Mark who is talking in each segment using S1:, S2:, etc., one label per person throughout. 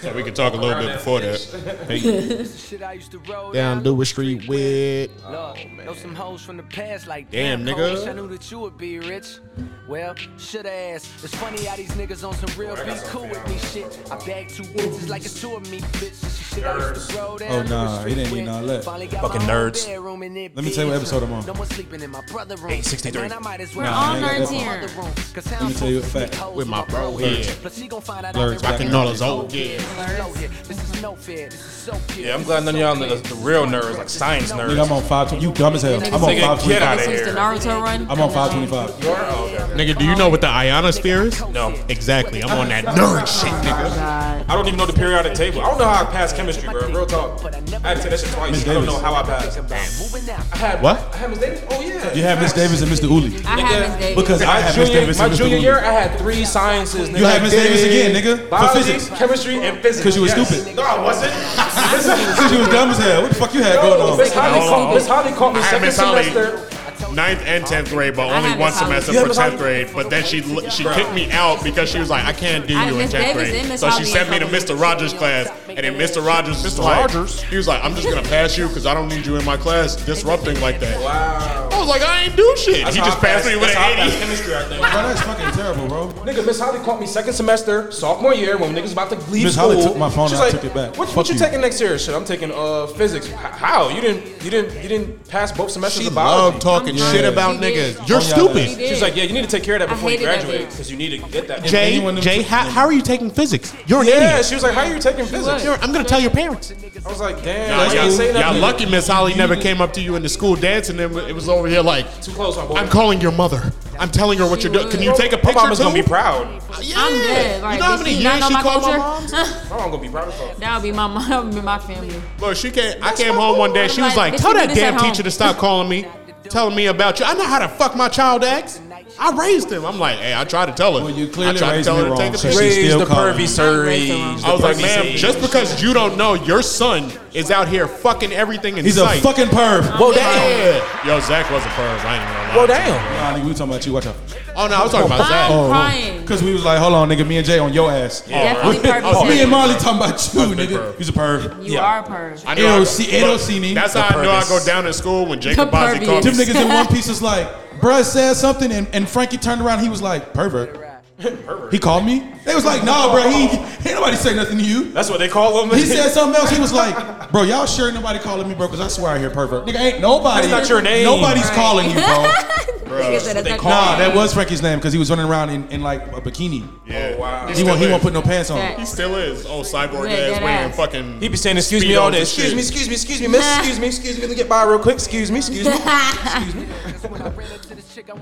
S1: So we could talk a little bit before that.
S2: Shit I used to roll
S3: Down Dewey Street with.
S2: Look,
S4: Oh,
S2: know some hoes from the past like
S3: Damn,
S2: damn,
S3: nigga.
S2: Coach, I knew that you would be rich. Well, shoulda asked. It's funny how these niggas on some real be cool with me shit. I bagged two bitches like it's two of me bitches. Shit, I used to roll down
S5: Oh,
S2: Dewey
S5: nah, he
S2: Street
S5: didn't need
S2: with.
S5: none of that.
S2: Finally got
S4: Fucking
S2: my own
S4: nerds.
S2: bedroom and it
S5: Let me tell you what
S2: big.
S5: episode I'm on.
S2: No one sleeping in my brother room.
S4: 863.
S2: Man, I might as well
S5: Nah,
S2: go
S5: I
S2: to
S5: ain't got
S2: my
S5: that
S2: mother room, 'cause how
S5: Let me
S2: I'm
S5: tell you a
S2: supposed to
S5: fact.
S2: hoes
S3: With
S2: in
S3: my bro
S2: room.
S3: head.
S2: Plus she gon' find out
S5: Blurred
S2: I've been
S5: back
S2: rocking
S5: in all
S2: all
S3: his
S2: this
S3: old
S2: old
S3: gear.
S2: gear. Low here. This is no fear. This is so pure.
S4: Yeah, I'm glad none of y'all niggas, the real nerds, like science nerds.
S5: Nigga, I'm on five. tw- You dumb as hell. I'm
S4: Nigga,
S5: on five
S4: get out
S5: twenty-five.
S4: of
S6: Since the
S4: here.
S6: Naruto run.
S5: I'm on five twenty-five.
S4: You are? Oh, okay, okay.
S3: Nigga, do you know what the ionosphere is?
S4: No.
S3: Exactly. I'm on that nerd shit, nigga.
S6: God.
S4: I don't even know the periodic table. I don't know how I passed chemistry, bro. Real talk. I had to take that shit
S5: Miss
S4: twice. I don't
S5: Davis.
S4: know how I passed.
S2: Moving out.
S4: I had,
S3: What?
S4: I had Miss Davis. Oh yeah.
S5: You have Miss Davis and Mr. Uli.
S6: I have his Davis.
S5: Because I
S4: My
S5: have Miss
S4: junior,
S5: Davis
S4: my
S5: and Mr.
S4: junior
S5: Uli.
S4: year, I had three sciences. Nigga.
S5: You had Miss Davis again, nigga, for
S4: Biology,
S5: physics.
S4: chemistry, and physics.
S5: 'Cause you was
S4: Yes.
S5: stupid.
S4: No, I wasn't.
S5: Since you was dumb as hell. What the fuck you had going
S4: Yo,
S5: on?
S4: Miss Holly
S1: Hold on, hold
S4: called-
S1: on.
S4: Miss Holly called me
S1: I had
S4: second
S1: Miss Holly.
S4: semester.
S1: Ninth and tenth grade, but
S6: I
S1: only
S6: have
S1: one
S6: Miss Holly.
S1: semester
S4: You have
S1: for
S4: Miss
S1: tenth
S4: Holly?
S1: grade. But then she l- she kicked me out because she was like, I can't do
S6: I had
S1: you in
S6: Miss
S1: tenth
S6: Davis and
S1: grade.
S6: Miss
S1: So she
S6: Holly
S1: sent me to
S6: in
S1: Mr. Rogers' class, and then Mr. Rogers, Mr. Rogers, he was like, I'm just gonna pass you because I don't need you in my class disrupting like that.
S4: Wow.
S1: I was like, I ain't do shit.
S4: That's
S1: he
S4: how
S1: just
S4: I
S1: passed me with
S4: that's how I
S1: an
S4: passed
S1: 80.
S4: chemistry, I think.
S5: Bro, that's fucking terrible, bro.
S4: Nigga, Miss Holly caught me second semester, sophomore year, when niggas about to leave
S5: Miss
S4: school.
S5: Holly took my phone
S4: She's
S5: and I
S4: like,
S5: took it back.
S4: What,
S5: Fuck
S4: what you
S5: you."
S4: taking next year? Shit, I'm taking uh physics. H- How? You didn't you didn't you didn't pass both semesters
S3: She
S4: of biology.
S3: love talking
S5: Yeah.
S3: shit about
S6: She did.
S3: niggas. You're
S5: yeah,
S3: stupid.
S6: He did.
S4: She's like, yeah, you need to take care of that
S6: I
S4: before you
S6: hated that
S4: graduate
S6: bitch.
S4: because you need to get that.
S3: Jay,
S5: Anyone-
S3: Jay, how, how are you taking physics? You're an
S4: yeah,
S3: idiot.
S4: she was like, how are you taking physics?
S3: You're- I'm gonna tell your parents.
S4: I was like, damn,
S1: Nah,
S4: I
S1: y'all,
S4: can't say
S3: y'all
S4: nothing.
S3: lucky Miss Holly never came up to you in the school dance, and then it was over here like,
S4: Too close, my boy.
S3: I'm calling your mother. I'm telling her what
S6: She
S3: you're doing. Can you
S6: would.
S3: take a
S4: My
S3: picture?
S4: mama's gonna
S3: too?
S4: be proud.
S3: Yeah.
S6: I'm dead. Like,
S3: you know how
S6: did
S3: many
S6: she not
S3: years
S6: know
S3: she
S6: my
S3: called my mom?
S6: culture?
S4: My mom gonna be proud of her.
S6: That would be my mom. That would be my family.
S3: Look, she came. I came home one day. She was like,
S6: Bitch,
S3: "Tell
S6: you
S3: that
S6: do this
S3: damn
S6: at home."
S3: teacher to stop calling me, telling me about you. I know how to fuck my child acts. I raised him. I'm like, hey, I tried to tell her.
S5: Well, you
S3: I
S5: clearly
S3: tried to
S5: raised
S3: tell her
S5: me
S3: to take
S5: wrong,
S3: a
S5: so
S3: picture.
S5: she's
S4: Raise
S5: still
S4: the
S5: calling.
S4: pervy surge.
S6: I
S3: I was like, ma'am, just because you don't know, your son is out here fucking everything in
S5: He's a
S3: sight.
S5: fucking perv.
S4: Well, damn.
S3: Yeah. Yo, Zach was a perv. I ain't gonna lie.
S4: Well, damn.
S5: Nah, nigga, we talking about you. Watch out.
S3: Oh no, I was talking about Zach.
S6: I'm
S3: Oh,
S6: crying.
S5: Cause we was like, hold on, nigga, me and Jay on your ass.
S6: Definitely
S3: right.
S6: pervy
S3: Oh,
S5: Me and
S6: surge.
S5: Marley talking about you,
S3: big
S5: nigga.
S3: perv.
S5: He's a perv.
S6: You
S4: Yeah.
S6: are a perv.
S3: I know I-
S5: LC
S3: look,
S5: LC me.
S3: That's
S5: The
S3: how I know I
S4: pervis.
S3: go down in school when Jacob
S6: The
S3: Bozzi called me.
S5: Them niggas in One Piece is like, bruh said something, and, and Frankie turned around. He was like, pervert. He called me. They was like, nah, bruh, he ain't nobody say nothing to you.
S4: That's what they call them.
S5: He said something else. He was like, bro, y'all sure ain't nobody calling me, bro, because I swear I hear pervert. Nigga, ain't nobody.
S4: That's not your name.
S5: Nobody's
S4: Right.
S5: calling you, bro.
S6: Nigga said that's
S4: they
S6: not
S4: call
S5: Nah,
S6: cool.
S5: that was Frankie's name because he was running around in, in like a bikini.
S1: Yeah.
S4: Oh, wow.
S5: He
S4: He
S5: won't, he
S1: still is.
S5: won't put no pants on.
S6: Fact.
S1: He still is. Oh, cyborg
S6: Yeah,
S1: ass
S6: dead
S1: wearing
S6: ass.
S1: fucking.
S4: He be saying, excuse me all
S3: Speedos
S4: day.
S3: and
S4: Excuse
S3: shit.
S4: me, excuse me, excuse me, miss, excuse me, excuse me. Let me get by real quick. Excuse me, excuse me.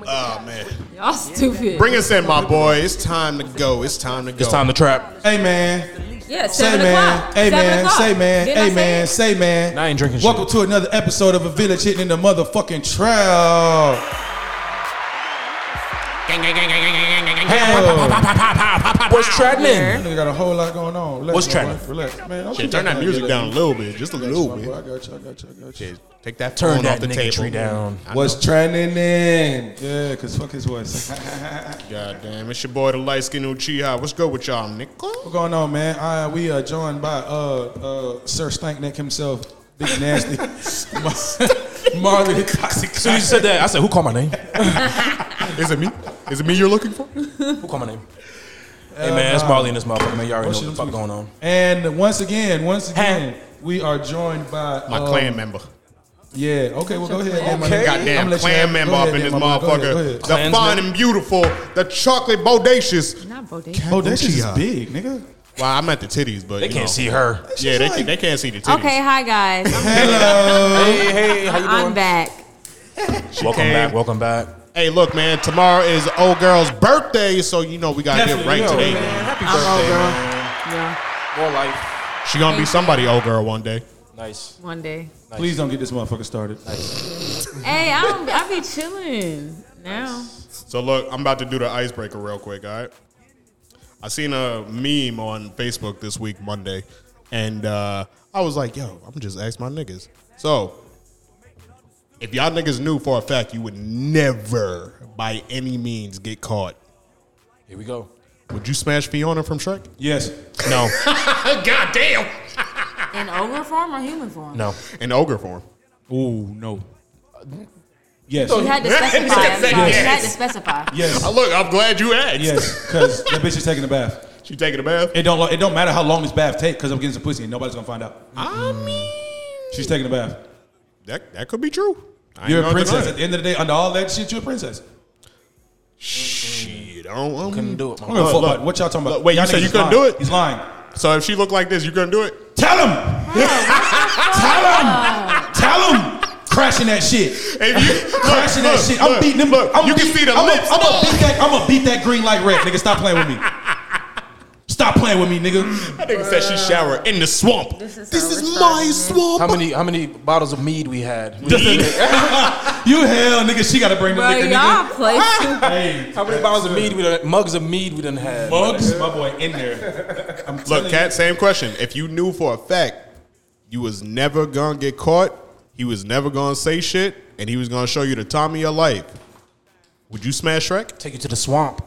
S3: Oh man.
S6: Y'all stupid.
S3: Bring us in, my boy. It's time to go. It's time to go.
S4: to trap.
S5: Hey man,
S6: Yeah,
S5: say
S6: seven
S5: man,
S6: o'clock.
S5: hey
S6: Seven
S5: man,
S6: o'clock.
S5: say man,
S6: Didn't I
S5: hey
S6: say
S5: man,
S6: it?
S5: say man.
S4: Now I ain't drinking shit.
S5: Welcome to another episode of a village hitting in the motherfucking trail. Hell.
S4: What's trending?
S6: Where?
S5: Nigga got a whole lot going on. Relax,
S4: What's
S5: my
S4: trending?
S5: boy. Relax, man. Don't
S3: Shit,
S5: you
S3: turn
S5: get
S3: that music
S5: here,
S3: down a
S5: like,
S3: little bit, just a
S5: relax,
S3: little
S5: my boy. I
S3: bit.
S5: got you. I got you. I got you.
S3: Shit, Take that
S4: Turn
S3: phone off
S4: that
S3: the
S4: nigga
S3: table.
S4: tree down.
S3: I know.
S5: What's trending then? Yeah, cause fuck his voice.
S3: God damn, it's your boy the light skinned Uchiha. What's good with y'all, nigga?
S5: What's going on, man? Uh, we are joined by uh, uh, Sir Stankneck himself, Big Nasty, Mar- Marley the Toxic.
S4: So you said that. I said, who called my name?
S3: Is it me? Is it me you're looking for?
S4: Who called my name? Hey man, it's Marley and this motherfucker. Man, you
S3: Oh,
S4: already know
S5: shit,
S4: what the fuck going on.
S5: And once again, once again, we are joined by
S3: My
S5: um,
S3: clan member.
S5: Yeah. Okay. Well, go ahead. then, my
S4: Okay.
S5: nigga. I'ma
S3: Goddamn
S5: let you have-
S3: clan
S5: go
S3: member
S5: ahead
S3: up in
S5: then,
S3: this
S5: my boy. Go
S3: motherfucker.
S5: ahead, go ahead.
S3: The
S4: Klansman.
S3: fine and beautiful, the chocolate bodacious.
S6: Not bodacious.
S5: Oh, that shit is
S3: Uchiha.
S5: big, nigga.
S3: Well, I'm at the titties, but
S4: They
S3: you
S4: can't
S3: know.
S4: see her.
S3: Yeah, they,
S5: She's
S3: can, they can't see the titties.
S6: Okay, hi guys. I'm-
S4: Hey, hey, how you doing?
S6: I'm back.
S3: She
S4: Welcome
S3: came-
S4: back. Welcome back.
S3: Hey, look, man. Tomorrow is old girl's birthday, so you know we gotta get
S5: Definitely,
S3: right
S5: yo,
S3: today.
S5: man.
S3: Man.
S4: Happy
S6: I'm old
S4: birthday,
S6: girl.
S4: man.
S6: Yeah,
S4: More life.
S3: She gonna be somebody old girl one day.
S4: Nice.
S6: one day.
S5: Please don't get this motherfucker started.
S6: Hey, I don't. I be chilling now.
S3: So look, I'm about to do the icebreaker real quick. All right. I seen a meme on Facebook this week Monday, and uh, I was like, "Yo, I'm just ask my niggas." So, if y'all niggas knew for a fact you would never, by any means, get caught,
S4: Here we go.
S3: Would you smash Fiona from Shrek?
S5: Yes.
S3: No,
S1: God damn.
S6: In ogre form or human form?
S3: no, in ogre form.
S5: Ooh, no. Yes.
S3: Oh,
S6: You had to specify. I'm sorry. You had to specify.
S5: Yes.
S1: Uh, Look, I'm glad you asked.
S5: Yes. Because that bitch is taking a bath.
S1: She taking a bath?
S5: It don't. lo- It don't matter how long this bath take because I'm getting some pussy and nobody's gonna find out.
S1: I mean,
S5: She's taking a bath.
S1: that, that could be true. I ain't
S5: You're a
S1: gonna deny
S5: princess.
S1: it.
S5: At the end of the day, under all that shit, you're a princess.
S1: Shit, I don't, I don't-
S4: Couldn't do it, my
S5: I don't give a
S3: Look,
S5: fuck
S3: look.
S5: about what y'all talking about.
S3: Look, wait, you
S5: Y'all
S3: said
S5: niggas
S3: you
S5: is
S3: couldn't
S5: lying.
S3: do it?
S5: He's lying.
S3: So if she looked like this, you couldn't do it?
S5: Tell him. Tell him. Tell him. Crashing that shit.
S1: If you,
S5: Crashing that
S1: look,
S5: shit.
S1: look,
S5: I'm beating him.
S1: look,
S5: I'm
S1: you can
S5: beat-
S1: see the
S5: I'm
S1: lips.
S5: A, I'm gonna beat that. I'm gonna beat that green light red, nigga. Stop playing with me. Stop playing with me, nigga.
S1: That nigga said she showered in the swamp.
S6: This is,
S4: How
S3: swamp.
S4: many how many bottles of mead we had?
S5: You hell, nigga. She gotta bring the
S6: Bro,
S5: liquor, nigga.
S6: y'all play stupid.
S5: Hey,
S4: How many bottles of mead we done mugs of mead we done had?
S5: bugs, my boy, in there. I'm telling
S3: Look,
S5: you.
S3: Cat, same question. If you knew for a fact you was never going to get caught, he was never going to say shit, and he was going to show you the time of your life, would you smash Shrek?
S4: Take you to the swamp.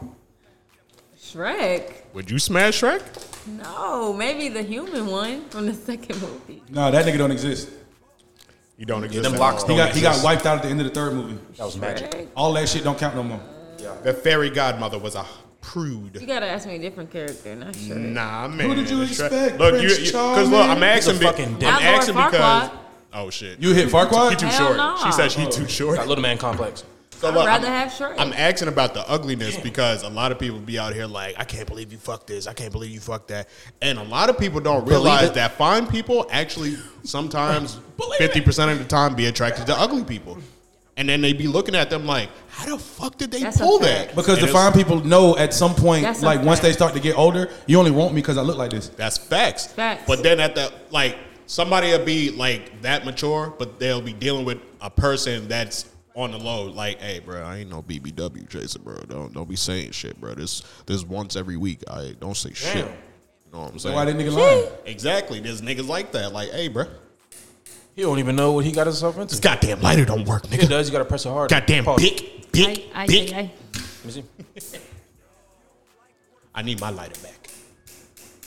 S6: Shrek.
S3: Would you smash Shrek?
S6: No, maybe the human one from the second movie.
S5: No, that nigga don't exist.
S3: You don't exist.
S4: them
S3: at
S4: locks
S3: all.
S5: He
S4: Don't
S5: got he got
S4: exist.
S5: wiped out at the end of the third movie.
S4: That was magic.
S6: Shrek.
S5: All that shit don't count no more.
S3: The fairy godmother was a
S6: You
S3: prude.
S6: gotta ask me a different character, not Shrek.
S3: Nah, man.
S5: did you
S3: Shrek-
S5: expect,
S3: Look,
S5: Prince
S3: you, because look, I'm
S5: Charming?
S3: asking,
S4: He's a
S3: be-
S4: fucking
S3: I'm
S4: dick.
S6: Not Lord
S3: asking because.
S6: Farquaad.
S3: Oh shit,
S5: You hit Farquaad?
S3: he too
S6: Hell
S3: short.
S6: no.
S3: She said she too short.
S4: That little man complex.
S3: Oh. So
S6: I'd
S3: look,
S6: rather
S3: I'm-
S6: have Shrek.
S3: I'm asking about the ugliness because a lot of people be out here like, I can't believe you fucked this. I can't believe you fucked that. And a lot of people don't realize
S4: it.
S3: that fine people actually sometimes 50% of the time be attracted to ugly people. And then they be looking at them like, how the fuck did they
S6: That's a
S3: pull
S6: fact.
S3: that?
S5: Because
S3: And
S5: the
S3: it's-
S5: fine people know at some point,
S6: That's a
S5: like once
S6: fact.
S5: they start to get older, you only want me because I look like this.
S3: That's facts.
S6: Facts.
S3: But then at the like somebody will be like that mature, but they'll be dealing with a person that's on the low. Like, hey, bro, I ain't no BBW, Jason, bro. Don't don't be saying shit, bro. This this once every week. I don't say shit. You know what I'm saying?
S5: Why that nigga lying?
S3: exactly. There's niggas like that. Like, hey, bro,
S4: He don't even know what he got himself into.
S3: this goddamn lighter don't work,
S4: If it
S3: nigga.
S4: does, you gotta press it hard.
S3: Goddamn
S4: Pause.
S3: pick, pick,
S6: I, I,
S3: pick.
S6: I,
S4: Let me see.
S3: I need my lighter back.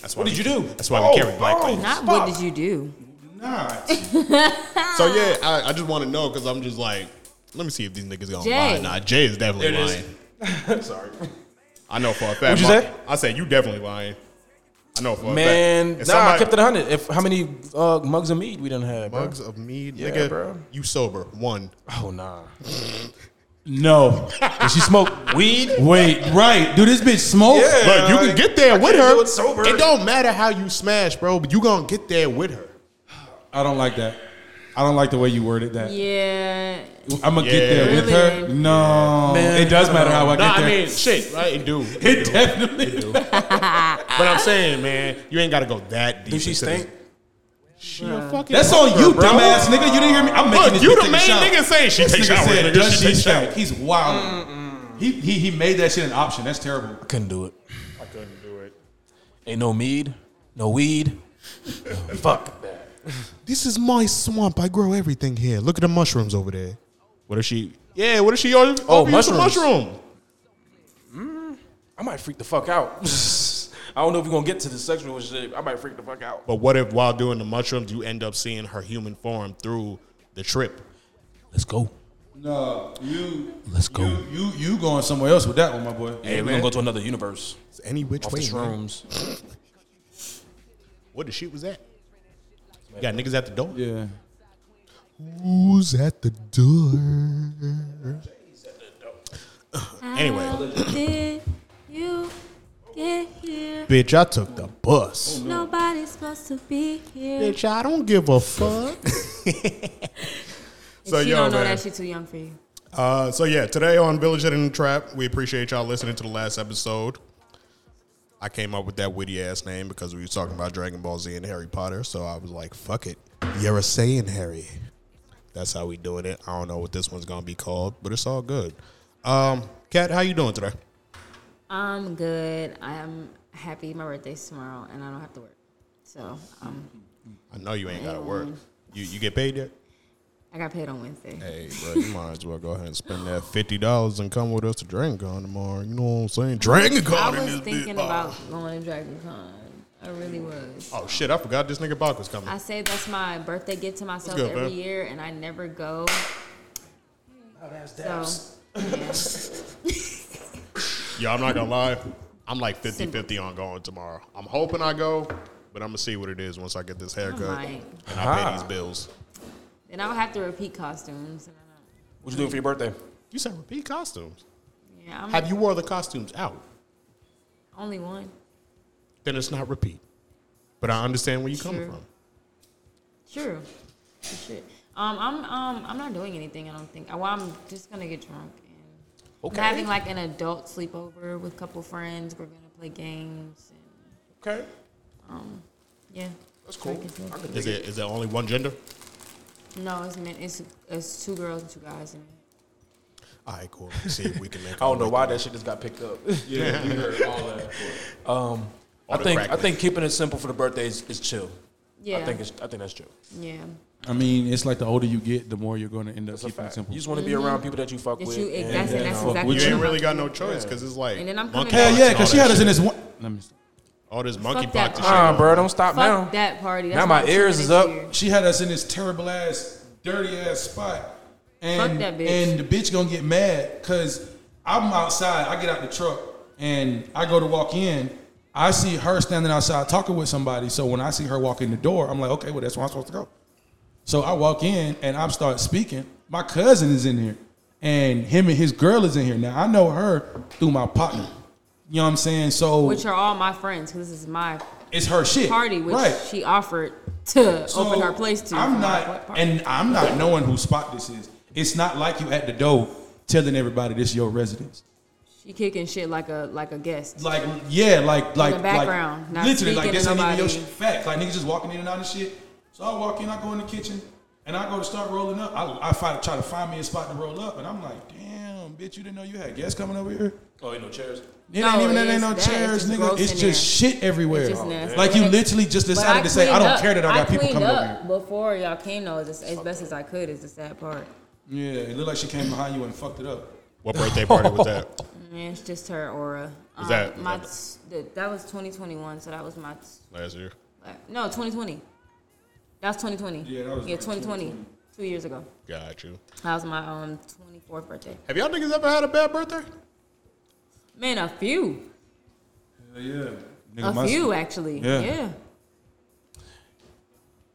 S3: That's why
S4: What did
S3: we-
S4: you do?
S3: That's why
S4: Oh,
S3: we carry black
S4: oh.
S3: lighters.
S6: not what did you do?
S5: Nah.
S3: So yeah, I, I just want to know because I'm just like, let me see if these niggas gonna lie
S6: Jay.
S3: or not. Jay is definitely
S4: There it is.
S3: lying. Sorry, I know for a fact.
S4: What'd you
S3: my-
S4: say?
S3: I said you definitely lying. I know for a
S4: Man, nah,
S3: fact. If
S4: I
S3: somebody-
S4: kept it 100. If how many uh, mugs of mead we done had, bro?
S3: Mugs of mead,
S4: Yeah,
S3: nigga.
S4: bro.
S3: You sober? One.
S4: Oh nah.
S5: No.
S4: Did she smoke weed?
S5: Wait, right. Do this bitch smoke?
S4: Yeah.
S3: Look, you can get there with
S4: can't
S3: her.
S4: do it sober.
S3: It don't matter how you smash, bro. But you gonna get there with her.
S5: I don't like that. I don't like the way you worded that.
S6: Yeah.
S5: I'm gonna get there with
S6: Really?
S5: her. No,
S4: Man,
S5: it does matter how I
S3: No,
S5: get
S3: I
S5: there.
S3: mean shit, right? It do.
S5: it definitely.
S3: But I'm saying, man, you ain't gotta go that deep.
S4: Do she
S3: into
S4: stink?
S3: this. She a fucking.
S5: That's on you,
S3: bro.
S5: dumbass nigga. You didn't hear me. I'm making
S3: Look,
S5: this
S3: you
S5: bitch
S3: the
S5: take a
S3: main
S5: shower.
S3: nigga saying she
S5: This
S3: takes
S5: nigga
S3: shower.
S5: said,
S3: nigga.
S5: does
S3: She
S5: she
S3: takes
S5: shower?
S3: shower.
S5: He's wild. He, he he made that shit an option. That's terrible.
S4: Couldn't do it. I couldn't do it. Ain't no mead, no weed. Fuck that.
S3: This is my swamp. I grow everything here. Look at the mushrooms over there. What if she? Yeah, what if she? Oh,
S4: Oh,
S3: over mushrooms.
S4: mushrooms.
S3: mushroom.
S4: I might freak the fuck out. I don't know if we're gonna get to the sexual shit. I might freak the fuck out.
S3: But what if while doing the mushrooms, you end up seeing her human form through the trip?
S4: Let's go.
S5: No, you.
S4: Let's go.
S5: You you, you going somewhere else with that one, my boy?
S4: Hey, we're gonna go to another universe.
S3: It's any which
S4: Off
S3: way.
S4: the
S3: man.
S4: shrooms.
S3: What the shit was that? You got niggas at the door.
S5: Yeah.
S3: Who's at the door? Anyway,
S6: Did you get here?
S3: bitch, I took the bus.
S6: Nobody's supposed to be here.
S3: Bitch, I don't give a fuck.
S6: If
S3: So,
S6: she
S3: yo,
S6: don't know
S3: man.
S6: that she too young for you.
S3: Uh, so yeah, today on Village Head in the Trap, we appreciate y'all listening to the last episode. I came up with that witty ass name because we was talking about Dragon Ball Z and Harry Potter, so I was like, "Fuck it, you're a Saiyan, Harry." That's how we doing it. I don't know what this one's gonna be called, but it's all good. Um, Kat, how you doing today?
S6: I'm good. I'm happy. My birthday's tomorrow, and I don't have to work. So, um,
S3: I know you ain't got to work. You you get paid yet?
S6: I got paid on Wednesday.
S3: Hey, bro, you might as well go ahead and spend that fifty dollars and come with us to Dragon Con tomorrow. You know what I'm saying? Dragon
S6: I
S3: Con. in
S6: was
S3: this
S6: thinking
S3: bitch.
S6: about going to Dragon Con. I really was.
S3: Oh shit! I forgot this nigga Bach was coming.
S6: I say that's my birthday gift to myself
S3: good,
S6: every
S3: man?
S6: year, and I never go. So,
S3: Yo, I'm not gonna lie. I'm like 50-50 on going tomorrow. I'm hoping I go, but I'm gonna see what it is once I get this haircut
S6: might.
S3: and I pay these bills.
S6: and I would have to repeat costumes. and I
S4: What you doing for your birthday?
S3: You said repeat costumes.
S6: don't- Yeah, I'm
S3: Have you wore the costumes out?
S6: only one.
S3: Then it's not repeat. But I understand where you're coming
S6: Sure.
S3: from.
S6: True. Shit. Um, I'm um, I'm not doing anything. I don't think. Well, I'm just gonna get drunk and I'm
S4: Okay.
S6: having like an adult sleepover with a couple friends. We're gonna play games and
S4: Okay.
S6: yeah.
S4: That's cool. I can
S3: Is
S4: dig it.
S3: it is there only one gender?
S6: No, it's men. It's it's two girls and two guys. In it.
S3: All right, cool. See if we can make.
S4: I don't know why that shit just got picked up. Yeah, we heard all that. Um, I
S3: the
S4: think I
S3: crackling.
S4: think keeping it simple for the birthday is, is chill.
S6: Yeah.
S4: I think it's, I think that's chill.
S6: yeah.
S5: I mean, it's like the older you get, the more you're going to end up
S4: It's a
S5: keeping it
S4: fact.
S5: simple.
S4: You just want to be around people that you fuck
S6: That
S4: with.
S6: you-
S4: and-
S6: that's-
S4: and
S6: that's
S4: fuck
S6: exactly
S4: with
S3: You
S6: what
S4: you.
S3: ain't really got no choice because it's like
S6: And then I'm
S3: monkey
S5: Hell
S6: coming
S3: pox
S5: yeah,
S3: and all
S5: because she
S3: that
S5: had us
S3: shit.
S5: in this one. Let me. stop.
S3: all this monkey
S6: that
S3: pox.
S6: shit.
S3: and shit.
S4: Nah, bro, don't stop
S6: Fuck
S4: now.
S6: that party. That's
S4: Now my
S6: what I'm
S4: ears
S6: doing
S4: is
S6: this
S4: up.
S6: year.
S5: She had us in this terrible ass, dirty ass spot. And,
S6: Fuck that bitch.
S5: And the bitch gonna get mad because I'm outside. I get out the truck and I go to walk in. I see her standing outside talking with somebody. So when I see her walk in the door, I'm like, okay, well, that's where I'm supposed to go. So I walk in and I start speaking. My cousin is in here, and him and his girl is in here. Now I know her through my partner. You know what I'm saying? So
S6: Which are all my friends because this is my
S5: it's her shit.
S6: party, which
S5: right.
S6: she offered to open
S5: So,
S6: her place to.
S5: I'm
S6: for my
S5: not,
S6: party.
S5: and I'm not knowing whose spot this is. It's not like you at the door telling everybody this your residence.
S6: she kicking shit like a like a guest.
S5: Like, yeah, like, like,
S6: the background,
S5: like,
S6: not
S5: literally, like
S6: speaking
S5: this
S6: to
S5: ain't even your
S6: nobody.
S5: shit. Fact, like niggas just walking in and out of shit. So I walk in, I go in the kitchen, and I go to start rolling up. I, I find, try to find me a spot to roll up, and I'm like, damn, bitch, you didn't know you had guests coming over here.
S4: Oh, ain't no chairs.
S5: It
S6: No,
S5: ain't even
S6: it
S5: that ain't
S6: is
S5: no
S6: that. It's
S5: chairs,
S6: just
S5: nigga.
S6: gross
S5: It's
S6: in
S5: just
S6: there.
S5: shit everywhere.
S6: It's just nasty.
S5: Like you literally just
S6: But
S5: decided
S6: I
S5: to say, I
S6: cleaned
S5: don't
S6: up-
S5: care that I got people
S6: cleaned
S5: coming over here.
S6: up Before y'all came though, as, as best as I could, is the sad part.
S5: Yeah, it looked like she came behind you and fucked it up.
S3: What birthday party was that?
S6: Man, it's just her aura. Um,
S3: that-
S6: my t- the- that was 2021, so that was my t-
S3: Last year.
S6: uh, no 2020. That's 2020.
S5: Yeah, that was
S6: yeah
S5: like
S6: 2020, Two years ago.
S3: Got you.
S6: That was my um 24th birthday.
S3: Have y'all niggas ever had a bad birthday?
S6: Man, a few,
S5: Hell yeah.
S6: a few actually.
S5: Yeah.
S6: yeah.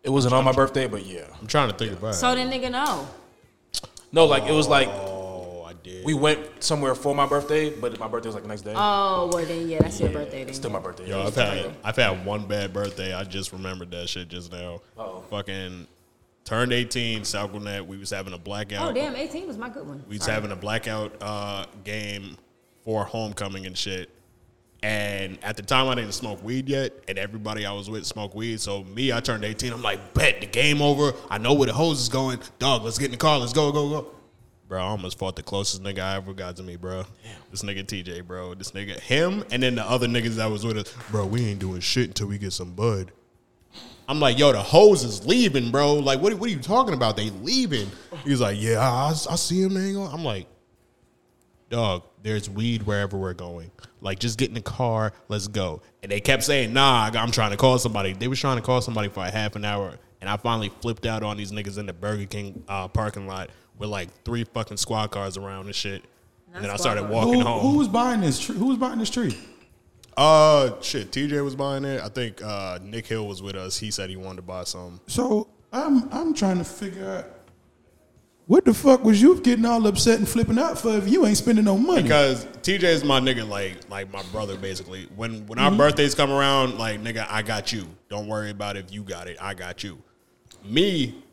S4: It wasn't on my birthday, but yeah.
S3: I'm trying to think about
S6: So
S3: it.
S6: then nigga know.
S4: No, like it was like
S3: Oh, I did.
S4: we went somewhere for my birthday, but my birthday was like the next day.
S6: Oh well then yeah, that's your birthday then.
S4: Still my birthday.
S3: Yo, I've had I've had one bad birthday. I just remembered that shit just now.
S4: Uh-oh.
S3: Fucking turned 18, South Gwinnett. We was having a blackout.
S6: Oh damn, 18 was my good one.
S3: We was
S6: Sorry.
S3: having a blackout uh, game for homecoming and shit. And at the time, I didn't smoke weed yet, and everybody I was with smoked weed. So me, I turned 18. I'm like, bet the game over. I know where the hose is going. Dog, let's get in the car. Let's go, go, go. Bro, I almost fought the closest nigga I ever got to me, bro. This nigga TJ, bro. This nigga, him, and then the other niggas that was with us. Bro, we ain't doing shit until we get some bud. I'm like, yo, the hoes is leaving, bro. Like, what, what are you talking about? They leaving. He's like, yeah, I, I see him. They ain't going. I'm like, dog, there's weed wherever we're going. Like, just get in the car. Let's go. And they kept saying, nah, I got- I'm trying to call somebody. They was trying to call somebody for a half an hour. And I finally flipped out on these niggas in the Burger King uh, parking lot with like three fucking squad cars around and shit. and then I
S6: squad
S3: started
S6: cars.
S3: walking
S5: Who,
S3: home.
S5: who was buying this tree? Who was buying this tree?
S3: uh, shit, TJ was buying it. I think uh, Nick Hill was with us. He said he wanted to buy some.
S5: So I'm I'm trying to figure out what the fuck was you getting all upset and flipping out for if you ain't spending no money?
S3: Because TJ is my nigga, like like my brother, basically. When when our birthdays come around, like nigga, I got you. Don't worry about if you got it. I got you. Me,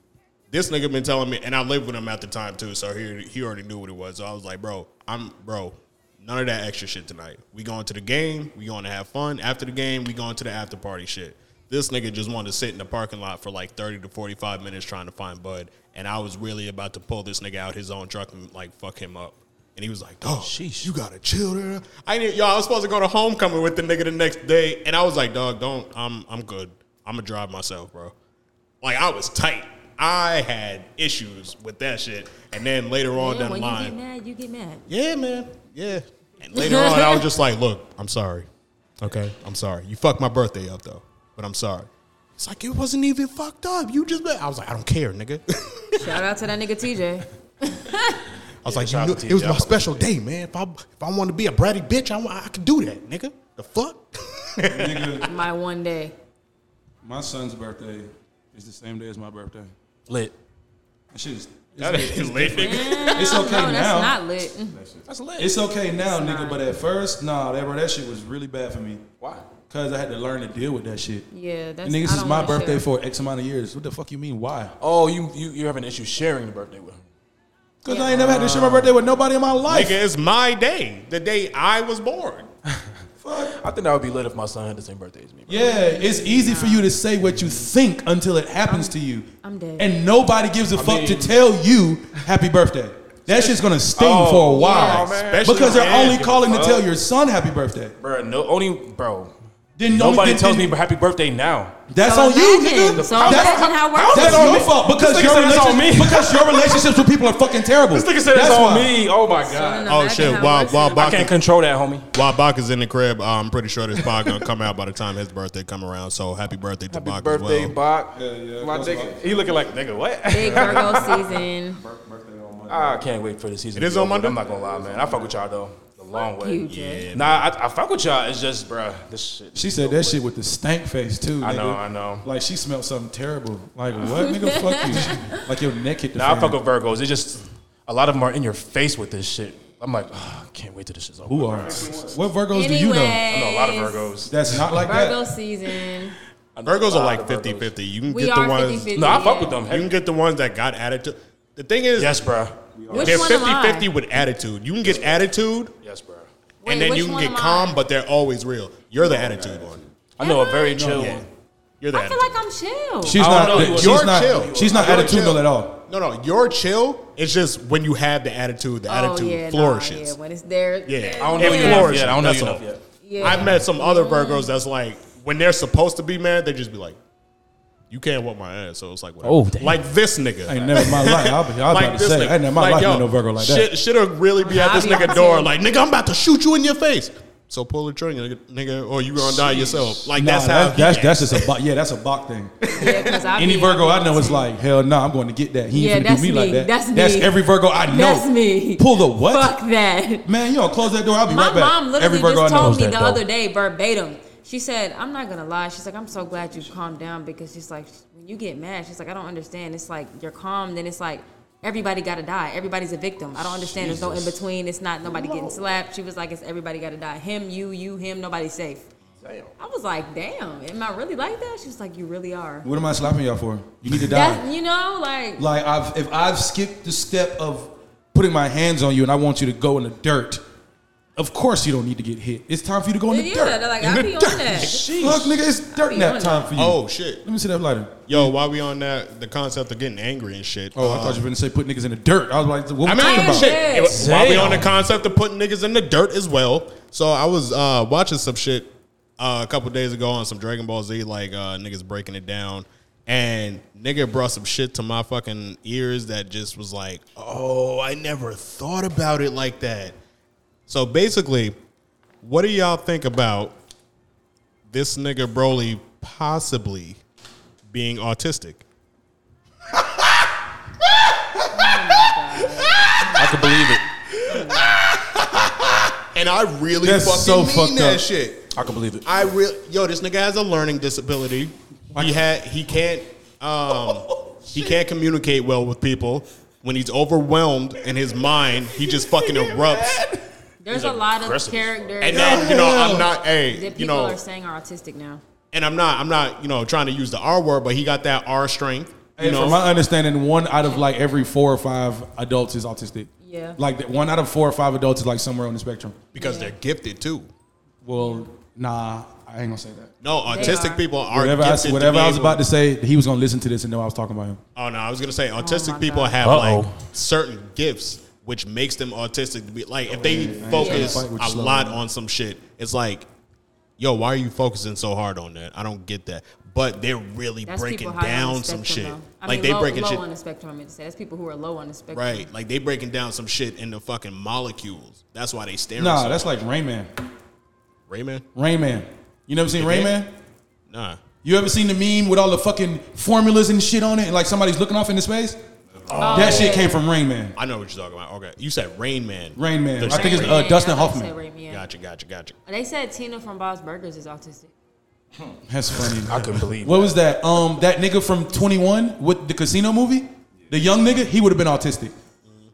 S3: this nigga been telling me, and I lived with him at the time too, so he he already knew what it was. So I was like, bro, I'm bro. None of that extra shit tonight. We going to the game. We going to have fun. After the game, we going to the after party shit. This nigga just wanted to sit in the parking lot for like thirty to forty five minutes trying to find Bud, and I was really about to pull this nigga out his own truck and like fuck him up. And he was like, "Dog, you gotta chill." There. I didn't, yo, I was supposed to go to homecoming with the nigga the next day, and I was like, "Dog, don't. I'm I'm good. I'm gonna drive myself, bro." Like I was tight. I had issues with that shit. And then later on
S6: Man,
S3: down the
S6: when you get
S3: line,
S6: mad, you get mad.
S3: yeah, man, yeah. And later on, I was just like, look, I'm sorry. Okay, I'm sorry. You fucked my birthday up though, but I'm sorry. It's like it wasn't even fucked up. You just, I was like, I don't care, nigga.
S6: Shout out to that nigga TJ.
S3: I was like, you
S4: shout
S3: knew,
S4: out to
S3: it was
S4: TJ.
S3: my special day, man. If I if I want to be a bratty bitch, I, wa- I could do that, nigga. The fuck?
S5: Nigga,
S6: My one day.
S5: my son's birthday is the same day as my birthday.
S4: Lit.
S5: That shit is-
S3: That is lit, nigga.
S5: It's okay
S6: No, that's
S5: now.
S6: not lit. Mm-hmm.
S4: That's lit.
S5: It's okay now,
S6: It's
S5: nigga.
S6: not.
S5: But at first, nah, that bro, that shit was really bad for me.
S4: Why?
S5: Cause I had to learn to deal with that shit.
S6: Yeah, that's.
S5: And nigga,
S6: I
S5: this is
S6: don't
S5: my
S6: wanna share.
S5: birthday for X amount of years. What the fuck you mean? Why?
S4: Oh, you you you have an issue sharing the birthday with him.
S5: Cause I ain't never had to share my birthday with nobody in my life.
S3: Nigga, it's my day. The day I was born.
S5: Fuck.
S4: I think that would be lit if my son had the same birthday as me. bro.
S5: Yeah, it's easy for you to say what you think until it happens to you.
S6: I'm dead.
S5: And nobody gives a fuck to
S4: mean-
S5: tell you happy birthday. That shit's gonna sting
S4: Oh,
S5: for a
S4: yeah,
S5: while.
S4: man.
S5: because they're
S3: Especially
S5: only
S3: if-
S5: calling to tell your son happy birthday.
S4: Bro, no, only bro.
S5: Then
S4: Nobody
S5: then-
S4: tells me
S5: then-
S4: happy birthday now.
S5: That's
S6: So
S5: on you,
S6: imagine-
S5: nigga.
S6: so
S5: that's
S6: imagine how worse
S5: that's
S4: it is.
S5: your fault because
S4: This nigga
S5: your,
S4: said it's on
S5: relationship-
S4: me.
S5: because your relationships with people are fucking terrible.
S4: This nigga said
S5: that's
S4: it's on
S5: why.
S4: me. Oh my
S6: So then
S4: god.
S3: Oh
S6: imagine
S3: shit!
S6: how
S3: While
S6: worse
S3: while
S6: it-
S4: I can't
S3: Bach,
S4: control that, homie.
S3: while Bach is in the crib, Uh, I'm pretty sure this pod gonna come out by the time his birthday come around. So happy birthday to
S4: Happy
S3: Bach
S4: birthday,
S3: as well.
S4: Bach.
S5: yeah,
S4: my
S5: that's
S4: nigga. He looking like nigga. What?
S6: Big Virgo season.
S4: I can't wait for the season.
S3: It
S4: to
S3: is
S4: be
S3: on
S4: over.
S3: Monday?
S4: I'm not gonna lie, man. I fuck with y'all though. The long way.
S6: You Jay.
S4: Nah, I, I fuck with y'all. It's just, bruh, this shit.
S5: She said that shit with the stank face too.
S4: I
S5: nigga.
S4: know, I know.
S5: Like she smelled something terrible. Like what, nigga? Fuck you. Like your neck hit the.
S4: Nah, I
S5: fan.
S4: fuck with Virgos. It just a lot of them are in your face with this shit. I'm like, "Ah, I can't wait till this is over.
S5: Who are? What Virgos do you know?
S4: I know a lot of
S6: Anyway.
S4: Virgos.
S5: That's not like
S6: Virgo
S5: that.
S6: season.
S4: I know a
S3: Virgos
S4: lot
S3: are like
S4: of Virgos.
S3: 50 50. You can
S6: We
S3: get
S6: are
S3: the ones.
S6: 50-50.
S4: No, I fuck
S6: Yeah.
S4: with them.
S3: You can
S4: Heck,
S3: get the ones that got attitude. The thing is,
S4: yes, bruh.
S6: Which
S3: they're
S6: one am I?
S3: 50 50 with attitude. You can get attitude,
S4: Yes, bruh.
S6: Wait,
S3: and then
S6: which
S3: you can
S6: one
S3: get
S6: am I?
S3: calm, but they're always real. You're the attitude one.
S4: I know a very
S6: Am I?
S4: chill
S3: Yeah.
S4: one.
S3: You're the
S6: I feel
S3: attitude.
S6: like I'm chill.
S5: She's
S4: I
S5: not.
S4: don't know.
S5: She's
S4: You're
S5: not.
S3: chill.
S5: She's not
S3: You're
S5: attitudinal
S3: chill.
S5: at all.
S3: No, no, you're chill. It's just when you have the attitude, the
S6: oh,
S3: attitude
S6: yeah, nah,
S3: flourishes.
S6: yeah, when it's there.
S3: yeah,
S6: there,
S4: I don't know
S3: It
S4: you enough
S3: flourishes,
S4: yet. I don't know
S3: that's
S4: you
S3: all.
S4: enough yet.
S6: Yeah.
S3: I've met some other Virgos that's like when they're supposed to be mad, they just be like, "You can't whoop my ass." So it's like, whatever.
S4: Oh, damn.
S3: like this nigga.
S5: I ain't never in my life. I'll be, I was about to say. I ain't never in my life
S3: yo,
S5: met no Virgo like
S3: shit,
S5: that.
S3: Shit'll really be at
S6: I'll
S3: this
S6: be
S3: nigga
S6: out
S3: door,
S6: too.
S3: like, nigga, I'm about to shoot you in your face. So pull the trigger, nigga- nigga, or you gonna die yourself. Like
S5: Nah,
S3: that's how.
S5: that-
S3: he
S5: that's
S3: acts.
S5: that's just a bo- yeah. That's a Bach thing.
S6: Yeah, 'cause I
S5: Any
S6: be-
S5: Virgo I know is like hell. No, nah, I'm going to get that. He
S6: Yeah,
S5: ain't finna
S6: that's
S5: do me, like
S6: me.
S5: that.
S6: That's me.
S5: every Virgo I know.
S6: That's me.
S5: Pull the what?
S6: Fuck that.
S5: Man, you don't close that door. I'll be
S6: My
S5: right back.
S6: mom literally
S5: every Virgo
S6: just
S5: I know.
S6: told me
S4: that
S6: the
S4: though.
S6: other day verbatim. She said, "I'm not gonna lie." She's like, "I'm so glad you calmed down because she's like, when you get mad, she's like, I don't understand. It's like you're calm, then it's like." Everybody got to die. Everybody's a victim. I don't understand. There's no in between. It's not nobody getting slapped. She was like, "It's everybody got to die. Him, you, you, him. Nobody's safe." I was like, "Damn, am I really like that?" She was like, "You really are."
S5: What am I slapping y'all for? You need to die.
S6: That's you know, like
S5: Like I've if I've skipped the step of putting my hands on you and I want you to go in the dirt, of course you don't need to get hit. It's time for you to go in the
S6: Yeah,
S5: dirt.
S6: they're like,
S5: In
S6: I
S5: the
S6: be on
S5: dirt.
S6: that.
S5: Look, nigga, it's dirt
S6: be
S5: nap
S6: on
S5: time for you.
S3: Oh shit,
S5: Let me see that lighter.
S3: yo, why we on that? The concept of getting angry and shit.
S5: Oh, I
S3: Uh,
S5: thought you were gonna say put niggas in the dirt. I was like, what
S3: I
S5: we
S3: mean,
S5: talking
S6: am
S5: about?
S3: shit.
S6: dead.
S3: it was- while we
S4: Damn.
S3: on the concept of putting niggas in the dirt as well. So I was uh, watching some shit uh, a couple days ago on some Dragon Ball Z, like uh, niggas breaking it down. And nigga brought some shit to my fucking ears that just was like, oh, I never thought about it like that. So basically, what do y'all think about this nigga Broly possibly being autistic?
S4: I can believe it.
S3: And I really
S5: That's
S3: fucking
S5: so
S3: mean
S5: fucked
S3: that
S5: up.
S3: shit.
S4: I can believe it.
S3: I real yo, this nigga has a learning disability. He had he can't um he can't communicate well with people. When he's overwhelmed in his mind, he just fucking erupts.
S6: there's
S4: He's
S6: a lot of
S4: aggressive as fuck.
S6: characters
S3: And now, you know, I'm not hey,
S6: that
S3: you
S6: people
S3: know,
S6: are saying are autistic now.
S3: and I'm not I'm not, you know, trying to use the R word, but he got that R strength. You
S5: And
S3: know,
S5: from my understanding, one out of like every four or five adults is autistic.
S6: Yeah.
S5: Like that one out of four or five adults is like somewhere on the spectrum.
S3: because they're gifted too.
S5: Well, nah, I ain't gonna say that.
S3: No, autistic
S6: are.
S3: people are
S5: Whatever I,
S3: gifted. to
S5: whatever
S3: be
S5: I was
S3: able-
S5: about to say, he was gonna listen to this and know I was talking about him.
S3: Oh no, I was gonna say autistic
S6: my
S3: people
S6: God.
S3: have like
S4: Uh-oh.
S3: certain gifts which makes them autistic to be like if they focus
S5: fight with
S3: a
S5: you, slow
S3: lot
S5: down.
S3: on some shit, it's like, yo, why are you focusing so hard on that? I don't get that. but they're really
S6: That's
S3: breaking
S6: people high on
S3: down
S6: the
S3: some
S6: spectrum,
S3: shit.
S6: though. I
S3: like
S6: mean,
S3: they
S6: low,
S3: breaking
S6: low
S3: shit
S6: on the spectrum. I meant to say that's people who are low on the spectrum.
S3: right. Like they breaking down some shit into fucking molecules. That's why they staring.
S5: Nah,
S3: so
S5: that's
S3: much.
S5: like Rayman.
S3: Rayman.
S5: Rayman. You never seen
S3: game?
S5: Rayman?
S3: Nah,
S5: You ever seen the meme with all the fucking formulas and shit on it, and like somebody's looking off into space?
S6: Oh,
S5: that shit
S6: yeah.
S5: came from Rain Man.
S3: I know what you're talking about. Okay, you said Rain Man.
S5: Rain Man.
S3: There's
S5: I think it's
S3: Rain
S5: uh,
S6: Yeah,
S5: Dustin
S6: I was about to
S5: Hoffman.
S6: say Raimi, yeah.
S3: Gotcha, gotcha, gotcha.
S6: They said Tina from Bob's Burgers is autistic.
S5: That's funny.
S4: I couldn't believe
S5: What was that? Um, that nigga from Twenty One with the casino movie, the young nigga, he would have been autistic.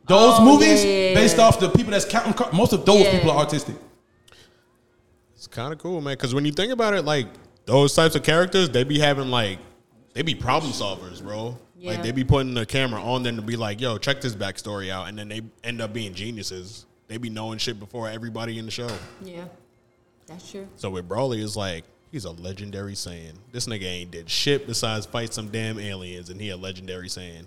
S5: Those
S6: Oh,
S5: movies,
S6: yeah, yeah, yeah.
S5: based off the people that's counting, car- most of those
S6: Yeah.
S5: people are autistic.
S3: It's kind of cool, man. Because when you think about it, like those types of characters, they be having like they be problem solvers, bro.
S6: Yeah.
S3: Like they be putting the camera on them to be like, "Yo, check this backstory out," and then they end up being geniuses. They be knowing shit before everybody in the show.
S6: Yeah, that's true.
S3: So with Broly, it's like he's a legendary Saiyan. This nigga ain't did shit besides fight some damn aliens, and he a legendary Saiyan.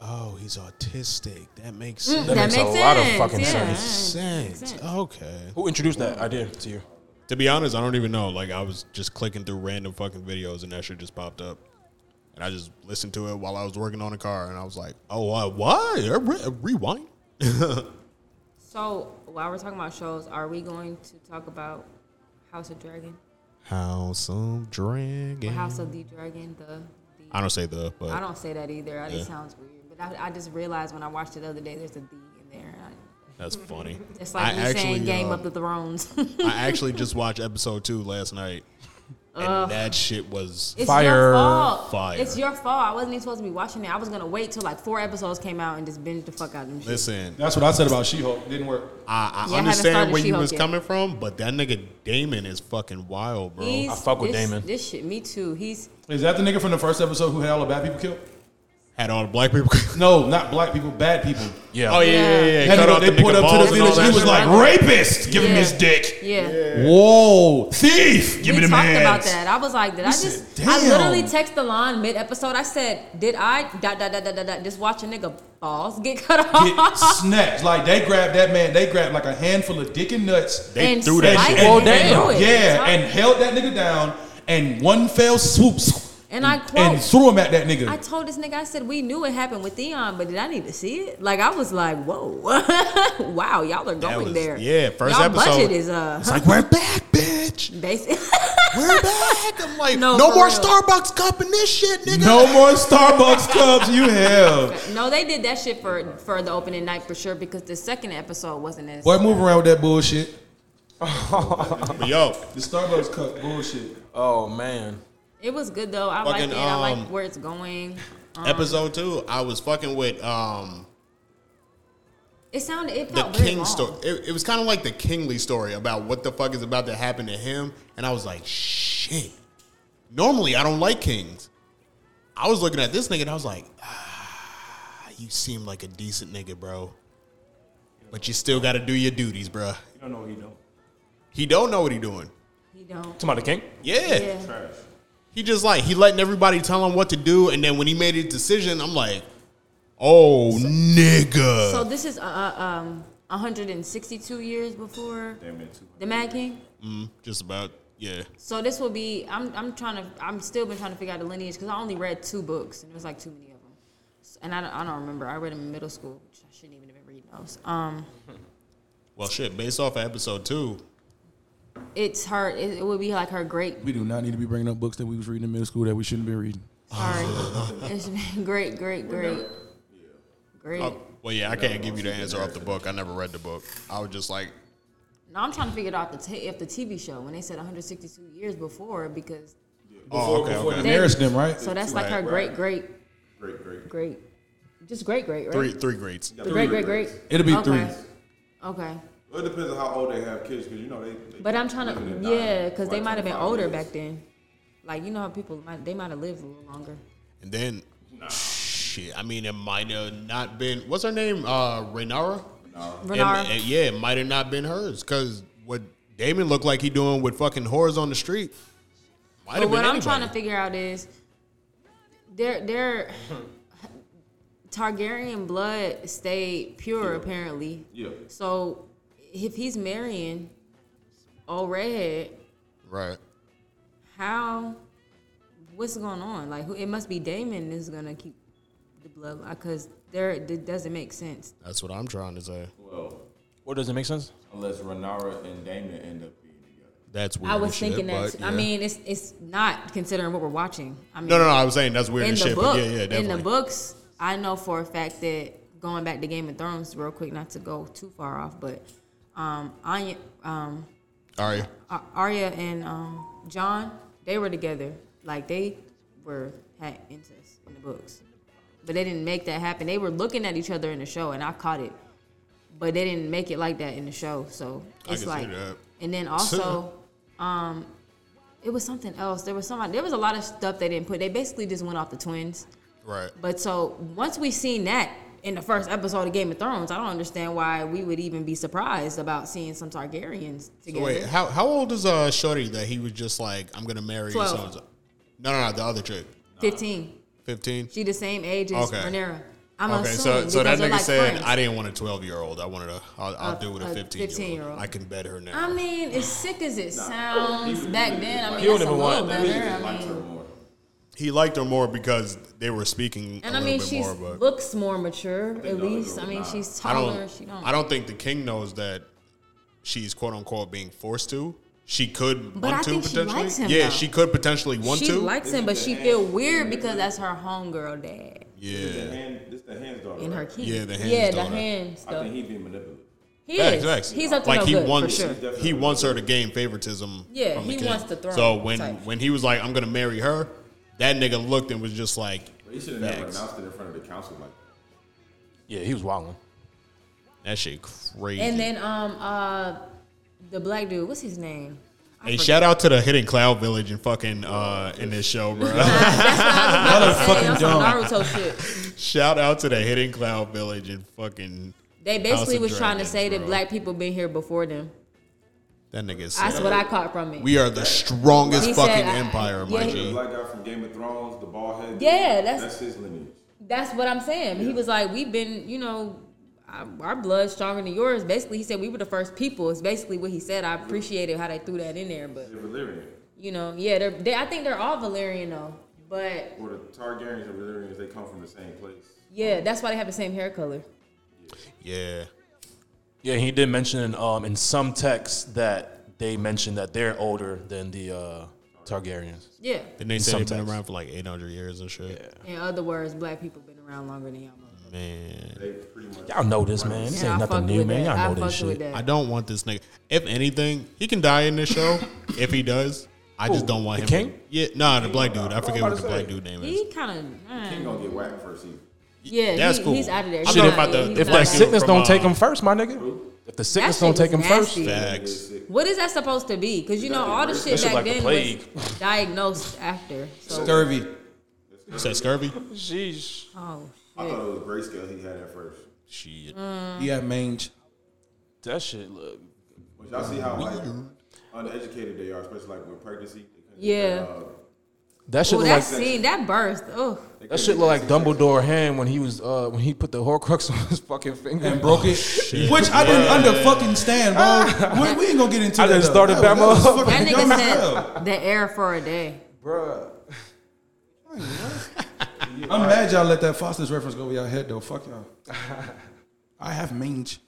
S3: Oh, he's autistic. That makes sense.
S6: that
S4: makes
S6: makes,
S4: a lot of
S6: sense.
S4: fucking
S6: yeah.
S4: sense.
S3: sense.
S6: sense.
S3: Okay.
S4: Who introduced that idea to you?
S3: To be honest, I don't even know. Like I was just clicking through random fucking videos, and that shit just popped up, and I just listened to it while I was working on the car, and I was like, "Oh, uh, why? Uh, re- rewind."
S6: So while we're talking about shows, are we going to talk about House of Dragon,
S3: House of
S6: the
S3: Dragon.
S6: House of the Dragon, the? the
S3: I don't say the, but
S6: I don't say that either. I-
S3: Yeah.
S6: It sounds weird, but I, I just realized when I watched it the other day, there's a "the" in there. I-
S3: that's funny.
S6: It's like
S3: I
S6: me saying "Game
S3: um,
S6: of the Thrones."
S3: I actually just watched episode two last night, and that shit was.
S6: It's
S4: Fire.
S6: your fault.
S3: Fire.
S6: It's your fault. I wasn't even supposed to be watching it. I was gonna wait till like four episodes came out and just binge the fuck out of them. shit.
S3: Listen,
S5: That's what I said about She Hulk. Didn't work.
S3: I, I
S6: Yeah, I haven't
S3: understand
S6: started
S3: where you
S6: She-Hulk
S3: was
S6: yet.
S3: coming from, but that nigga Damon is fucking wild, bro.
S6: He's-
S4: I fuck with
S6: this-
S4: Damon.
S6: This shit, me too. He's
S5: Is that the nigga from the first episode who had all the bad people killed?
S3: Had all the black people.
S5: No, not black people, bad people.
S4: Yeah.
S3: oh yeah, yeah, yeah.
S5: Had
S3: Cut
S5: to go-
S3: off
S5: they
S3: the
S5: pulled
S3: nigga
S5: up to
S3: balls
S5: the
S3: and all
S5: village.
S3: that
S5: He was
S3: shit.
S5: like, rapist. Give him
S6: Yeah.
S5: his dick.
S6: yeah.
S5: Whoa, thief. Give
S6: we
S5: me the
S6: talked
S5: hands.
S6: about that. I was like, did I just?
S5: said,
S6: I literally
S5: "Damn."
S6: text the line mid episode. I said, did I dot dot dot dot dot, dot just watch a nigga balls get cut
S5: get
S6: off?
S5: snatched. Like they grabbed that man, they grabbed like a handful of dick and nuts.
S3: They
S6: and
S3: threw that
S6: sliced
S3: shit.
S6: it
S4: Well,
S6: and
S4: damn.
S6: threw it.
S5: yeah,
S6: Huh?
S5: and held that nigga down and one fell swoop swoop,
S6: And I quote-
S5: and threw him at that nigga.
S6: I told this nigga, I said, we knew it happened with Theon, but did I need to see it? Like, I was like, whoa, wow, y'all are going
S3: was-
S6: there.
S3: yeah, first
S6: y'all
S3: episode.
S6: budget is uh,
S3: It's like we're back, bitch.
S6: basic.
S3: We're back. I'm like, no,
S6: No, for
S3: more
S6: real.
S3: Starbucks cup in this shit, nigga.
S5: no more Starbucks cups you have.
S6: no, they did that shit for for the opening night for sure because the second episode wasn't as.
S5: Boy, move around with that bullshit.
S3: But yo,
S6: Uh-huh.
S5: The Starbucks cup bullshit.
S4: Oh man.
S6: It was good though. I like
S3: Fucking,
S6: it. I like
S3: um,
S6: where it's going.
S3: episode two, I was fucking with um
S6: It sounded. It
S3: the
S6: felt very
S3: King
S6: long.
S3: story. It, it was kind of like the Kingly story about what the fuck is about to happen to him, and I was like, shit. Normally, I don't like kings. I was looking at this nigga, and I was like, ah, you seem like a decent nigga, bro. But you still got to do your duties, bro.
S4: You don't know what he doing.
S3: He don't know what he doing.
S6: He don't.
S4: Talking about the king?
S6: Yeah.
S3: He just like he letting everybody tell him what to do, and then when he made his decision, I'm like, oh nigga.
S6: So this is uh, uh, um 162 years before the Mad King.
S3: just about yeah.
S6: So this will be. I'm I'm trying to. I'm still been trying to figure out the lineage because I only read two books and there was like too many of them, S- and I don't, I don't remember. I read them in middle school, which I shouldn't even have been reading those. Um,
S3: Well, shit. Based off of episode two,
S6: it's her. It, it would be like her great.
S5: We do not need to be bringing up books that we was reading in middle school that we shouldn't be reading.
S6: Sorry, it's great, great, great, great.
S3: oh, well, yeah, I can't give you the answer off the book. I never read the book. I was just like,
S6: No, I'm trying to figure out the t- if the TV show when they said 162 years before because
S3: oh, okay,
S5: Before
S3: okay.
S6: They-
S5: Daenerys them, right?
S6: so that's like her great, great, great, great, just great, great, right?
S3: Three, three grades.
S6: The great, great, great.
S5: It'll be
S6: okay.
S5: three.
S6: Okay,
S7: Well, it depends on how old they have kids, because you know they. they
S6: but I'm trying
S7: living
S6: to
S7: and dying
S6: yeah, because
S7: for
S6: they might
S7: like
S6: have been
S7: 25
S6: older
S7: years.
S6: back then. Like you know how people might they might have lived a little longer.
S3: And then, shit. I mean, it might have not been. What's her name? Uh, Renara. It-
S6: Renara.
S3: it- yeah, it might have not been hers because what Damon looked like he doing with fucking whores on the street. Might
S6: But
S3: have
S6: what
S3: been
S6: I'm trying to
S3: anybody.
S6: figure out is their their Targaryen blood stayed pure apparently.
S7: Yeah.
S6: So if he's marrying old redhead,
S3: Right.
S6: how what's going on? Like, who, it must be Damon is gonna keep the bloodline because there it doesn't make sense.
S3: That's what I'm trying to say.
S7: Well,
S4: Or does it make sense?
S7: unless Renara and Damon end up being together.
S3: That's weird.
S6: I was
S3: as shit,
S6: thinking that.
S3: but,
S6: I
S3: yeah.
S6: mean, it's it's not considering what we're watching. I mean,
S3: no, no, no. I was saying that's weird
S6: in
S3: as
S6: the
S3: shit.
S6: book,
S3: but yeah, yeah, definitely.
S6: in the books, I know for a fact that going back to Game of Thrones, real quick, not to go too far off, but um, Anya, um,
S3: All right.
S6: A- Arya and um, John, they were together. Like they were had incest in the books, but they didn't make that happen. They were looking at each other in the show, and I caught it, but they didn't make it like that in the show. So
S3: I can
S6: it's
S3: see
S6: like,
S3: that.
S6: and then also, um, it was something else. There was somebody. There was a lot of stuff they didn't put. They basically just went off the twins.
S3: Right.
S6: But so once we seen that in the first episode of Game of Thrones, I don't understand why we would even be surprised about seeing some Targaryens
S3: So
S6: together.
S3: wait, how how old is uh Shorty that he was just like, I'm gonna marry so
S6: Twelve.
S3: and so? No, no, no, the other chick,
S6: Fifteen.
S3: fifteen.
S6: She the same age as
S3: Okay.
S6: Rhaenyra. I'm
S3: Okay, so
S6: assuming
S3: so that nigga
S6: because they're like
S3: said
S6: friends.
S3: I didn't want a twelve year old. I wanted a I'll, I'll
S6: A-
S3: do with
S6: a
S3: a fifteen
S6: 15-year-old.
S3: year old. I can bet her now.
S6: I mean, as sick as it sounds back then, I mean,
S4: You don't
S6: that's a
S4: even
S6: little
S4: want that.
S6: better.
S7: Just
S6: I
S7: liked
S6: mean,
S7: her more.
S3: he liked her more because they were speaking
S6: and
S3: a
S6: I
S3: little
S6: mean,
S3: bit
S6: she
S3: more. But
S6: looks more mature, at
S7: the other
S6: least.
S7: girl
S6: I mean,
S7: was
S6: she's
S3: I
S6: taller.
S3: don't,
S6: she don't.
S3: I don't think the king knows that she's quote unquote being forced to. She could
S6: But
S3: want
S6: I
S3: to
S6: think she
S3: potentially.
S6: likes him,
S3: yeah,
S6: though.
S3: she could potentially want
S6: she
S3: to.
S6: likes him, but she feel weird because that's her homegirl dad
S7: The
S3: yeah.
S7: hand, this the hands daughter.
S6: and her
S7: right?
S6: kid.
S3: Yeah, the hands
S6: Yeah, the
S3: daughter.
S6: hands
S7: I think
S6: stuff.
S7: he being manipulative.
S6: He
S3: Facts,
S6: is.
S3: facts.
S6: He's up to
S3: like
S6: no
S3: he
S6: good
S3: wants
S6: for sure.
S3: he wants her to gain favoritism.
S6: Yeah,
S3: from the
S6: he
S3: kid.
S6: wants the throne
S3: So when
S6: type.
S3: when he was like, "I'm gonna marry her," that nigga looked and was just like,
S7: He should have never
S3: Facts.
S7: announced it in front of the council like
S4: Yeah, he was wilding.
S3: "That shit crazy."
S6: And then um uh, the black dude, what's his name?
S3: hey, shout out to the Hidden Cloud Village and fucking uh, in this show, bro.
S6: Motherfucking
S5: Motherfucking dumb.
S6: Naruto shit.
S3: shout out to the Hidden Cloud Village and fucking
S6: They
S3: House
S6: basically
S3: of
S6: was trying to
S3: Dragons,
S6: say that
S3: bro.
S6: black people been here before them.
S3: that nigga. Said,
S6: That's what I caught from it.
S3: we are the strongest
S6: He said,
S3: fucking
S6: I-
S3: empire,
S6: yeah,
S3: my
S6: he-
S7: the
S3: G.
S7: black guy from Game of Thrones, the bald head. dude,
S6: Yeah, that's-
S7: that's his lineage.
S6: That's what I'm saying. He was like, we've been, you know, our our blood's stronger than yours. Basically, he said we were the first people. It's basically what he said. I appreciated how they threw that in there, but
S7: They're Valyrian.
S6: you know, yeah, they're, they, I think they're all Valerian though. But
S7: Or the Targaryens and Valyrians, they come from the same place.
S6: yeah, that's why they have the same hair color.
S3: Yeah,
S4: Yeah, he did mention um, in some texts that they mentioned that they're older than the uh, Targaryens.
S6: Yeah.
S3: and they said they've been
S4: Sometimes.
S3: around for like 800 years and shit.
S6: In other words, black people been around longer than y'all. motherfuckers.
S3: Man.
S7: They pretty much.
S4: Y'all know this, man. This
S6: And
S4: ain't
S6: I
S4: nothing
S6: fucked
S4: new,
S6: with
S4: man.
S6: that.
S4: Y'all know
S6: I
S4: this
S6: fucked with
S4: shit.
S6: that.
S3: I don't want this nigga. If anything, he can die in this show. if he does, I just
S4: Who,
S3: don't want
S4: the
S3: him.
S4: king?
S3: Yeah, nah, the black dude. I forget
S7: about
S3: what the
S7: to
S3: black
S7: say.
S3: dude name is.
S6: He kind of.
S7: He gonna get whacked first season.
S6: Yeah,
S3: That's
S6: he,
S3: cool.
S6: he's out of there.
S3: I'm
S6: He's
S3: talking
S6: not-
S3: about the-
S6: he's
S4: If
S6: not
S4: that
S6: out.
S4: sickness
S3: From,
S4: don't
S3: uh,
S4: take him first, my nigga. If the sickness
S6: shit
S4: don't take him
S6: was
S4: first,
S6: nasty.
S3: Facts.
S6: What is that supposed to be? Because you know all the shit
S4: shit
S6: back
S4: like the
S6: then
S4: plague.
S6: was diagnosed after. So,
S5: Scurvy.
S3: You said scurvy?
S4: sheesh.
S6: oh
S7: I
S6: shit.
S7: thought it was grayscale he had at first.
S3: Shit.
S5: He had mange.
S4: That shit look.
S7: But y'all see how like uneducated they are, especially like with pregnancy. They couldn't get
S6: Yeah.
S7: that, uh,
S4: That shit
S6: Oh,
S4: look
S6: that
S4: like
S6: scene, that burst. Oh,
S7: they
S4: that
S7: couldn't
S4: shit
S7: get
S4: look like
S7: vaccine.
S4: Dumbledore hand when he was uh when he put the Horcrux on his fucking finger
S5: and broke it, which I didn't under fucking stand, bro. we, we ain't gonna get into
S4: I
S5: that.
S4: done
S5: though.
S4: started
S5: that, was-
S4: that
S5: was
S6: that
S5: fucking
S6: nigga
S5: dumb as hell.
S6: said the air for a day.
S4: Bruh.
S5: I'm mad y'all let that Foster's reference go over y'all head though. Fuck y'all. I have mange.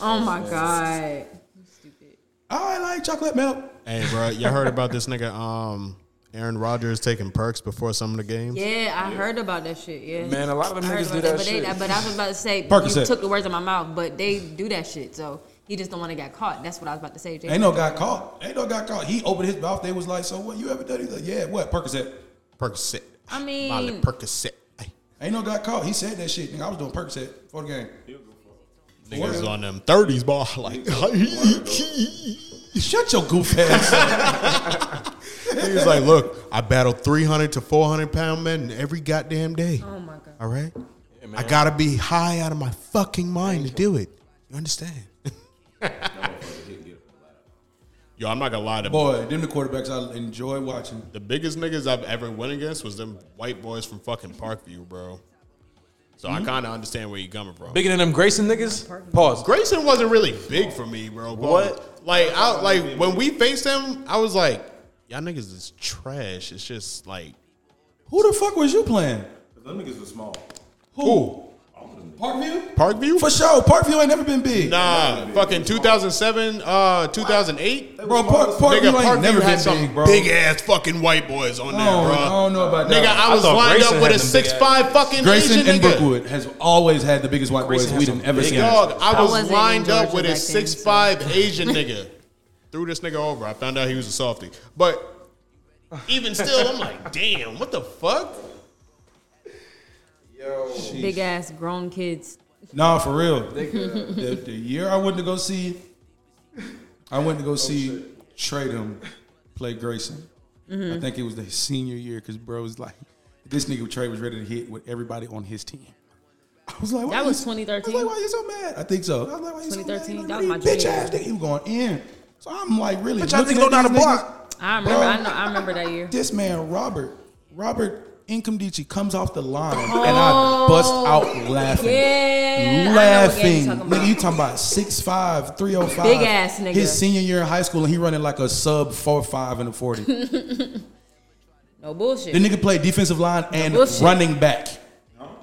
S6: Oh my god. Stupid.
S5: Oh, I like chocolate milk.
S3: Hey, bro, you heard about this nigga, um, Aaron Rodgers taking perks before some of the games?
S6: Yeah, I heard about that shit. Yeah,
S4: Man, a lot of them
S6: I heard
S4: niggas do
S6: about
S4: that
S6: but,
S4: shit.
S6: They, but I was about to say you
S5: Percocet.
S6: took the words out of my mouth, but they do that shit. So he just the one that got caught. That's what I was about to say. Jay.
S5: Ain't no guy caught. Ain't no guy caught. He opened his mouth. They was like, "So what? You ever done?" He's like, "Yeah, what?" Percocet.
S3: Percocet.
S6: I
S3: Molly
S6: mean,
S3: Percocet. Ay.
S5: Ain't no guy caught. He said that shit. Nigga, I was doing Percocet for the game.
S3: Niggas on them 30s, ball. Like, he
S5: Shut your goof ass. up.
S3: was like, look, I battled 300 to 400 pound men every goddamn day.
S6: oh my god.
S3: All right? I gotta be high out of my fucking mind to do it. You understand? Yo, I'm not gonna lie to
S5: Boy, them the quarterbacks I enjoy watching.
S3: The biggest niggas I've ever went against was them white boys from fucking Parkview, bro. So I kind of understand where you're coming from.
S4: Bigger than them Grayson niggas? Pause.
S3: Grayson wasn't really big for me, bro. But
S4: What?
S3: Like, I like when we faced him, I was like, y'all niggas is trash. It's just like
S5: Who the fuck was you playing?
S7: Cause them niggas was small.
S5: Who? Parkview?
S3: Parkview.
S5: For sure. Parkview ain't never been big.
S3: Nah, fucking 2007, uh, 2008.
S5: Bro, Park, Parkview
S3: Nigga,
S5: ain't
S3: Parkview
S5: never
S3: had
S5: been
S3: some
S5: big, bro. Oh,
S3: big ass fucking white boys on
S5: I
S3: there,
S5: don't, I
S3: bro.
S5: don't know about
S3: Nigga,
S5: that.
S3: I was
S4: thought
S3: lined
S4: Grayson
S3: up with a
S4: had them big
S3: six five fucking
S5: Grayson
S3: Asian
S5: and
S3: nigga.
S5: Brookwood has always had the biggest white
S4: Grayson
S5: boys we've
S4: has some
S5: ever
S4: big
S5: seen.
S3: Dog, I
S6: I
S3: was
S6: wasn't in
S3: lined up
S6: Georgia
S3: with a
S6: back then,
S3: six
S6: so.
S3: five Asian nigga. Threw this nigga over. I found out he was a softie. But even still, I'm like, damn, what the fuck?
S6: Big ass grown kids.
S5: Nah, for real. the, the year I went to go see, I went to go see Tratum play Grayson. I think it was the senior year because bro was like, this nigga Trey was ready to hit with everybody on his team. I was like, why
S6: That
S5: you-
S6: was
S5: I was
S6: 2013?
S5: like, why you so mad? I think so. I was like, why you so mad?
S6: 2013,
S5: Like,
S6: that
S5: these
S6: was my
S5: bitch
S6: junior
S5: ass
S6: year.
S5: nigga, you going in. So I'm like, really?
S3: Bitch, I
S5: looking
S3: think go
S5: at
S3: down
S5: these
S3: the block.
S5: niggas,
S6: I remember. I know. I remember that year.
S5: This man, Robert, Robert Incomdici comes off the
S6: Oh,
S5: line and I bust out laughing
S6: Yeah,
S5: laughing.
S6: I know what game
S5: Nigga, you
S6: you're talking about.
S5: talking about 6'5", 305.
S6: Big ass nigga.
S5: His senior year in high school, and he running like a sub 4'5 and a 40. the
S6: No bullshit.
S5: nigga played defensive line and
S6: bullshit.
S5: running back.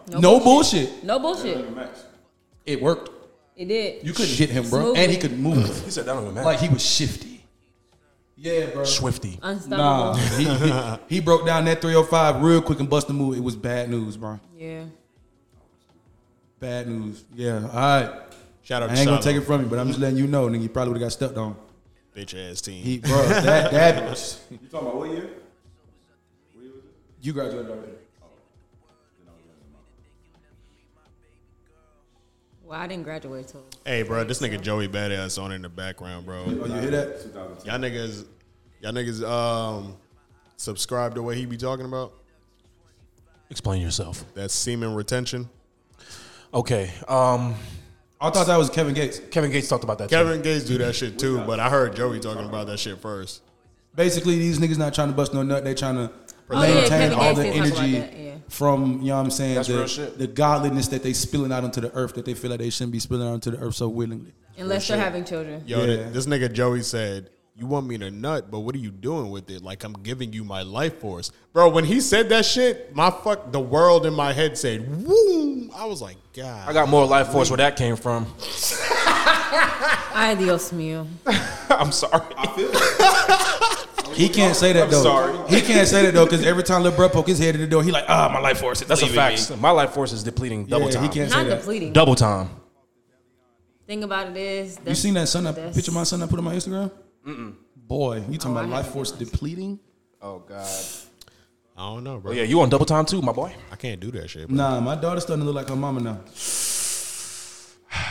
S5: No, bullshit.
S6: No bullshit.
S5: It worked.
S6: It did.
S5: You couldn't hit him, bro.
S6: Smoothly.
S5: And he could move.
S4: He said that don't even matter.
S5: like, he was shifty. Yeah, bro.
S4: Swifty.
S6: Unstoppable.
S5: Nah, he, he, he broke down that 305 real quick and bust the move. It was bad news, bro.
S6: Yeah.
S5: Bad news. Yeah, all right.
S3: Shout out
S5: I
S3: to
S5: ain't
S3: Shiloh.
S5: gonna take it from you, but I'm just letting you know, nigga. You probably would have got stepped on.
S3: Bitch ass team.
S5: He, bro, that, that was-
S7: You talking about what year?
S5: You graduated already.
S6: Well, I didn't graduate till.
S3: hey, bro, this nigga Joey Badass on in the background, bro.
S5: Oh, you hear that?
S7: 2010.
S3: Y'all niggas, y'all niggas, um, subscribe to what he be talking about.
S4: Explain yourself.
S3: That's semen retention.
S4: Okay. Um,
S5: I thought that was Kevin Gates.
S4: Kevin Gates talked about that. too.
S3: Kevin Gates do that shit too, but I heard Joey talking about that shit first.
S5: Basically, these niggas not trying to bust no nut. They trying to
S6: Oh, yeah,
S5: maintain
S6: Kevin
S5: all
S6: Gates
S5: the
S6: did talk about
S5: energy
S6: that, yeah.
S5: from, you know what I'm saying,
S4: That's
S5: the,
S4: real shit.
S5: the godliness that they spilling out onto the earth that they feel like they shouldn't be spilling out onto the earth so willingly.
S6: Unless they're having children.
S3: Yo,
S5: Yeah.
S3: this nigga Joey said, "You want me to nut, but what are you doing with it? Like I'm giving you my life force, bro." When he said that shit, my fuck, the world in my head said, "Woo!" I was like, "God,
S4: I got more life force where that came from.
S6: Ay, Dios mío.
S4: I'm sorry.
S5: He can't say that, though.
S4: sorry.
S5: He can't say that, though, because every time Lil Bro poke his head in the door, he like, ah, my life force. is
S4: That's a
S5: leaving me."
S4: fact. My life force is depleting double
S5: Yeah,
S4: time.
S5: he can't say
S6: Not
S5: that.
S6: depleting.
S4: Double time.
S6: Thing about it is,
S5: You
S6: that's-
S5: seen that son? I
S6: that's-
S5: picture my son I put on my Instagram? Mm-mm. Boy, you talking
S6: Oh, I
S5: about life
S6: haven't
S5: force depleting?
S4: Oh God.
S3: I don't know, bro.
S4: Oh yeah, you on double time too, my boy.
S3: I can't do that shit." Bro.
S5: Nah, my daughter's starting to look like her mama now.
S4: I'm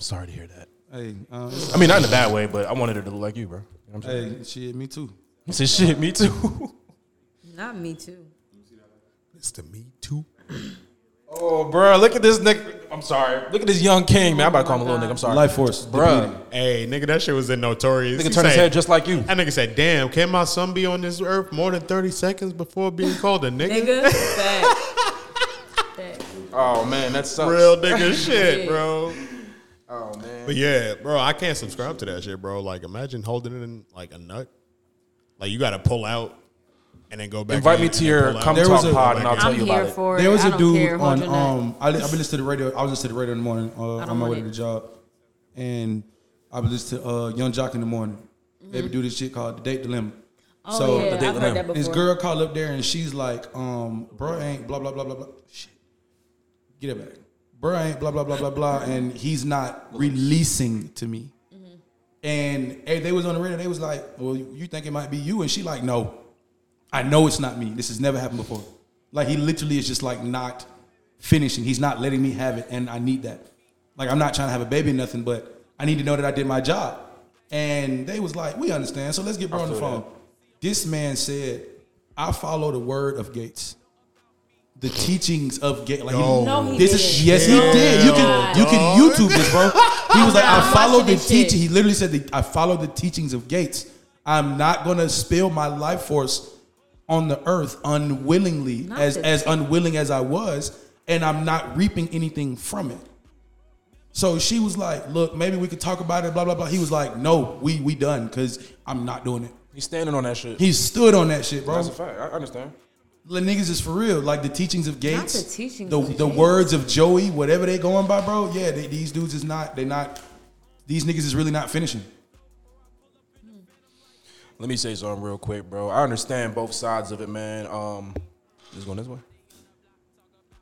S4: sorry to hear that.
S5: Hey, um,
S4: I mean, not in a bad way, but I wanted her to look like you, bro. You know what I'm saying?
S5: hey, shit, me too.
S4: He said, "Shit, me too."
S6: Not me too.
S3: It's the me too.
S4: oh, bro, look at this nigga. I'm sorry. Look at this young king, man. I'm about to call him a little nigga. I'm sorry,
S5: Life force, depleting.
S4: bro.
S3: Hey, nigga, that shit was in notorious.
S4: Nigga
S3: He
S4: turned his
S3: said-
S4: head just like you.
S3: That nigga said, "Damn, can my son be on this earth more than thirty seconds before being called a nigga?"
S6: Nigga, fact. Fact.
S4: Oh man, that sucks.
S3: Real nigga shit,
S6: Yeah.
S3: bro.
S4: Oh man.
S3: But yeah, bro, I can't subscribe to that shit, bro. Like, imagine holding it in like a nut. Like, you got to pull out and then go back.
S4: Invite
S3: in
S4: me
S3: and
S4: to your
S3: pull out.
S4: come
S5: There
S4: talk
S5: was a-
S4: pod, and I'll tell
S6: I'm
S4: you
S6: here
S4: about it.
S6: for it.
S5: There was
S6: I
S5: a
S6: don't
S5: dude
S6: care, hold
S5: on.
S6: your nut.
S5: Um, I, li- I've been listening to the radio. I was listening to the radio in the morning uh,
S6: don't
S5: on my
S6: want
S5: way to
S6: it.
S5: the job, and I was listening to uh, Young Jock in the morning. They would do this shit called the date dilemma.
S6: Mm-hmm. oh,
S5: so
S6: yeah,
S4: date
S6: I've
S4: limit.
S6: heard that before.
S5: this girl called up there and she's like, um, "Bro ain't blah blah blah blah blah." Shit, get it back. Bro ain't blah blah blah blah blah, and he's not releasing to me.
S6: Mm-hmm.
S5: And hey, they was on the radio. They was like, "Well, you think it might be you?" And she like, "No, I know it's not me. This has never happened before. Like he literally is just like not finishing. He's not letting me have it, and I need that. Like I'm not trying to have a baby or nothing, but I need to know that I did my job. And they was like, we understand. So let's get bro on the phone. This man said, I follow the word of Gates. The teachings of Gates. Like he-
S3: No.
S6: No, he
S5: this
S6: didn't.
S5: is yes, he did. You can you can YouTube this, bro. He was like,
S6: I'm
S5: I
S6: watching
S5: followed the
S6: this shit.
S5: teaching. He literally said, that, I followed the teachings of Gates. I'm not gonna spill my life force on the earth unwillingly,
S6: Not
S5: as
S6: the-
S5: as unwilling as I was, and I'm not reaping anything from it. So she was like, "Look, maybe we could talk about it." Blah blah blah. He was like, "No, we we done because I'm not doing it."
S4: He's standing on that shit.
S5: He stood on that shit, bro.
S4: That's a fact. I I understand.
S5: Let niggas is for real. Like the teachings of Gates,
S6: the teachings
S5: the,
S6: of
S5: the
S6: Gates.
S5: words of Joey, whatever they going by, bro. Yeah, they, these dudes is not. They not. These niggas is really not finishing.
S4: Let me say something real quick, bro. I understand both sides of it, man. Um, just going this way.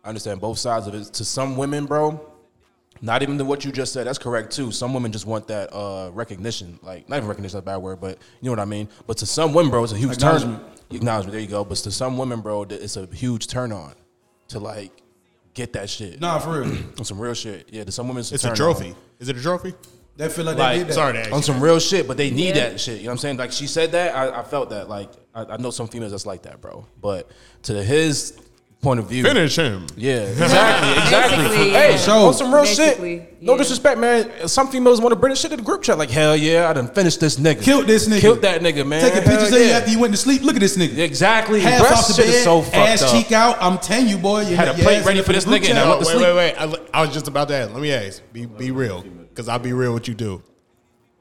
S4: I understand both sides of it. To some women, bro, not even to what you just said. That's correct too. Some women just want that uh, recognition, like not even recognition, that's a bad word, but you know what I mean. But to some women, bro, it's a huge
S5: Acknowledgement.
S4: turn. Acknowledgement. There you go. But to some women, bro, th- it's a huge turn on to like get that shit.
S5: Nah, for real.
S4: On some real shit. Yeah, to some women, it's a,
S3: It's a
S4: turn
S3: trophy.
S4: on.
S3: Is it a trophy?
S5: They feel like,
S4: Like,
S5: they did that.
S3: Sorry to ask.
S4: on
S3: you.
S4: some real shit, but they need
S6: Yeah.
S4: that shit. You know what I'm saying? Like she said that, I, I felt that. Like I, I know some females that's like that, bro. But to his point of view,
S3: Finish him.
S4: yeah, exactly, exactly.
S6: Basically,
S4: hey,
S6: yeah.
S4: on some real
S6: Basically,
S4: shit. No
S6: yeah.
S4: disrespect, man. Some females want to bring this shit to the group chat. Like hell yeah, I done finished this nigga,
S5: Killed this nigga.
S4: killed that nigga, man.
S5: Taking
S4: Hell
S5: pictures of you
S4: yeah.
S5: after you went to sleep. Look at this nigga.
S4: Exactly.
S5: Half
S4: Bro, that
S5: off the
S4: shit
S5: bed,
S4: is so fucked
S5: ass
S4: up.
S5: cheek out. I'm telling you, boy. You
S4: Had a plate ready for this nigga and I
S3: Oh,
S4: went to
S3: wait,
S4: sleep.
S3: wait, wait. I, I was just about to ask. Let me ask. Be, be real, because I'll be real what you do.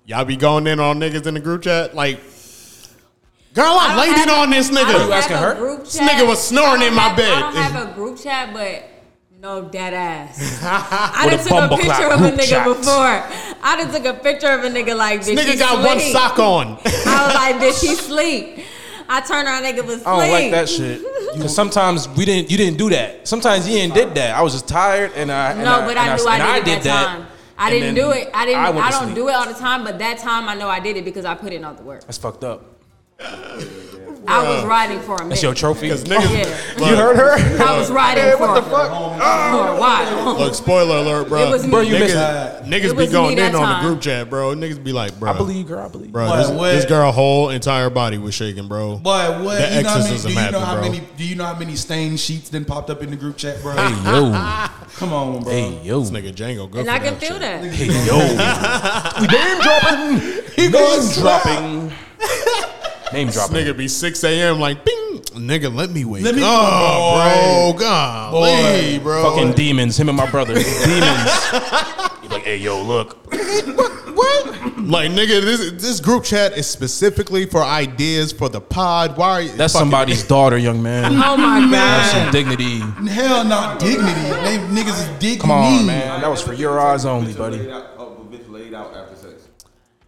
S3: Y'all be going in on niggas in the group chat like, girl,
S6: I
S3: I,
S6: don't
S3: laid
S6: have
S3: it
S6: a-
S3: on this
S6: I
S3: nigga.
S6: don't
S4: You
S6: have
S4: asking
S6: a
S4: her?
S6: group
S3: This
S6: chat.
S3: nigga was snoring
S6: I don't
S3: in my
S6: have-
S3: bed.
S6: I don't have a group chat, but no dead ass. I
S4: With
S6: done
S4: a
S6: took a
S4: bumble
S6: picture
S4: clock
S6: of a
S4: group
S6: nigga
S4: chat.
S6: before. I done took a picture of a nigga like this.
S3: Nigga got one sock on.
S6: I was like, did she sleep? I turned around, nigga was sleep.
S4: I don't like that shit. Cause sometimes we didn't, you didn't do that. Sometimes you ain't did that. I was just tired, and I and
S6: No, but
S4: and
S6: I knew
S4: and
S6: I did it that time. I
S4: and
S6: didn't
S4: then
S6: do it. I didn't.
S4: went
S6: I,
S4: to
S6: don't
S4: sleep.
S6: do it all the time, but that time I know I did it because I put in all the work.
S4: That's fucked up.
S6: I was riding for a minute.
S4: That's your trophy.
S3: Because niggas,
S6: Yeah.
S3: Look,
S4: You heard her?
S6: I was riding for,
S4: what
S6: a-
S4: the fuck?
S6: for a while.
S3: Look, spoiler alert, bro.
S6: It was me.
S4: Bro, you
S3: niggas,
S4: missed
S3: niggas
S6: It
S3: be
S6: was
S3: going
S6: me
S3: in
S6: that
S3: on
S6: time.
S3: the group chat, bro. Niggas be like, bro,
S4: I believe, you, girl. I believe. you.
S3: bro,
S5: What,
S3: this,
S5: what?
S3: this girl whole entire body was shaking, bro.
S5: Boy, what?
S3: That
S5: you know what I mean? Do
S3: exorcism
S5: you know
S3: happened,
S5: how
S3: bro.
S5: many? Do you know how many stained sheets then popped up in the group chat, bro?
S4: Hey
S5: Come on,
S4: yo,
S5: bro.
S4: hey yo,
S3: This nigga Django, good
S6: And
S3: for
S6: I can
S3: that
S6: feel
S3: shit.
S4: hey
S6: that.
S4: yo. Name dropping. He
S5: goes
S4: dropping. Name dropping.
S3: Nigga be 6 a.m. like, bing. Nigga, let me wake
S5: Let me-
S3: up,
S5: Boy.
S3: bro. Golly, bro.
S4: Fucking demons. Him and my brother. demons. He like, hey yo, look.
S3: Like nigga, this this group chat is specifically for ideas for the pod. Why are you?
S4: That's
S3: fucking-
S4: somebody's daughter, young man.
S6: Oh my
S4: Have
S6: god.
S4: some dignity.
S5: Hell no, dignity. They niggas is dignity.
S4: Come on, man. That was for your eyes only,
S7: Bitch
S4: buddy.
S7: Laid out, oh, but bitch laid out after sex.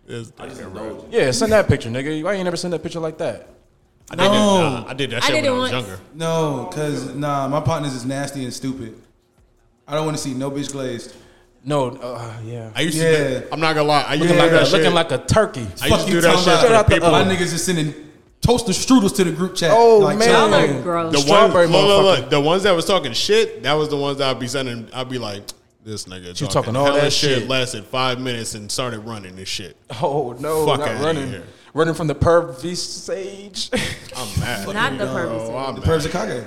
S3: This
S7: I just
S3: nigga, bro.
S7: indulge.
S4: Yeah, send that picture, nigga. Why you ain't never send that picture like that?
S3: I did, that,
S5: No.
S3: nah, I did that
S6: I
S3: shit
S6: did
S3: when
S6: it
S3: I was
S6: once.
S3: younger.
S5: No, cause nah, my partners is nasty and stupid. I don't want to see no bitch glazed.
S4: No, uh, yeah.
S3: I used
S5: Yeah.
S3: to. Do, I'm not gonna lie. I used
S4: Looking,
S3: to do
S4: like
S3: that
S4: a,
S3: shit.
S4: looking like a turkey.
S3: I used
S5: Fuck
S3: to
S5: you
S3: do that
S5: talking
S3: shit
S4: about?
S3: for people.
S5: My niggas is sending toaster strudels to the group chat.
S4: Oh, man.
S5: chill
S6: Y'all
S5: out.
S6: are gross.
S3: The ones,
S4: Strawberry
S3: look, look,
S4: motherfucker.
S3: look, the ones that was talking shit, that was the ones that I'd be sending. I'd be like, this nigga.
S4: You talking all
S3: hella
S4: that shit.
S3: lasted five minutes and started running this shit.
S4: Oh no,
S3: Fuck outta
S4: not running.
S3: here.
S4: Running from the perv sage.
S3: I'm mad.
S6: Not the purpose.
S3: Oh, I'm
S5: The
S3: mad.
S5: pervs are cocky.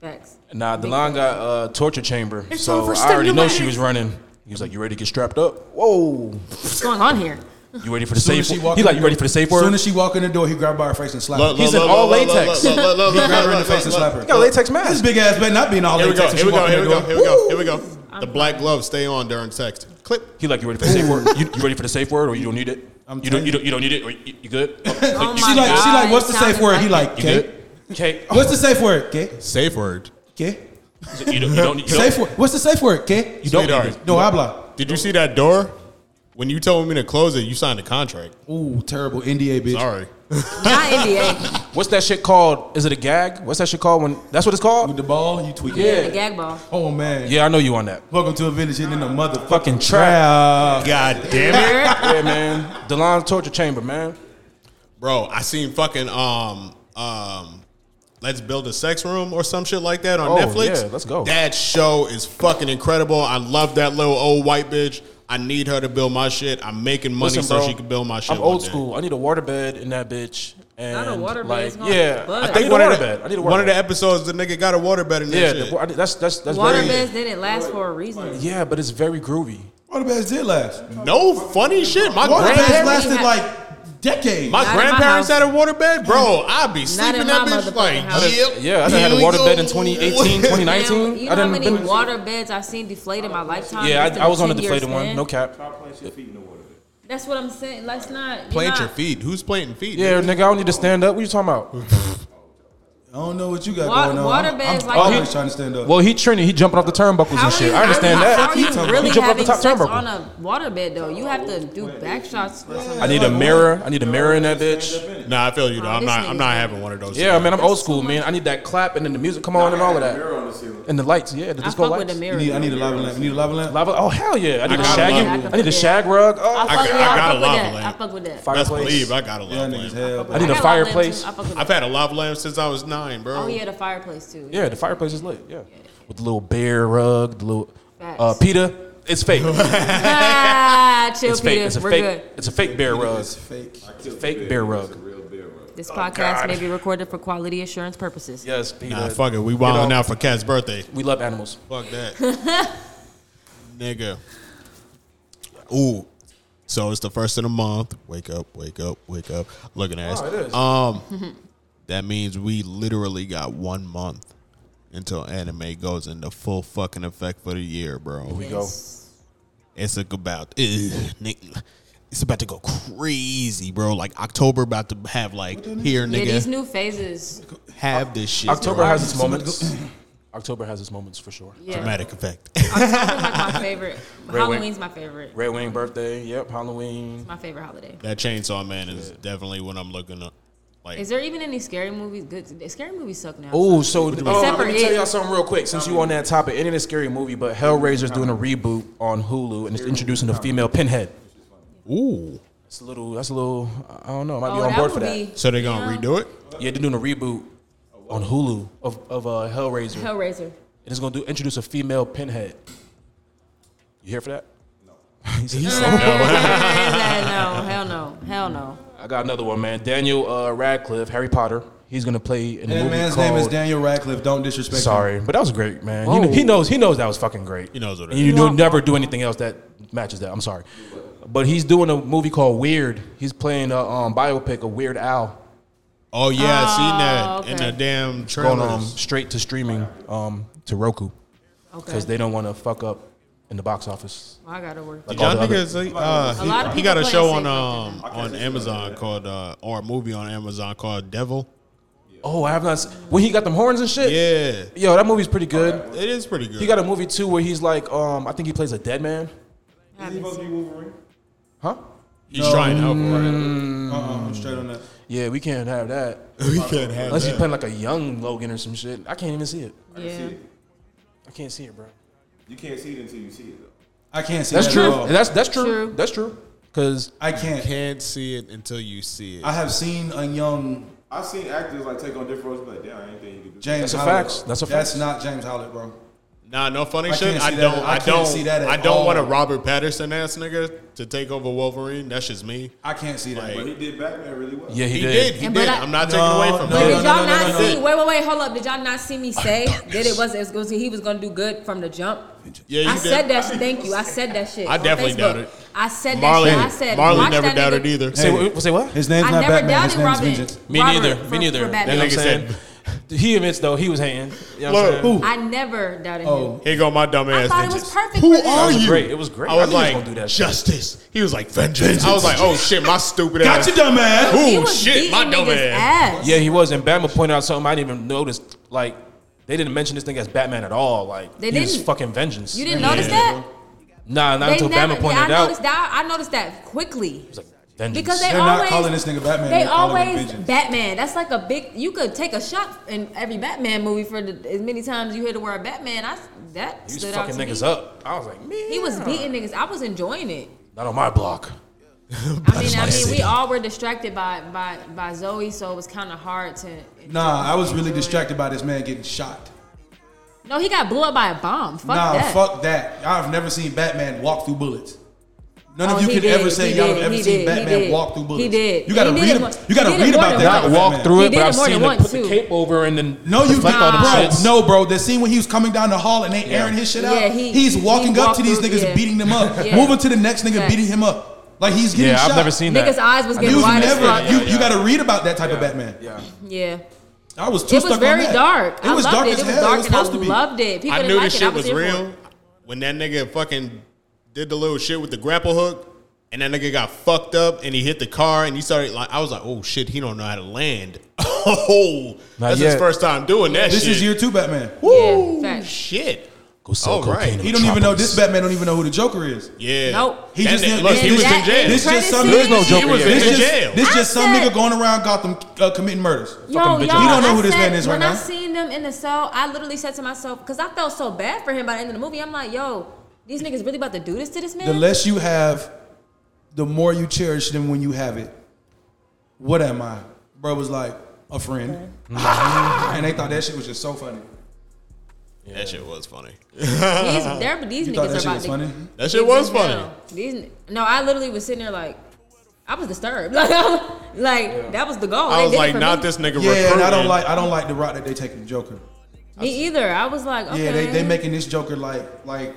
S6: Facts.
S4: nah, Delon got uh, torture chamber. so I already know she was running. He was like, You ready to get strapped up? Whoa.
S6: What's going on here?
S4: You ready for the
S5: Soon
S4: safe
S5: as she
S4: word?
S5: walk
S4: He
S5: in
S4: like,
S5: the
S4: You ready
S5: door-
S4: for the safe
S5: Soon
S4: word?
S5: as she walk in the door, he grab by her face and slap her.
S3: Look,
S4: He's
S3: look,
S4: in
S3: look,
S4: all
S3: look, look,
S4: latex.
S3: look, look, look,
S5: He
S3: look,
S5: grab her in
S3: look,
S5: the face and
S3: look,
S5: slap her.
S4: He got a latex
S5: This
S4: mask.
S5: big ass better not be in all
S3: Here we go.
S5: latex. when
S3: Here
S5: she
S3: we go.
S5: walk in
S3: Here
S5: the
S3: we go.
S5: door.
S3: Here we go. Here we go. The black gloves stay on during sex. Clip.
S4: He like, You ready for the safe word? You, you ready for the safe word or you don't need it?
S5: I'm
S4: you don't
S5: telling
S4: you don't you don't need it or you, you good?
S6: Oh
S5: She
S6: my
S5: like, she
S6: God,
S5: like, what's the
S6: it
S5: safe
S6: sounded
S5: word? He
S6: like
S5: like,
S4: You
S5: okay.
S4: good? Okay.
S5: What's the safe word? Okay.
S3: Safe word.
S5: Okay.
S4: You don't you don't you
S5: Safe
S4: don't,
S5: word. What's the safe word? Okay.
S4: you don't
S3: Sweetheart.
S4: need it.
S5: No habla.
S3: Did you see that door? When you told me to close it, you signed a contract.
S5: Ooh, terrible NDA bitch.
S3: Sorry.
S6: Not NBA.
S4: What's that shit called? Is it a gag? What's that shit called when that's what it's called?
S5: With the ball, you tweak
S4: Yeah.
S5: it.
S6: The gag ball.
S5: Oh man.
S4: Yeah, I know you on that.
S5: Welcome to a village and in the motherfucking
S4: Fucking trap.
S5: trap.
S3: God damn it,
S4: Yeah, man. Delon torture chamber, man.
S3: bro! I seen fucking um um. Let's build a sex room or some shit like that on
S4: Oh,
S3: Netflix.
S4: yeah, let's go.
S3: That show is fucking incredible. I love that little old white bitch. I need her to build my shit. I'm making money
S4: Listen,
S3: so
S4: bro,
S3: she can build my shit.
S4: I'm
S3: one
S4: old
S3: day.
S4: school. I need a waterbed in that bitch. And
S6: Not a water bed,
S4: Like,
S6: it's gonna
S4: yeah,
S6: bud.
S4: I
S3: I think
S4: think I need
S3: one
S4: a
S3: of,
S4: water
S3: the,
S4: bed. I need a water
S3: one of the
S4: bed.
S3: episodes, the nigga got a water bed in that
S4: Yeah,
S3: shit.
S4: the, I, that's that's that's
S6: Water
S4: very,
S6: beds didn't last for a reason.
S4: Yeah, but it's very groovy.
S5: All the best did last.
S3: no funny shit. My
S5: All the
S3: grandparents.
S5: best
S6: Grandparents-
S5: lasted like decades.
S3: My
S6: Not in my
S3: grandparents
S6: house.
S3: had a water bed, bro. I'd be sleeping
S6: in
S3: that
S6: my
S3: bitch
S6: motherfucking
S3: like,
S6: house.
S3: yep.
S4: Yeah, I done
S3: here
S4: had a
S3: we
S4: water
S3: go.
S4: bed in 2018, 2019.
S6: Damn, you
S4: I
S6: know how
S4: done
S6: many
S4: been-
S6: water beds I've seen deflate in my lifetime?
S4: Yeah,
S6: Just
S4: I,
S6: in
S4: I was on a
S6: 10 years
S4: deflated one.
S6: span?
S4: No cap.
S7: Stop playing your feet in the water.
S6: That's what I'm saying. Let's not you're
S3: Plant
S6: not-
S3: your feet. Who's planting feet?
S4: Yeah, nigga, I don't need to stand up. What you talking about?
S5: I don't know what you got
S6: Wa-
S5: going on.
S6: water
S5: I'm,
S6: beds
S5: I'm
S6: like
S5: always
S6: that.
S5: trying to stand up.
S4: Well, he trending. He jumping off the turnbuckles
S6: How
S4: and
S6: are
S4: shit.
S6: you-
S4: I understand
S6: how are you-
S4: that.
S6: How are you really
S4: he jumped off the top
S6: having sex
S4: turnbuckle.
S6: on a water bed though? You have to do back shots.
S4: I need a mirror. I need a mirror in that bitch.
S3: Nah, I feel you. Though.
S6: Oh,
S3: I'm
S6: this
S3: not. I'm
S6: nigga's
S3: not
S6: crazy.
S3: having one of those.
S4: Yeah, man, I'm old
S6: so
S4: school,
S6: much.
S4: man. I need that clap and then the music come on and all of
S7: Mirror
S4: that.
S7: on the ceiling.
S4: And the lights, yeah, the
S6: I
S4: disco
S6: fuck with
S4: lights.
S6: a
S5: I
S6: mirror.
S5: need, I need a lava lamp. I need a lava lamp.
S4: Lava, oh hell yeah! I need a
S3: got
S4: shaggy.
S3: lava.
S4: I need a shag rug.
S6: I
S4: Oh,
S6: fuck
S3: I got-
S6: with that.
S3: I got a
S6: fuck with
S3: lava
S6: that.
S3: lamp.
S6: I fuck with that.
S3: Best
S4: fireplace.
S3: believe I got a
S5: Yeah,
S3: lava
S5: niggas
S3: lamp.
S5: hell.
S4: I need
S6: I
S4: a
S6: got lava lamp,
S4: fireplace.
S6: too. I fuck with
S3: I've had a lava lamp since I was nine, bro.
S6: Oh yeah, the fireplace too.
S4: Yeah, the fireplace is lit. Yeah, with the little bear rug, the little uh,
S6: Facts.
S4: pita. It's fake.
S6: Ah, chill,
S4: it's fake.
S6: Peter.
S4: It's a
S6: We're
S4: fake.
S6: good.
S4: It's a fake bear rug.
S5: It's fake.
S4: It's a fake bear rug.
S6: This podcast
S4: Oh, God.
S6: may be recorded for quality assurance purposes.
S4: Yes, pita.
S3: Nah, fuck it. We wilding
S4: know-
S3: out for Cat's birthday.
S4: We love animals.
S3: Fuck that, nigga. Ooh. So it's the first of the month. Wake up, wake up, wake up. Looking at us.
S4: Oh, it is.
S3: Um, that means we literally got one month until anime goes into full fucking effect for the year, bro.
S4: We go.
S3: It's like about ugh, nigga, it's about to go crazy, bro. Like October about to have like here,
S6: Yeah, these
S3: nigga,
S6: new phases.
S3: have this shit.
S4: October
S3: bro.
S4: has its moments. October has its moments for sure.
S6: Yeah,
S3: dramatic effect.
S6: October's like my favorite. Halloween's my favorite.
S4: Red Wing birthday. Yep, Halloween.
S6: My favorite holiday.
S3: that Chainsaw Man is definitely what I'm looking up. Like
S6: Is there even any scary movies? Good scary movies suck now.
S4: Oh, so um,
S6: Except for
S4: let me tell
S6: it.
S4: y'all something real quick. Since you on that topic, it ain't a scary movie, but Hellraiser's doing a reboot on Hulu and it's introducing the female Pinhead.
S3: ooh,
S4: That's a little. That's a little. I don't know. I might
S6: Oh,
S4: be on board for
S6: would
S4: that.
S6: be
S3: so they gonna
S6: Yeah.
S3: redo it?
S4: Yeah, they're doing a reboot on Hulu of of uh, Hellraiser, and
S6: Hellraiser.
S4: it's gonna do introduce a female Pinhead. You here for that? Oh, No.
S6: no, hell no, hell no.
S4: I got another one, man. Daniel uh, Radcliffe, Harry Potter. He's gonna play in a
S5: That
S4: movie
S5: man's
S4: called.
S5: name is Daniel Radcliffe. Don't disrespect him.
S4: Sorry, but that was great, man. He, kn- he knows. He knows that was fucking great.
S3: He knows what it
S4: and you
S3: is.
S4: do never do anything else that matches that. I'm sorry, but he's doing a movie called Weird. He's playing a um, biopic of Weird Al.
S3: Oh yeah, I
S6: Oh,
S3: seen that
S6: okay.
S3: in the damn
S4: going
S3: trailer.
S4: um, straight to streaming um, to Roku
S6: Okay.
S4: because they don't want to fuck up in the box office.
S6: Well, I gotta work.
S4: Like all
S3: Y'all
S4: the other-
S3: niggas, uh,
S6: A lot of
S3: he, he
S6: people
S3: got a
S6: play
S3: show
S6: it
S3: on um
S6: safe like
S3: on Amazon called uh or a movie on Amazon called Devil.
S4: oh, I have not. Seen, when he got them horns and shit.
S3: Yeah,
S4: Yo, that movie's pretty good.
S3: it is pretty good.
S4: He got a movie too where he's like, um, I think he plays a dead man.
S6: I miss-
S4: Huh?
S3: He's trying out
S4: Mm.
S3: for
S5: Uh-uh, I'm straight on that.
S4: Yeah, we can't have that
S3: it. We can't have
S4: unless he's
S3: that.
S4: playing like a young Logan or some shit. I can't even see it.
S6: Yeah.
S4: I can't see it, bro.
S7: You can't see it until you see it though.
S5: I can't see
S4: That's
S5: that
S4: true.
S5: at all.
S4: That's that's true.
S6: True.
S4: That's true. Cause
S5: I can't.
S3: Can't see it until you see it.
S5: I have seen a young
S7: I've seen actors like take on different roles, but like, damn, I ain't think you could do.
S5: James
S4: That's a
S5: Howlett.
S4: facts. That's a
S5: That's
S4: facts.
S5: not James Howlett, bro.
S3: Nah, no funny
S5: I
S3: shit.
S5: can't
S3: I
S5: see
S3: don't.
S5: that. I
S3: I
S5: can't
S3: don't.
S5: see that at
S3: I don't
S5: all.
S3: want a Robert Patterson ass nigga to take over Wolverine. That's just me.
S5: I can't see that.
S3: Like,
S7: But he did Batman really well.
S4: yeah,
S3: He
S4: he, did.
S3: did. He
S6: And
S3: did.
S6: but I-
S3: I'm not taking
S5: No,
S3: away from
S5: no,
S6: But
S3: that.
S6: did y'all
S5: no,
S6: not
S5: no, no,
S6: see?
S5: no.
S6: Wait, wait, wait. Hold up. Did y'all not see me say that it was, it was he was gonna do good from the jump?
S3: Yeah, you
S6: I
S3: did.
S6: said that. shit. Thank you. I said that shit.
S3: I
S6: on
S3: definitely
S6: Facebook.
S3: doubted.
S6: I said
S3: Marley,
S6: that shit. I said
S3: Marley
S6: watch
S3: never
S6: that
S3: doubted
S6: nigga.
S3: either.
S4: Say what? Say what?
S5: His name's
S6: I
S5: not
S6: never
S5: Batman. His
S6: doubted
S5: name's
S6: Robin.
S5: Vengeance.
S4: Me
S6: Robert
S4: neither.
S6: from-
S4: Me neither.
S6: from
S4: That
S6: Batman.
S4: nigga
S3: nigga said,
S4: He admits though he was hating. You know what I'm saying?
S5: Who?
S6: I never doubted him.
S5: Oh,
S3: "Here go my dumb
S6: I
S3: ass."
S6: thought it
S3: vengeance.
S6: was perfect.
S3: Who
S6: for this.
S3: are
S4: was
S3: you?
S4: great. It was great.
S3: I was
S4: I knew he was
S3: like,
S4: gonna do that shit.
S3: justice. He was like, vengeance. I was like, oh shit, my stupid ass.
S5: got you, dumb ass.
S6: He
S3: Oh
S6: was
S3: shit, my
S6: beating
S3: dumb
S6: niggas'
S3: ass.
S6: ass.
S4: Yeah, he was. And Bama pointed out something I didn't even notice. Like, they didn't mention this thing as Batman at all. Like,
S6: They
S4: he was
S6: didn't.
S4: fucking vengeance.
S6: You didn't notice that?
S4: Nah, not
S6: They
S4: until
S6: never.
S4: Bama
S6: yeah, I
S4: pointed it out.
S6: noticed that. I noticed that quickly.
S4: It was like vengeance.
S6: Because they
S5: They're
S6: always
S5: not calling this nigga Batman.
S6: They
S5: They're calling him
S6: always
S5: Vengeance.
S6: Batman. That's like a big. You could take a shot in every Batman movie for the, as many times you hear the word Batman. I that
S4: he was
S6: stood out
S4: fucking
S6: to
S4: niggas
S6: me.
S4: up. I was like, man.
S6: He was beating niggas. I was enjoying it.
S4: Not on my block.
S6: I mean,
S4: just
S6: I
S4: wanna
S6: mean,
S4: see
S6: we
S4: it.
S6: all were distracted by by by Zoe, so it was kind of hard to.
S5: Nah, I was really
S6: enjoy it.
S5: distracted by this man getting shot.
S6: No, he got blew up by a bomb. Fuck
S5: nah,
S6: that.
S5: fuck that. I've never seen Batman walk through bullets. None
S6: Oh,
S5: of you
S6: he
S5: can
S6: did,
S5: ever say
S6: he
S5: y'all
S6: did,
S5: have ever
S6: he
S5: seen
S6: did, he
S5: Batman
S6: did.
S5: walk through bullets.
S6: He did.
S5: You gotta
S6: He did
S5: read.
S6: it
S5: ab-
S6: one-
S5: you gotta
S6: he did
S5: read
S6: it
S5: about
S6: more
S5: that.
S6: than
S4: Not
S5: kind of
S6: once.
S4: walk
S5: Batman.
S4: through
S6: He
S4: it,
S6: did
S4: but
S6: it
S4: I've
S6: more
S4: seen
S6: than
S4: them
S6: once,
S4: put the
S6: too.
S4: cape over and then
S5: No, you
S4: reflect
S5: didn't,
S4: on them
S5: bro.
S4: shits.
S5: No, bro. The scene when he was coming down the hall and they airing his shit out.
S6: Yeah, he-
S5: he's
S6: he
S5: walking up
S6: walked
S5: to these
S6: through-
S5: niggas,
S6: yeah.
S5: beating them up,
S6: Yeah.
S5: moving to the next nigga,
S6: Facts.
S5: beating him up. Like he's getting
S4: Yeah,
S5: shot.
S4: I've never seen that.
S6: Niggas' eyes was
S4: I
S6: getting
S5: You
S4: never
S6: wide as
S4: seen
S5: never.
S4: that.
S6: fuck.
S5: you you gotta read about that type of Batman.
S4: Yeah.
S6: Yeah.
S5: I was too
S6: It
S5: stuck
S6: was
S5: on
S6: very
S5: that.
S6: dark.
S5: It was
S6: I loved
S5: dark
S6: it.
S5: as
S6: it was
S5: hell.
S6: dark
S5: it was
S6: and I
S5: supposed to be.
S6: loved it. People
S3: I
S6: didn't
S3: knew
S6: like
S3: this
S6: it. I
S3: shit
S6: was
S3: was
S6: here for
S3: real
S6: it.
S3: when that nigga fucking did the little shit with the grapple hook. and that nigga got fucked up and he hit the car and he started like I was like, oh shit, he don't know how to land. oh,
S4: Not
S3: that's his
S4: yet.
S3: first time doing that.
S5: This
S3: shit.
S5: is year two Batman.
S3: Woo,
S6: Yeah, facts.
S3: shit.
S4: Go sell
S3: All right.
S4: cocaine. in
S5: He don't even know
S4: Metropolis.
S5: this Batman don't even know who the Joker is.
S3: Yeah.
S6: Nope.
S5: He
S3: That
S5: just
S3: nigga-
S5: didn't-
S3: look, he
S5: this-
S3: was in
S6: that-
S3: jail.
S5: This just some
S6: There is no
S5: nigga-
S4: Joker He was yet. in
S5: This just,
S3: jail.
S5: This just some
S6: I said-
S5: nigga going around Gotham uh, committing murders.
S6: Yo,
S4: bitch
S6: y'all,
S4: ass.
S5: You don't know
S6: I
S5: who this
S6: said,
S5: man is right
S6: when
S5: now.
S6: I seen them in the cell, I literally said to myself, because I felt so bad for him by the end of the movie. I'm like, yo, these niggas really about to do this to this man?
S5: The less you have, the more you cherish them when you have it. What am I? Bro was like, a friend.
S6: Mm-hmm.
S5: and they thought that shit was just so funny.
S3: That shit was funny.
S6: these they're- these
S5: You thought that
S6: niggas are
S5: shit
S6: about
S5: was
S6: to.
S5: funny?
S3: That shit was
S6: These niggas
S3: funny.
S6: now. These, n- no, I literally was sitting there like, I was disturbed. Like, I was- like that was the goal. They
S3: I was
S6: did it
S3: like,
S6: for
S3: not
S6: me.
S3: this nigga
S5: Yeah, and I don't
S3: recruiting.
S5: like I don't like the route that they taking Joker.
S6: Me either. I was like, okay.
S5: Yeah, they, they making this Joker like like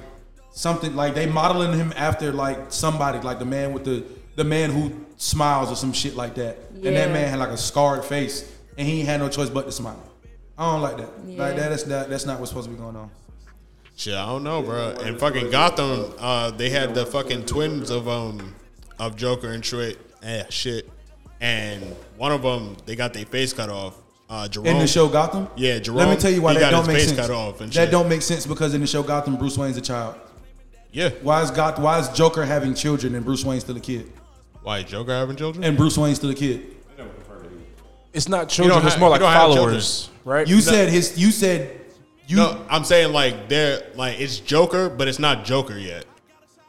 S5: something like they modeling him after like somebody like the man with the the man who smiles or some shit like that. And that
S6: Yeah.
S5: man had like a scarred face and he ain't had no choice but to smile. I don't like that. Like
S6: Yeah.
S5: that is not that's not what's supposed to be going on.
S3: Shit, I don't know, bro. And fucking Gotham, uh, they had the fucking twins of um of Joker and shit. Eh, shit. And one of them, they got their face cut off. Uh, Jerome.
S5: In the show Gotham?
S3: Yeah,
S5: Let me
S3: Jerome,
S5: tell you why
S3: he got
S5: that don't
S3: his
S5: make
S3: face
S5: sense.
S3: cut off and
S5: that
S3: shit.
S5: don't make sense because in the show Gotham, Bruce Wayne's a child.
S3: Yeah.
S5: Why is God why is Joker having children and Bruce Wayne's still a kid?
S3: Why Joker having children?
S5: And Bruce Wayne's still a kid.
S4: It's not children.
S3: don't
S4: It's
S3: have-
S4: more
S3: you
S4: like
S3: don't have children.
S4: followers, right?
S5: You said his you said you
S3: no, I'm saying like they're like it's Joker, but it's not Joker yet.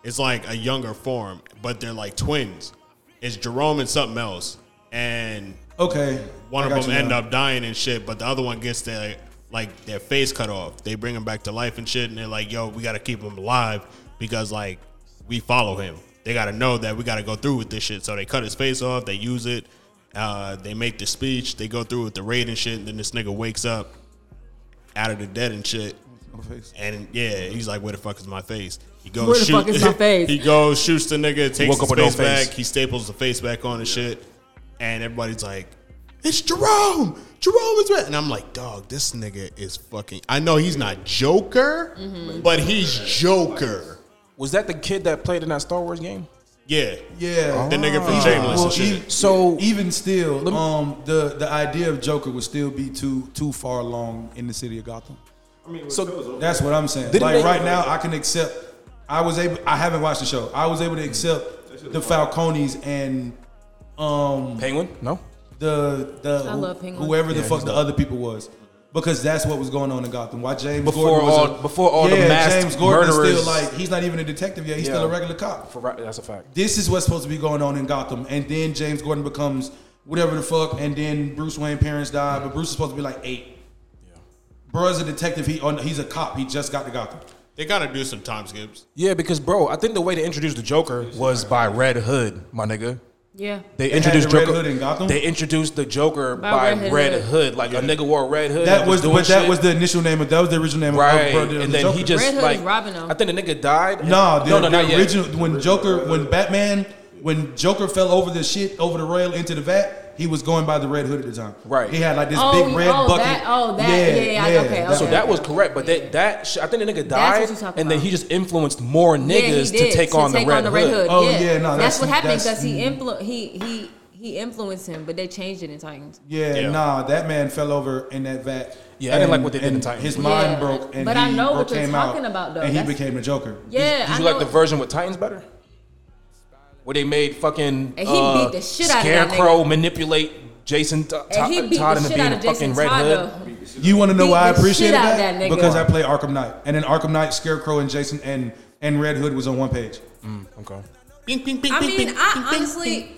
S3: It's like a younger form, but they're like twins. It's Jerome and something else, and
S5: Okay. I
S3: one
S5: got
S3: of them
S5: you
S3: end
S5: now.
S3: up dying and shit, but the other one gets their like their face cut off. They bring him back to life and shit, and they're like, "Yo, we gotta keep him alive because like we follow him. They gotta know that we gotta go through with this shit." So they cut his face off. They use it. Uh, they make the speech. They go through with the raid and shit. And then this nigga wakes up out of the dead and shit. And yeah, he's like, "Where the fuck is my face?" He goes,
S6: Where the fuck is my face?
S3: he goes, shoots the nigga, takes
S4: woke
S3: his
S4: up with no
S3: face back.
S4: face.
S3: He staples the face back on and shit. And everybody's like, "It's Jerome. Jerome is back." And I'm like, "Dog, this nigga is fucking. I know he's not Joker,
S6: Mm-hmm.
S3: but he's Joker.
S4: was that the kid that played in that Star Wars game?
S3: Yeah,
S5: Yeah.
S4: Oh.
S3: The nigga
S6: Oh.
S3: from Shameless
S5: Well,
S3: and shit.
S5: e-
S4: So-
S5: even still,
S4: Lem-
S5: um, the the idea of Joker would still be too too far along in the city of Gotham.
S4: So
S5: That's what I'm saying.
S4: Didn't
S5: like
S4: they-
S5: right now, I can accept. I was able. I haven't watched the show. I was able to accept the Falcones and um
S4: Penguin? No.
S5: the the
S6: I love Penguin.
S5: whoever the
S4: Yeah,
S5: fuck
S4: he's
S5: the other people was. Because that's what was going on in Gotham. Why James
S4: Before
S5: Gordon was
S4: all-
S5: a-
S4: before all the
S5: yeah,
S4: masked
S5: James Gordon is
S4: murderers-
S5: still like he's not even a detective yet. He's
S4: Yeah.
S5: still a regular cop.
S4: For right, that's a fact.
S5: this is what's supposed to be going on in Gotham. And then James Gordon becomes whatever the fuck, and then Bruce Wayne parents die, but Bruce is supposed to be like eight. Bro's a detective. He on, he's a cop. He just got to Gotham.
S3: they gotta do some time skips.
S4: Yeah, because bro, I think the way they introduced the Joker was by Red Hood, my nigga.
S6: Yeah.
S4: They,
S5: had
S4: introduced
S5: the Red
S4: Joker.
S5: Hood in Gotham?
S4: They introduced the Joker by, Red, Hood. like a nigga wore a Red Hood.
S5: That
S4: and
S5: was,
S4: doing
S5: but that
S4: shit.
S5: was the initial name of that was the original name
S4: right,
S5: of Bro.
S4: and then he just
S6: Red Hood
S4: like
S6: is robbing him.
S4: I think the nigga died. and-
S5: nah, the,
S4: no, no,
S5: the
S4: not
S5: original
S4: yet.
S5: when Joker when Batman when Joker fell over the shit over the rail into the vat. He was going by the red hood at the time.
S4: Right.
S5: He had like this
S6: Oh,
S5: big
S6: he-
S5: red
S6: oh,
S5: bucket.
S6: that- oh, that- yeah, yeah, okay,
S5: that-
S4: So
S6: okay.
S4: that was correct, but that that sh- I think the nigga
S6: That's what
S4: died,
S6: you talking
S4: and then
S6: about.
S4: he just influenced more
S6: Yeah, he
S4: niggas
S6: did,
S4: to take, on, the Red Hood.
S5: Oh,
S6: yeah,
S5: yeah, no, that's-
S6: that's, what happened
S5: that's-
S6: because he influ- he he he influenced him, but they changed it in Titans.
S5: Yeah,
S3: Yeah.
S5: nah, that man fell over in that vat.
S4: Yeah, I didn't like
S5: and-
S4: what they did in
S5: and
S4: Titans.
S5: His mind
S6: Yeah.
S5: broke, and
S6: But
S5: he
S6: I know
S5: broke,
S6: what you're
S5: came
S6: talking
S5: out,
S6: about, though.
S5: And he
S6: That's-
S5: became a Joker.
S6: Yeah,
S4: Did
S6: I
S4: you like
S6: know-
S4: the version with Titans better? Where they made fucking
S6: And he
S4: uh,
S6: beat the shit out of that
S4: Scarecrow manipulate Jason T- T-
S6: and he beat
S4: Todd
S6: the
S4: into
S6: shit
S4: being
S6: out
S4: a
S6: of
S4: fucking
S6: Jason
S4: Red
S6: Todd.
S4: Hood.
S6: though.
S5: You want to know
S6: Beat
S5: why I
S6: the shit
S5: appreciated
S6: out of
S5: that?
S6: that nigga.
S5: because I played Arkham Knight, and in Arkham Knight, Scarecrow and Jason and and Red Hood was on one page.
S4: Okay.
S6: I mean, I honestly,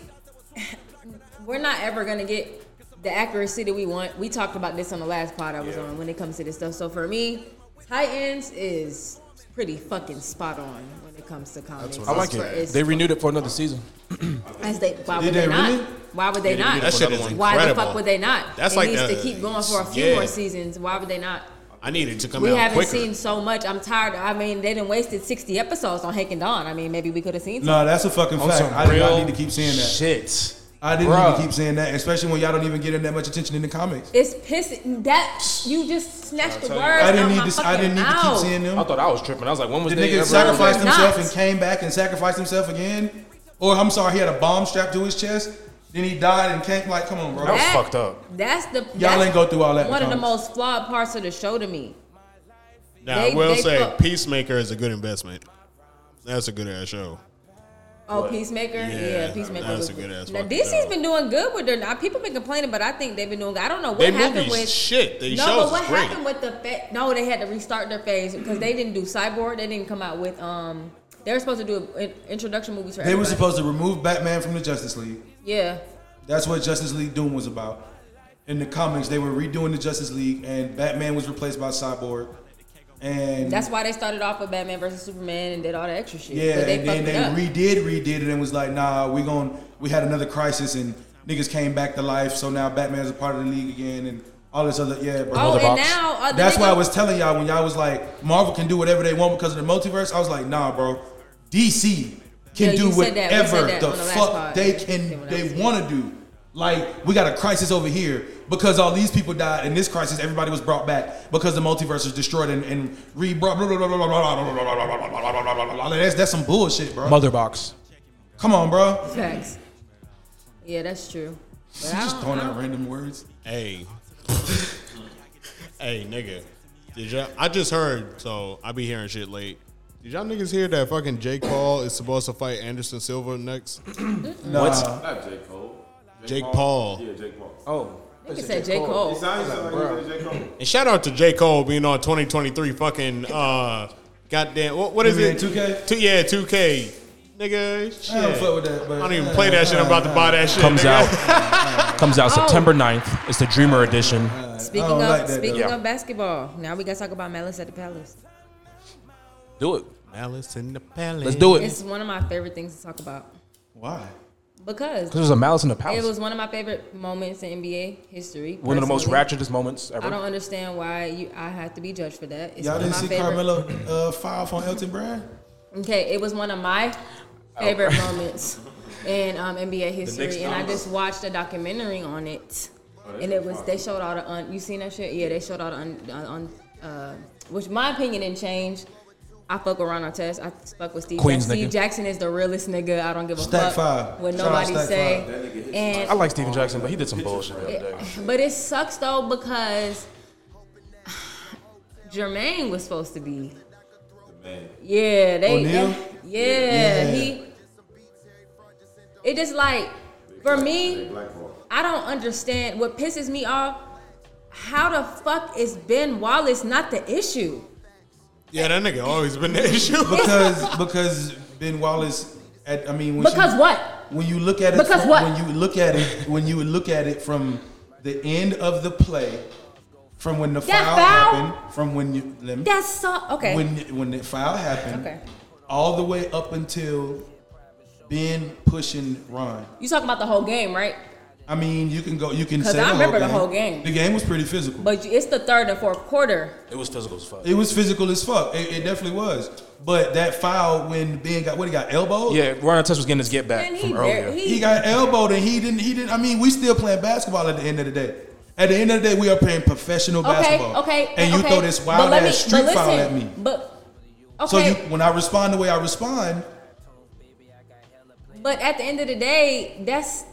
S6: we're not ever gonna get the accuracy that we want. We talked about this on the last pod I was on when it comes to this stuff. So for me, high ends is pretty fucking spot on when it comes to comics.
S4: I like it. They renewed it for another season.
S6: As they, why would
S5: Did
S6: they,
S5: they
S6: not?
S5: really?
S6: Why would they not?
S3: That shit is
S6: why the
S3: incredible.
S6: fuck would they not?
S3: That's
S6: it
S3: like
S6: needs
S3: the-
S6: to keep going for a few
S3: yeah.
S6: more seasons. Why would they not?
S3: I need it to come
S6: We
S3: out
S6: haven't
S3: quicker.
S6: seen so much. I'm tired. I mean, they done wasted 60 episodes on Hank and Don. I mean, maybe we could have seen some.
S5: No, that's a fucking
S4: On
S5: fact.
S4: some
S5: I did not
S4: real
S5: need to keep saying that.
S4: Shit.
S5: I didn't
S4: Bruh.
S5: need to keep saying that, especially when y'all don't even get in that much attention in the comics.
S6: It's pissing. That you just snatched the words
S5: I
S6: out
S5: didn't
S6: my
S5: need to. I
S6: fucking
S5: didn't need to keep
S6: mouth.
S5: seeing them.
S4: I thought I was tripping. I was like, when was
S5: The
S4: they
S5: nigga
S4: ever-
S5: sacrificed
S6: They're not.
S5: himself and came back and sacrificed himself again. Or I'm sorry, he had a bomb strapped to his chest. Then he died and came. Like, come on, bro.
S4: That was fucked up.
S6: That's the y'all
S5: ain't go through all that in
S6: One of the
S5: college.
S6: most flawed parts of the show to me.
S3: Now
S6: They-
S3: I will
S6: they
S3: say,
S6: fuck-
S3: Peacemaker is a good investment. That's a good ass show.
S6: Oh, Peacemaker, yeah, Peacemaker
S3: that's
S6: was
S3: a good ass
S6: Now
S3: fucking
S6: DC's
S3: show.
S6: been doing good with their. Now people been complaining, but I think they've been doing. good. I don't know what
S3: They
S6: happened
S3: movies,
S6: with
S3: shit. They
S6: no,
S3: shows
S6: but what
S3: is great.
S6: happened with the fa- no? They had to restart their phase because they didn't do Cyborg. They didn't come out with um. They were supposed to do an introduction movies for.
S5: They were
S6: everybody.
S5: supposed to remove Batman from the Justice League.
S6: Yeah,
S5: That's what Justice League Doom was about. In the comics, they were redoing the Justice League, and Batman was replaced by Cyborg. And
S6: that's why they started off with Batman versus Superman and did all the extra shit.
S5: yeah,
S6: but they
S5: and then
S6: fucked
S5: they
S6: it up.
S5: redid, redid it, and was like, nah, we gon' we had another crisis, and niggas came back to life, so now Batman's a part of the league again, and all this other yeah, bro.
S6: oh, and
S4: box.
S6: now uh, the
S5: That's why I
S6: nigga-
S5: was telling y'all when y'all was like, Marvel can do whatever they want because of the multiverse. I was like, nah, bro. DC can
S6: Yeah,
S5: do
S6: you said that. We
S5: whatever
S6: said that
S5: the,
S6: on the last
S5: fuck
S6: pod.
S5: they
S6: Yeah, when
S5: can
S6: I
S5: they
S6: was here.
S5: want to do. Like we got a crisis over here because all these people died in this crisis. Everybody was brought back because the multiverse was destroyed and, and re blah blah blah blah blah blah blah blah blah blah blah blah blah blah. That's that's some bullshit, bro.
S4: Mother box.
S5: Come on, bro.
S6: Facts. Yeah, that's true. But I
S5: Just
S6: don't-
S5: throwing
S6: I don't-
S5: out random words.
S3: Hey. hey, nigga. Did y'all, I just heard, so I be hearing shit late. Did y'all niggas hear that fucking Jake Paul is supposed to fight Anderson Silva next?
S5: Nah,
S7: Not J. Cole.
S3: Jake Paul.
S7: Yeah, Jake Paul.
S4: Oh.
S6: I think it said J. Cole.
S7: He sounds like he's uh, J. Cole.
S3: And shout out to J. Cole being on 2023 fucking uh goddamn what, what is
S5: You mean
S3: it?
S5: 2K?
S3: Two, yeah, 2K. Nigga, shit.
S5: I don't fuck with that. But uh,
S3: I don't even play that shit. I'm about to buy that shit.
S4: Comes
S3: nigga.
S4: out. comes out
S6: Oh.
S4: September 9th. It's the Dreamer edition.
S6: Speaking
S5: don't Oh,
S6: of
S5: like that,
S6: speaking
S4: though. Yeah.
S6: of basketball, now we gotta talk about Malice at the Palace.
S4: Do it.
S3: Malice in the Palace.
S4: Let's do it.
S6: It's one of my favorite things to talk about
S5: Why?
S6: because
S4: Because there's a malice in the palace.
S6: it was one of my favorite moments in NBA history.
S4: one of the most
S6: personally.
S4: ratchetest moments ever.
S6: I don't understand why you I have to be judged for that. It's
S5: Y'all
S6: one of
S5: didn't
S6: my
S5: see
S6: favorite.
S5: Carmelo uh, file from Elton Brand?
S6: Okay, it was one of my favorite moments in um, NBA history, and I just watched a documentary on it, and it was they showed all the un, you seen that shit? Yeah, they showed all the un, un, un uh, which my opinion didn't change. I fuck with Ron Artest. I fuck with Steve.
S4: Queens
S6: Jackson. Steve
S4: nigga.
S6: Jackson is the realest nigga. I don't give a
S5: Stack
S6: fuck
S5: five.
S6: what
S5: Shout out
S6: nobody
S5: Stack
S6: say.
S5: five.
S6: And
S4: I like Steven Jackson, but he did some bullshit the other day.
S6: but it sucks though because Jermaine was supposed to be. Yeah, they.
S5: O'Neal?
S6: yeah, yeah,
S5: Yeah.
S6: he. It just like for me, I don't understand. What pisses me off, how the fuck is Ben Wallace not the issue?
S3: Yeah, that nigga always been the issue.
S5: because because Ben Wallace. At, I mean, when
S6: Because
S5: she,
S6: what?
S5: When you look at it,
S6: Because
S5: from,
S6: what?
S5: When you look at it, when you look at it from the end of the play, from when the
S6: That
S5: foul,
S6: foul?
S5: happened, from when you let me,
S6: That's so okay.
S5: when when the foul happened,
S6: Okay.
S5: all the way up until Ben pushing Ron.
S6: you talk about the whole game, right?
S5: I mean, you can go. You can
S6: 'Cause
S5: say
S6: I
S5: the
S6: remember the
S5: whole game.
S6: whole game.
S5: The game was pretty physical.
S6: But you- it's the third and fourth quarter.
S4: It was physical as fuck.
S5: It was physical as fuck. It, it definitely was. But that foul when Ben got what he got elbowed.
S4: Yeah, Ron Artest was getting his get back
S6: And he,
S4: from
S6: bar-
S4: earlier.
S6: he,
S5: He got elbowed and he didn't. He didn't. I mean, we still playing basketball at the end of the day. At the end of the day, we are playing professional
S6: okay,
S5: basketball.
S6: okay.
S5: And you
S6: okay.
S5: throw this
S6: But
S5: wild
S6: let
S5: ass
S6: me-
S5: street
S6: but
S5: foul
S6: listen,
S5: at me.
S6: But okay.
S5: So you, when I respond the way I respond,
S6: But at the end of the day, that's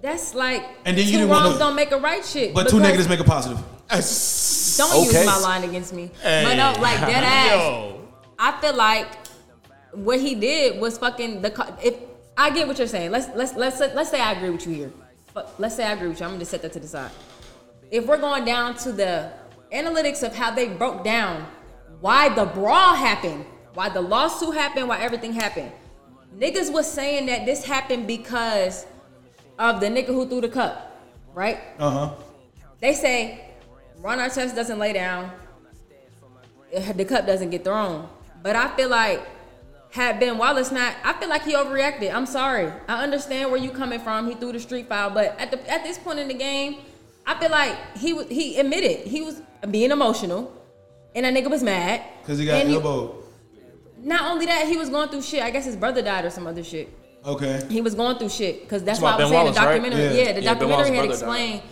S6: that's like
S5: And then you
S6: two
S5: didn't want
S6: wrongs
S5: to-
S6: don't make a right shit.
S5: but two
S6: because-
S5: negatives make a positive.
S6: Don't use
S4: Okay.
S6: my line against me.
S3: Hey.
S6: But no, like dead ass.
S3: Yo.
S6: I feel like what he did was fucking the. co- If I get what you're saying, let's let's let's let's say I agree with you here. But let's say I agree with you. I'm gonna just set that to the side. If we're going down to the analytics of how they broke down why the brawl happened, why the lawsuit happened, why everything happened, niggas was saying that this happened because of the nigga who threw the cup, right?
S5: Uh huh.
S6: They say Ron Artest doesn't lay down, the cup doesn't get thrown. But I feel like had Ben Wallace not, I feel like he overreacted. I'm sorry. I understand where you coming from. He threw the street foul, but at the at this point in the game, I feel like he was he admitted he was being emotional, and that nigga was mad
S5: Because he got
S6: And he-
S5: elbowed.
S6: Not only that, he was going through shit. I guess his brother died or some other shit.
S5: Okay.
S6: He was going through shit because that's
S4: It's
S6: why I
S4: about
S6: was
S4: Ben
S6: saying the
S4: Wallace, right?
S6: documentary.
S5: Yeah.
S6: Yeah, the
S4: Yeah, Ben Wallace's
S6: documentary
S4: brother
S6: had
S4: died.
S6: explained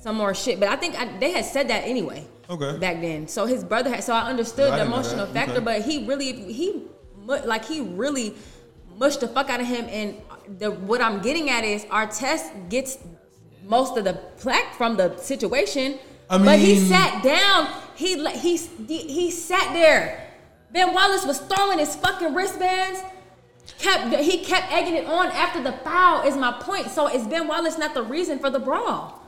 S6: some more shit, but I think I, they had said that anyway.
S5: Okay.
S6: Back then, so his brother had. So I understood
S5: I
S6: the
S5: didn't know
S6: emotional
S5: that.
S6: factor,
S5: Okay.
S6: but he really he mu- like he really pushed the fuck out of him. And the, what I'm getting at is our test gets most of the plaque from the situation.
S5: I
S6: but he
S5: mean-
S6: sat down. He le- he he, he sat there. Ben Wallace was throwing his fucking wristbands. Kept he kept egging it on after the foul is my point. So is Ben Wallace not the reason for the brawl?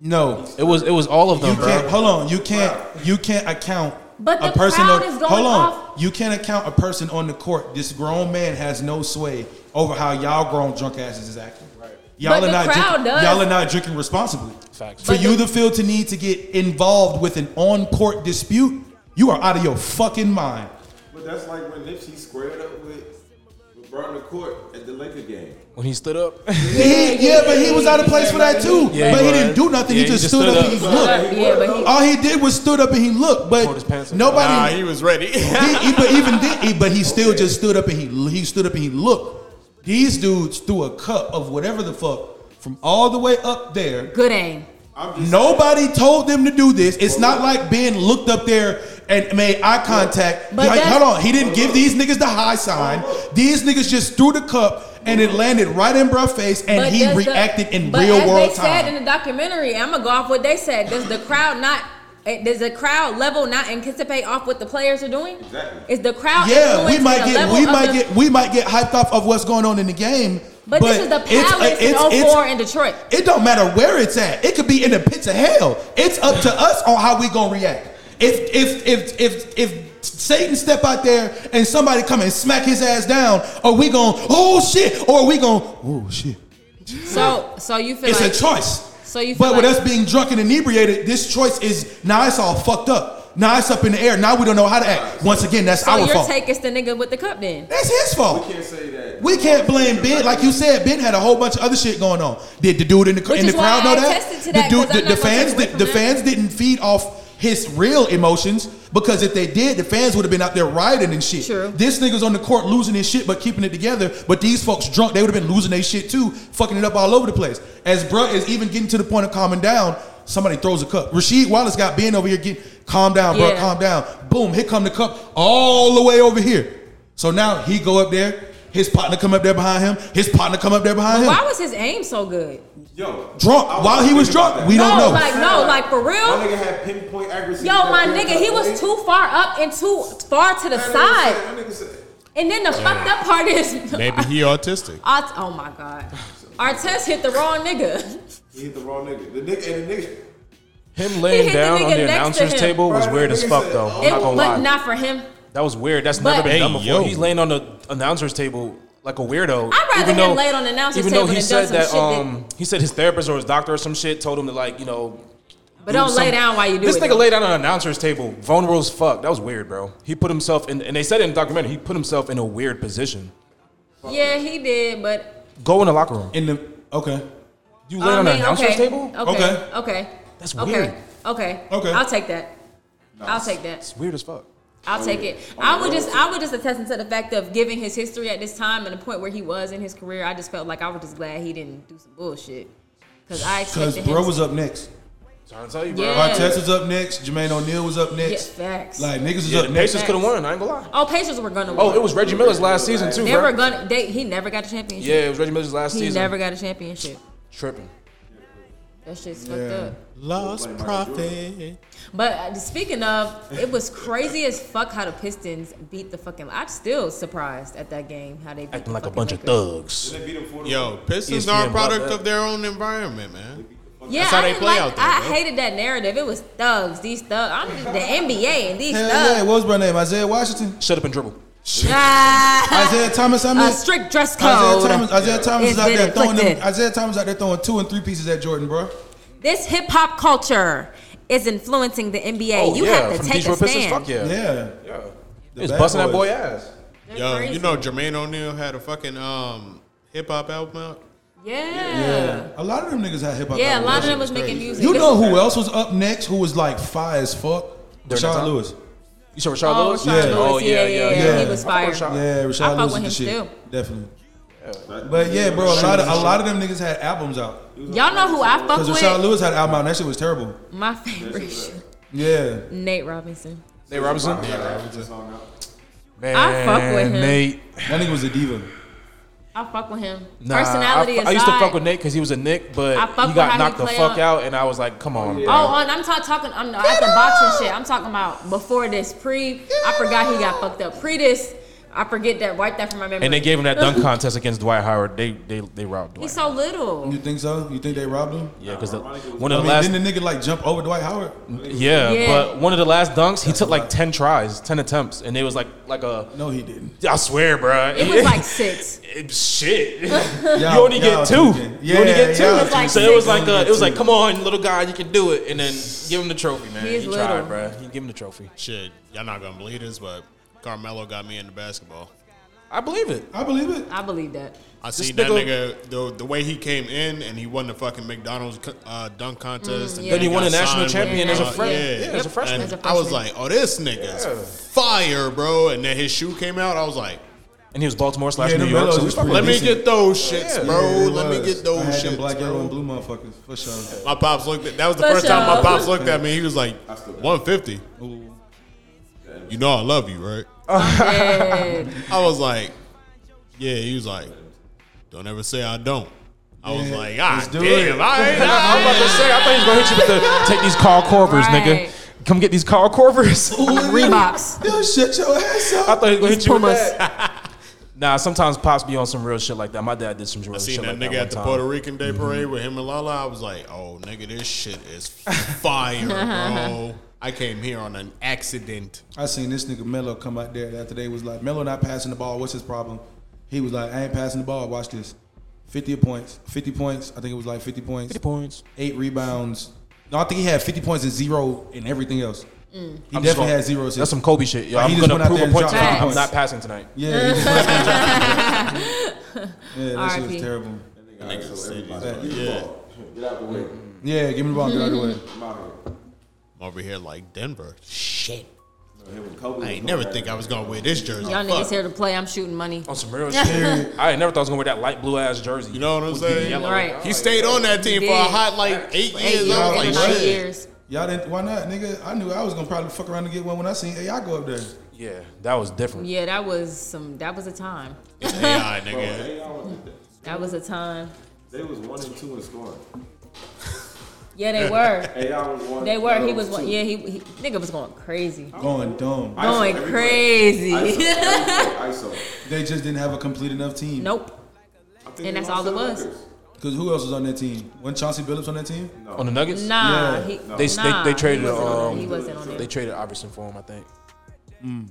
S5: No,
S4: It was it was all of
S5: you
S4: them,
S5: can't.
S4: bro.
S5: Hold on, you can't. You can't account.
S6: But
S5: a
S6: the
S5: person
S6: crowd
S5: on-
S6: is going
S5: hold on.
S6: off-
S5: You can't account a person on the court. This grown man has no sway over how y'all grown drunk asses is acting. Right. Y'all
S6: But the
S5: not
S6: crowd
S5: drinking,
S6: does.
S5: y'all are not drinking responsibly.
S4: Facts.
S5: For
S6: But
S5: you,
S6: the-
S5: the field to need to get involved with an on-court dispute, you are out of your fucking mind.
S7: But that's like when Nipsey squared up with, with Brown the court at the Laker game.
S4: When he stood up,
S5: He- yeah, but he was out of place for that too.
S4: Yeah, he
S5: but he,
S4: was.
S5: didn't do nothing.
S4: Yeah,
S5: he, just stood, up, and he looked.
S6: Yeah, but he,
S5: All he did was stood up and he looked.
S4: Pulled his pants
S5: But
S4: up.
S5: nobody.
S3: Nah, he was ready.
S5: he, he- but even then, he- but he still just stood up and he he stood up and he looked. These dudes threw a cup of whatever the fuck from all the way up there.
S6: good aim.
S7: I'm just
S5: Nobody told them to do this. It's not like Ben looked up there and made eye contact.
S6: But
S5: Like,
S6: that's-
S5: hold on, he didn't give these niggas the high sign. These niggas just threw the cup and it landed right in bruh face, and
S6: But
S5: he
S6: does the-
S5: reacted in
S6: but
S5: real
S6: as
S5: world
S6: they
S5: time.
S6: said in the documentary, I'm gonna go off what they said. Does the crowd not? eh, Does the crowd level not anticipate off what the players are doing?
S7: Exactly.
S6: Is the crowd?
S5: Yeah, we
S6: influencing
S5: might
S6: the
S5: get
S6: level
S5: we
S6: of
S5: might
S6: the-
S5: get we might get hyped off of what's going on in the game.
S6: But, this is the
S5: it's- uh,
S6: Palace
S5: it's-
S6: in
S5: it's-
S6: 04 in Detroit.
S5: It don't matter where it's at. It could be in the pits of hell. It's up to us on how we gonna react. If if if if if Satan step out there and somebody come and smack his ass down, or we gonna oh shit, or we gonna oh shit.
S6: So, so you feel
S5: It's
S6: like
S5: a choice.
S6: So you
S5: But
S6: feel
S5: with
S6: like-
S5: us being drunk and inebriated, this choice is now it's all fucked up. Now it's up in the air. Now we don't know how to act. Once again, that's
S6: so
S5: our
S6: your
S5: fault.
S6: take is the nigga with the cup then.
S5: that's his fault.
S7: I can't say that.
S5: We can't blame Ben, like you said. Ben had a whole bunch of other shit going on. Did the dude in the
S6: Which
S5: in the
S6: is why
S5: crowd know
S6: I
S5: that?
S6: attested to
S5: The
S6: that, 'cause
S5: dude,
S6: I'm
S5: the, the
S6: not gonna
S5: fans,
S6: take away
S5: did,
S6: from
S5: the
S6: that.
S5: fans didn't feed off his real emotions because if they did, the fans would have been out there rioting and shit.
S6: True.
S5: This nigga's on the court losing his shit but keeping it together. But these folks drunk, they would have been losing their shit too, fucking it up all over the place. As bruh is even getting to the point of calming down, somebody throws a cup. Rasheed Wallace got Ben over here getting calm down, bruh,
S6: Yeah.
S5: calm down. Boom, here come the cup all the way over here. So now he go up there, his partner come up there behind him, his partner come up there behind
S6: Why
S5: him.
S6: was his aim so good?
S7: Yo,
S5: Drunk,
S7: I
S5: while he was
S7: thinking
S5: drunk,
S7: about
S5: we
S7: that.
S5: don't
S6: no,
S5: know.
S6: like no, like for real.
S7: My nigga had pinpoint accuracy.
S6: Yo, my nigga, he was too far up and too far to the side.
S7: My nigga said,
S6: And then the fucked up part is
S3: Maybe he autistic.
S6: Art- oh my god. Artest hit the wrong nigga.
S7: he hit the wrong nigga. The nigga and the nigga.
S4: him
S6: hit
S4: laying
S6: the
S4: down
S6: nigga
S4: on the
S6: next to
S4: announcer's
S6: him.
S4: table was
S7: Bro,
S4: weird as
S7: nigga
S4: fuck,
S7: said,
S4: though.
S7: "Oh,
S4: I'm
S6: It,
S4: not gonna
S6: but
S4: lie,
S6: not for him.
S4: that was weird. That's
S6: But-
S4: never been
S6: Hey,
S4: done before.
S3: yo.
S4: He's laying on the announcer's table like a weirdo.
S6: I'd rather
S4: even
S6: him
S4: though-
S6: lay on the announcer's
S4: even
S6: table
S4: though he
S6: than do
S4: said
S6: some
S4: that
S6: shit that-
S4: um, he said his therapist or his doctor or some shit told him to like you know.
S6: But don't lay down while you do
S4: this
S6: it.
S4: This
S6: though.
S4: nigga laid down on an announcer's table, vulnerable as fuck. That was weird, bro. He put himself in, and they said it in the documentary. He put himself in a weird position.
S6: Yeah, he did, but
S4: Go in the locker room.
S5: In the okay,
S4: You
S6: I
S4: laying on
S6: mean,
S4: an announcer's
S6: okay, Oh.
S4: table?
S6: Okay.
S5: Okay.
S6: Okay.
S4: That's
S6: okay.
S4: weird.
S6: Okay.
S5: Okay.
S6: I'll take that. I'll take that.
S4: It's weird as fuck.
S6: I'll take it. I would just I would just attest to the fact of giving his history at this time and the point where he was in his career. I just felt like I was just glad he didn't do some bullshit. Cause I
S5: because
S6: expected him.
S5: bro was up next.
S4: Trying to tell you, bro.
S6: yeah.
S5: Artest was up next. Jermaine O'Neal was up
S6: yeah,
S5: next.
S6: facts.
S5: Like niggas was
S4: Yeah,
S5: up
S4: the
S5: next.
S4: Pacers could have won. I ain't gonna lie.
S6: oh, Pacers were gonna.
S4: Oh,
S6: win.
S4: it was Reggie Miller's last season too,
S6: They were
S4: bro.
S6: gonna. They he never got a championship.
S4: Yeah, it was Reggie Miller's last
S6: he
S4: season.
S6: never got a championship.
S4: tripping.
S6: That shit's fucked up.
S3: Lost profit.
S6: But uh, speaking of, it was crazy as fuck how the Pistons beat the fucking. I'm still surprised at that game how they beat the
S4: Acting like a
S6: fucking
S4: bunch of thugs.
S6: Lakers.
S7: They beat him 40.
S3: Yo, Pistons
S4: ESPN
S3: are a
S4: brought
S3: product
S4: that.
S3: of their own environment, man.
S6: Yeah,
S3: That's how
S6: I
S3: they
S6: didn't
S3: play
S6: like,
S3: out there,
S6: I
S3: bro.
S6: hated that narrative. It was thugs. These thugs. I'm the NBA and these
S5: Hell yeah,
S6: thugs.
S5: what was my name? Isaiah Washington,
S4: Shut up and dribble.
S6: Ah,
S5: Isaiah Thomas. I mean,
S6: a strict dress
S5: Isaiah
S6: code.
S5: Thomas. Isaiah Thomas is
S6: It's
S5: out
S6: been
S5: there throwing them.
S6: inflicted.
S5: Isaiah Thomas out there throwing two and three pieces at Jordan, bro.
S6: This hip hop culture is influencing the NBA.
S4: Oh,
S6: you
S4: yeah,
S6: have to
S4: from
S6: take
S4: Detroit
S6: a
S4: Pistons.
S6: stand.
S4: Fuck yeah.
S5: Yeah.
S4: He was
S5: bad
S4: busting that
S5: boys.
S4: boy ass.
S6: They're
S3: Yo,
S6: crazy.
S3: you know Jermaine O'Neal had a fucking um, hip hop album out.
S6: Yeah.
S5: A lot of them niggas had hip
S6: Yeah,
S5: hop.
S6: a
S5: albums.
S6: lot of them was making music.
S5: You
S6: This
S5: know
S6: is-
S5: who else was up next? Who was like fire as fuck?
S4: During that
S5: Rashad
S4: time?
S5: Lewis.
S4: You saw Rashad
S6: Oh,
S4: Lewis?
S6: Rashad Lewis.
S4: Oh,
S6: yeah, yeah, yeah,
S5: yeah.
S6: He was
S4: I fuck
S6: fire.
S4: with Rashad.
S5: Yeah, Rashad
S6: fuck
S5: Lewis
S6: with
S5: is the
S6: him,
S5: shit.
S6: too.
S5: Definitely. But yeah, bro, a lot of a lot of them niggas had albums out.
S6: Y'all know who I fuck
S5: Because Rashad
S6: with?
S5: Lewis had an album out, and that shit was terrible.
S6: My favorite shit.
S5: Yeah.
S6: Nate Robinson.
S4: Nate Robinson?
S7: Yeah, I was just hung out.
S4: Man,
S6: I fuck with him.
S4: Nate.
S5: That nigga was a diva.
S6: I fuck with him.
S4: Nah,
S6: Personality
S4: I,
S6: is
S4: fu- I used to fuck with Nick because he was a Nick, but
S6: I fuck
S4: he
S6: with how
S4: got
S6: he
S4: knocked the
S6: play
S4: fuck
S6: on-
S4: out, and I was like, "Come on, bro.
S6: Oh, and I'm not talking. I'm not after boxing shit. I'm talking about before this. Pre, I forgot he got fucked up. Pre this, I forget that. Wipe that from my memory.
S4: And they gave him that dunk contest against Dwight Howard. They they they robbed Dwight.
S6: He's so little.
S5: You think so? You think they robbed him?
S4: yeah, because one
S5: I
S4: of the
S5: mean,
S4: last
S5: didn't the nigga like jump over Dwight Howard?
S4: yeah,
S6: Yeah.
S4: but one of the last dunks, he took like ten tries, ten attempts, and it was like like a
S5: No, he didn't.
S4: I swear, bro.
S6: It was like six.
S4: shit.
S5: Y'all-
S4: you only
S5: y'all
S4: get two.
S5: tweaking.
S4: you only
S5: Yeah,
S4: get two.
S5: y'all
S6: was like
S4: so it was
S6: six.
S4: like a, it was like, come on, little guy, you can do it, and then give him the trophy, man.
S6: He is
S4: He, tried,
S6: little.
S4: bro. He give him the trophy.
S3: Shit, y'all not gonna believe this, but Carmelo got me into basketball.
S4: I believe it.
S5: I believe it.
S6: I believe that.
S3: I see that
S4: nigga-
S3: nigga the, the way he came in and he won the fucking McDonald's uh, dunk contest. and
S6: Mm, yeah. Then he
S4: won
S3: got
S4: a national
S3: signed
S4: champion
S3: with,
S6: as a
S3: uh,
S6: fre-
S3: yeah.
S6: yeah, as a freshman.
S3: And
S6: As a
S3: I was like,
S6: freshman.
S3: oh, this nigga's fire, bro. And then his shoe came out. I was like,
S4: And he was Baltimore slash
S5: Yeah,
S4: New
S5: the
S4: York.
S5: Mellows
S4: So we
S5: was
S4: fuck with
S3: let
S4: him.
S3: me
S5: Decent.
S3: get those shits, bro.
S5: Yeah, it
S3: Let me
S5: was.
S3: get those
S5: I had them
S3: shits,
S5: black, yellow,
S3: bro.
S5: and blue motherfuckers for sure.
S3: My pops looked at that was the
S6: For
S3: first time my
S6: sure.
S3: pops looked at me. He was like, 150. You know I love you, right? I was like, yeah. He was like, don't ever say I don't. I was
S5: Yeah,
S3: like, ah,
S5: let's do
S3: damn,
S5: it."
S3: I ain't.
S4: I'm about to say, I thought he was gonna hit you with the take these Carl Corvers,
S6: Right.
S4: nigga. Come get these Carl Corvers.
S6: Reeboks.
S5: Yo, shut your ass up.
S4: I thought he was gonna hit you with
S6: Pumas.
S4: that. Nah, sometimes pops be on some real shit like that. My dad did some real
S3: I
S4: shit
S3: seen that
S4: like
S3: nigga
S4: that one
S3: at the
S4: time.
S3: Puerto Rican Day Parade with him and Lala. I was like, oh, nigga, this shit is fire, bro. I came here on an accident.
S5: I seen this nigga Melo come out there after they was like, Melo not passing the ball. What's his problem? He was like, I ain't passing the ball. Watch this. 50 points. 50 points. I think it was like 50 points. 50
S4: points.
S5: Eight rebounds. No, I think he had 50 points and zero and everything else. He
S4: Mm. I'm just
S5: definitely
S4: gonna-
S5: had zero assists.
S4: That's some Kobe shit. Yo,
S5: Like, he
S4: I'm
S5: just
S4: gonna
S5: went out
S4: prove a
S5: there and
S4: point
S5: dropped
S4: tonight. I'm
S6: points.
S4: not passing tonight.
S5: yeah, he just went out there and dropped- Yeah, that shit was
S6: R.I.P.
S5: terrible.
S3: Yeah.
S7: Get out the way.
S5: Yeah, give me the ball. Get out of the way.
S7: I'm out here.
S3: I'm over here like Denver. Shit.
S7: Here when Kobe
S3: I
S7: was
S3: ain't
S7: going
S3: never
S7: at
S3: think
S7: it.
S3: I was gonna wear this jersey. Fuck.
S6: Y'all niggas here to play. I'm shooting money.
S4: On some real shit. I ain't never thought I was gonna wear that light blue ass jersey.
S3: You know what I'm saying?
S6: Right.
S3: He stayed on that team for a
S6: did.
S3: hot like eight
S6: Eight
S3: years.
S6: years,
S3: I
S6: eight or
S3: was
S6: nine
S3: like, shit.
S6: years.
S5: Y'all didn't. Why not, nigga? I knew I was gonna probably fuck around and get one when I seen AI go up there.
S4: Yeah, that was different.
S6: Yeah, that was some. That was a time.
S3: It's AI, nigga.
S7: They, all was-
S6: That was a time.
S7: they was one and two in scoring.
S6: Yeah, they were.
S7: Hey, y'all was one.
S6: They were. He was.
S7: one.
S6: one- Yeah, he, he nigga was going crazy.
S4: Oh.
S5: Going dumb.
S6: Going
S7: everybody.
S6: crazy.
S7: ISO. ISO.
S5: They just didn't have a complete enough team.
S6: Nope.
S7: I think
S6: And
S7: they
S6: that's
S7: lost
S6: all
S7: to
S6: it
S7: the
S6: was.
S7: Lakers.
S5: Cause who else was on that team? Wasn't Chauncey Billups on that team?
S4: On the Nuggets.
S6: Nah,
S5: Yeah.
S6: he,
S4: They,
S6: nah,
S4: they, they traded
S6: He wasn't, on
S4: um,
S6: it. he wasn't on it.
S4: They traded Iverson for him, I think.
S6: He
S5: Mm.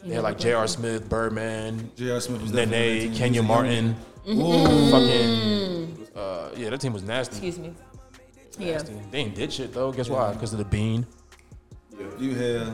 S4: They had
S6: never
S4: like
S6: played.
S4: J.R. Smith, Birdman,
S5: J.R. Smith was definitely Mm. on that
S4: Nene,
S5: team.
S4: Kenya
S5: He was a young-
S4: Martin.
S6: Mm-hmm.
S5: Ooh.
S4: Fucking uh,
S6: Mm.
S4: yeah, that team was nasty.
S6: Excuse me. Yeah.
S4: They ain't did shit though. Guess why? Because of the bean.
S5: You had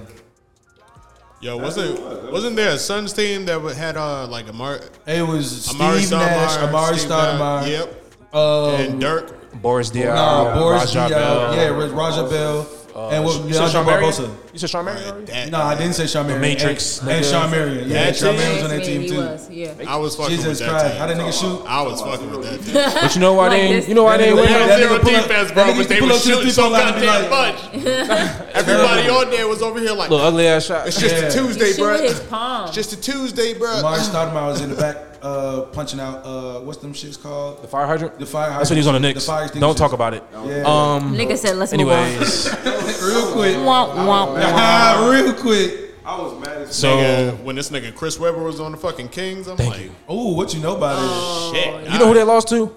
S3: Yo, wasn't wasn't there a Suns team that would- had uh like a Mar-
S5: it was Steve
S3: Amari
S5: Nash,
S3: Stoudemire,
S5: Amari
S3: Steve Nash,
S5: Stoudemire,
S3: Yep.
S5: um,
S3: And Dirk.
S4: Boris Diaw,
S5: Oh, nah, Boris
S4: Rajah Uh,
S5: Diaw,
S4: Bell.
S5: yeah, Ra- Raja Bell, and what?
S4: You said
S5: DeAndre
S4: Sean Marion?
S5: Barbosa.
S4: You said Sean Marion? already?
S3: That-
S5: No, I didn't say Sean Marion.
S4: Matrix,
S5: and, and
S4: nigga.
S5: Sean Marion. Yeah,
S3: That
S5: Sean
S3: team?
S5: Marion was on
S6: Yeah,
S5: that team
S6: he
S5: too.
S6: was. Yeah.
S3: I was fucking
S5: Jesus
S3: with
S5: Christ,
S3: that
S5: how that nigga shoot?
S3: team. I was fucking with that team.
S4: But you know why
S6: Like
S4: they ain't,
S6: this.
S4: you know why
S5: That
S4: they ain't
S5: nigga-
S4: winning?
S5: that
S3: They had
S5: nigga
S3: zero
S5: pull up-
S3: defense,
S5: that
S3: bro,
S5: nigga
S3: but they
S5: pull
S3: were
S5: up to the
S3: shooting
S5: three-point
S3: so
S5: line and be
S3: goddamn
S5: like-
S3: much. Everybody on there was over here like,
S4: Little ugly ass shot.
S3: it's just
S5: Yeah.
S3: a
S6: He
S3: Tuesday,
S6: shoot
S3: bro.
S6: with his palm.
S3: It's just a Tuesday,
S5: Amari
S3: bro.
S5: Stoudemire was in the back, uh, punching out. Uh, what's them shits called?
S4: the fire hydrant.
S5: The fire.
S4: That's what he was on the
S5: hydrant-
S4: Knicks.
S5: fire
S4: Don't talk
S5: extinguishers.
S4: about it.
S5: Yeah.
S4: Um.
S6: Nigga said, let's
S4: Anyways,
S5: real quick.
S6: move on. Womp, womp, womp.
S5: Ah, real quick.
S7: I was mad as
S4: So-
S3: Nigga, when this nigga Chris Webber was on the fucking Kings, I'm
S4: Thank
S3: like,
S4: you.
S5: Oh, what you know about it?
S3: shit.
S4: you know who they lost to?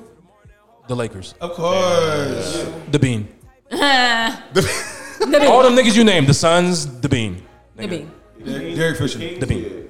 S4: The Lakers.
S5: Of course.
S4: The bean.
S6: The
S4: All
S6: bean.
S4: them niggas you named. The Suns. The bean.
S6: The bean.
S5: Derek Derek Fisher.
S4: The bean.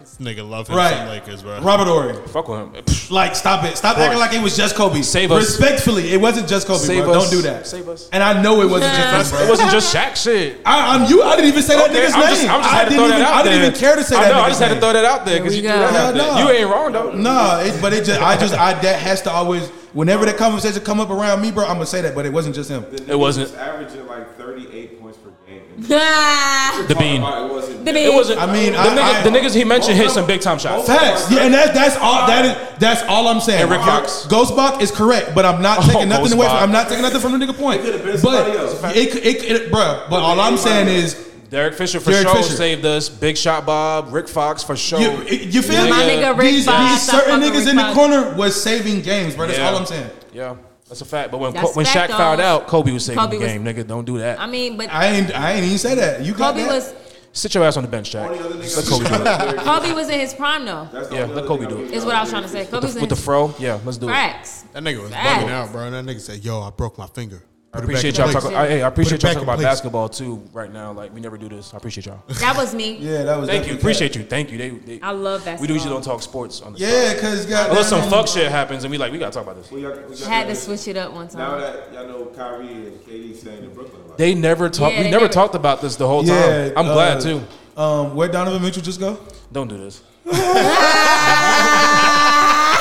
S3: This nigga love him
S5: Right.
S3: some Lakers, bro.
S5: Robert Ory.
S4: Fuck with him. Psh,
S5: Like, stop it. Stop acting like it was just Kobe.
S4: Save us.
S5: Respectfully, it wasn't just Kobe.
S4: Save
S5: bro.
S4: us.
S5: Don't do that.
S4: Save us.
S5: And I know it wasn't just
S4: It
S5: Kobe.
S4: wasn't just Shaq shit.
S5: I, I'm you. I didn't even say that
S4: Okay,
S5: nigga's
S4: I'm
S5: name.
S4: just, I'm just had to
S5: didn't
S4: throw
S5: even,
S4: that out
S5: I didn't
S4: there.
S5: even care to say
S4: I
S5: that.
S4: know, I
S5: nigga's
S4: just had to
S5: name.
S4: throw that out there because you
S6: Here we
S4: threw that
S6: go.
S4: out
S5: Hell
S4: there.
S5: no.
S4: You ain't wrong though.
S5: Nah, it, but it just I just I that has to always whenever that conversation come up around me, bro. I'm gonna say that, but it wasn't just him.
S4: It wasn't.
S7: He's averaging like 38 points per game.
S6: Ah,
S4: The bean.
S7: It wasn't.
S6: The bean.
S4: It wasn't.
S5: I mean,
S4: the,
S5: I-
S4: nigga,
S5: I-
S4: the niggas he mentioned hit some big time shots.
S5: Facts. Yeah, and that's that's all that
S4: oh.
S5: is that's all I'm saying.
S4: And Rick Fox. Oh,
S5: Ghostbach is correct, but I'm not taking nothing away
S4: Ghostbach.
S5: from I'm not taking nothing from the nigga point.
S7: could've been somebody else.
S5: But it, could- it, could- it bruh, but all I'm saying is
S4: Derek Fisher for
S5: Derek
S4: sure
S5: Fisher.
S4: saved us. Big Shot Bob, Rick Fox for sure.
S5: You, you feel
S4: Yeah,
S5: me?
S4: my
S6: nigga Rick
S5: these,
S6: Fox,
S5: these
S6: I
S5: certain
S6: fuck with
S5: niggas in the
S6: Rick Fox.
S5: corner was saving games, bro. That's
S4: Yeah.
S5: all I'm saying.
S4: Yeah, that's a fact. But when
S6: That's
S4: Co- when
S6: fact,
S4: Shaq found
S6: though.
S4: out, Kobe was saving
S6: Kobe
S4: the
S6: was-
S4: game, nigga. Don't do that.
S6: I mean, but
S5: I ain't I ain't even say that. You got
S6: Kobe
S5: that?
S6: was
S4: Sit your ass on the bench, Shaq.
S7: Only other nigga
S4: Let Kobe do it.
S6: Kobe was in his prime though.
S7: That's the
S4: Yeah,
S7: only
S4: let
S7: other
S4: Kobe
S7: nigga
S4: do it.
S7: I'm
S6: Is what I was trying to say. Kobe was in
S4: With the
S6: his
S4: fro, yeah, let's do it.
S6: Facts.
S3: That nigga was
S6: Facts.
S3: bugging out, bro. That nigga said, "Yo, I broke my finger."
S4: I
S3: Put it back
S4: appreciate
S3: in
S4: y'all
S3: place.
S4: talking. I, hey, I appreciate
S3: Put it back
S4: y'all talking
S3: in
S4: about
S3: place.
S4: basketball too right now. Like we never do this. I appreciate y'all.
S6: That was me.
S5: yeah, that was
S4: Thank you.
S5: definitely
S4: Appreciate you. Thank you. They, they,
S6: I love
S4: we do
S6: basketball.
S4: usually don't talk sports on this.
S5: Yeah, cause God.
S4: Unless some fuck shit happens and we like we gotta talk about this.
S7: We got- we got-
S6: Had to switch it up one
S7: Now
S6: time.
S7: that y'all know Kyrie and KD staying in Brooklyn, like,
S4: They never talked.
S6: Yeah,
S4: we
S6: they
S4: never
S6: never-
S4: talked about this the whole time.
S5: Yeah,
S4: I'm
S5: uh,
S4: glad too.
S5: Um, where Donovan Mitchell just go?
S4: Don't do this.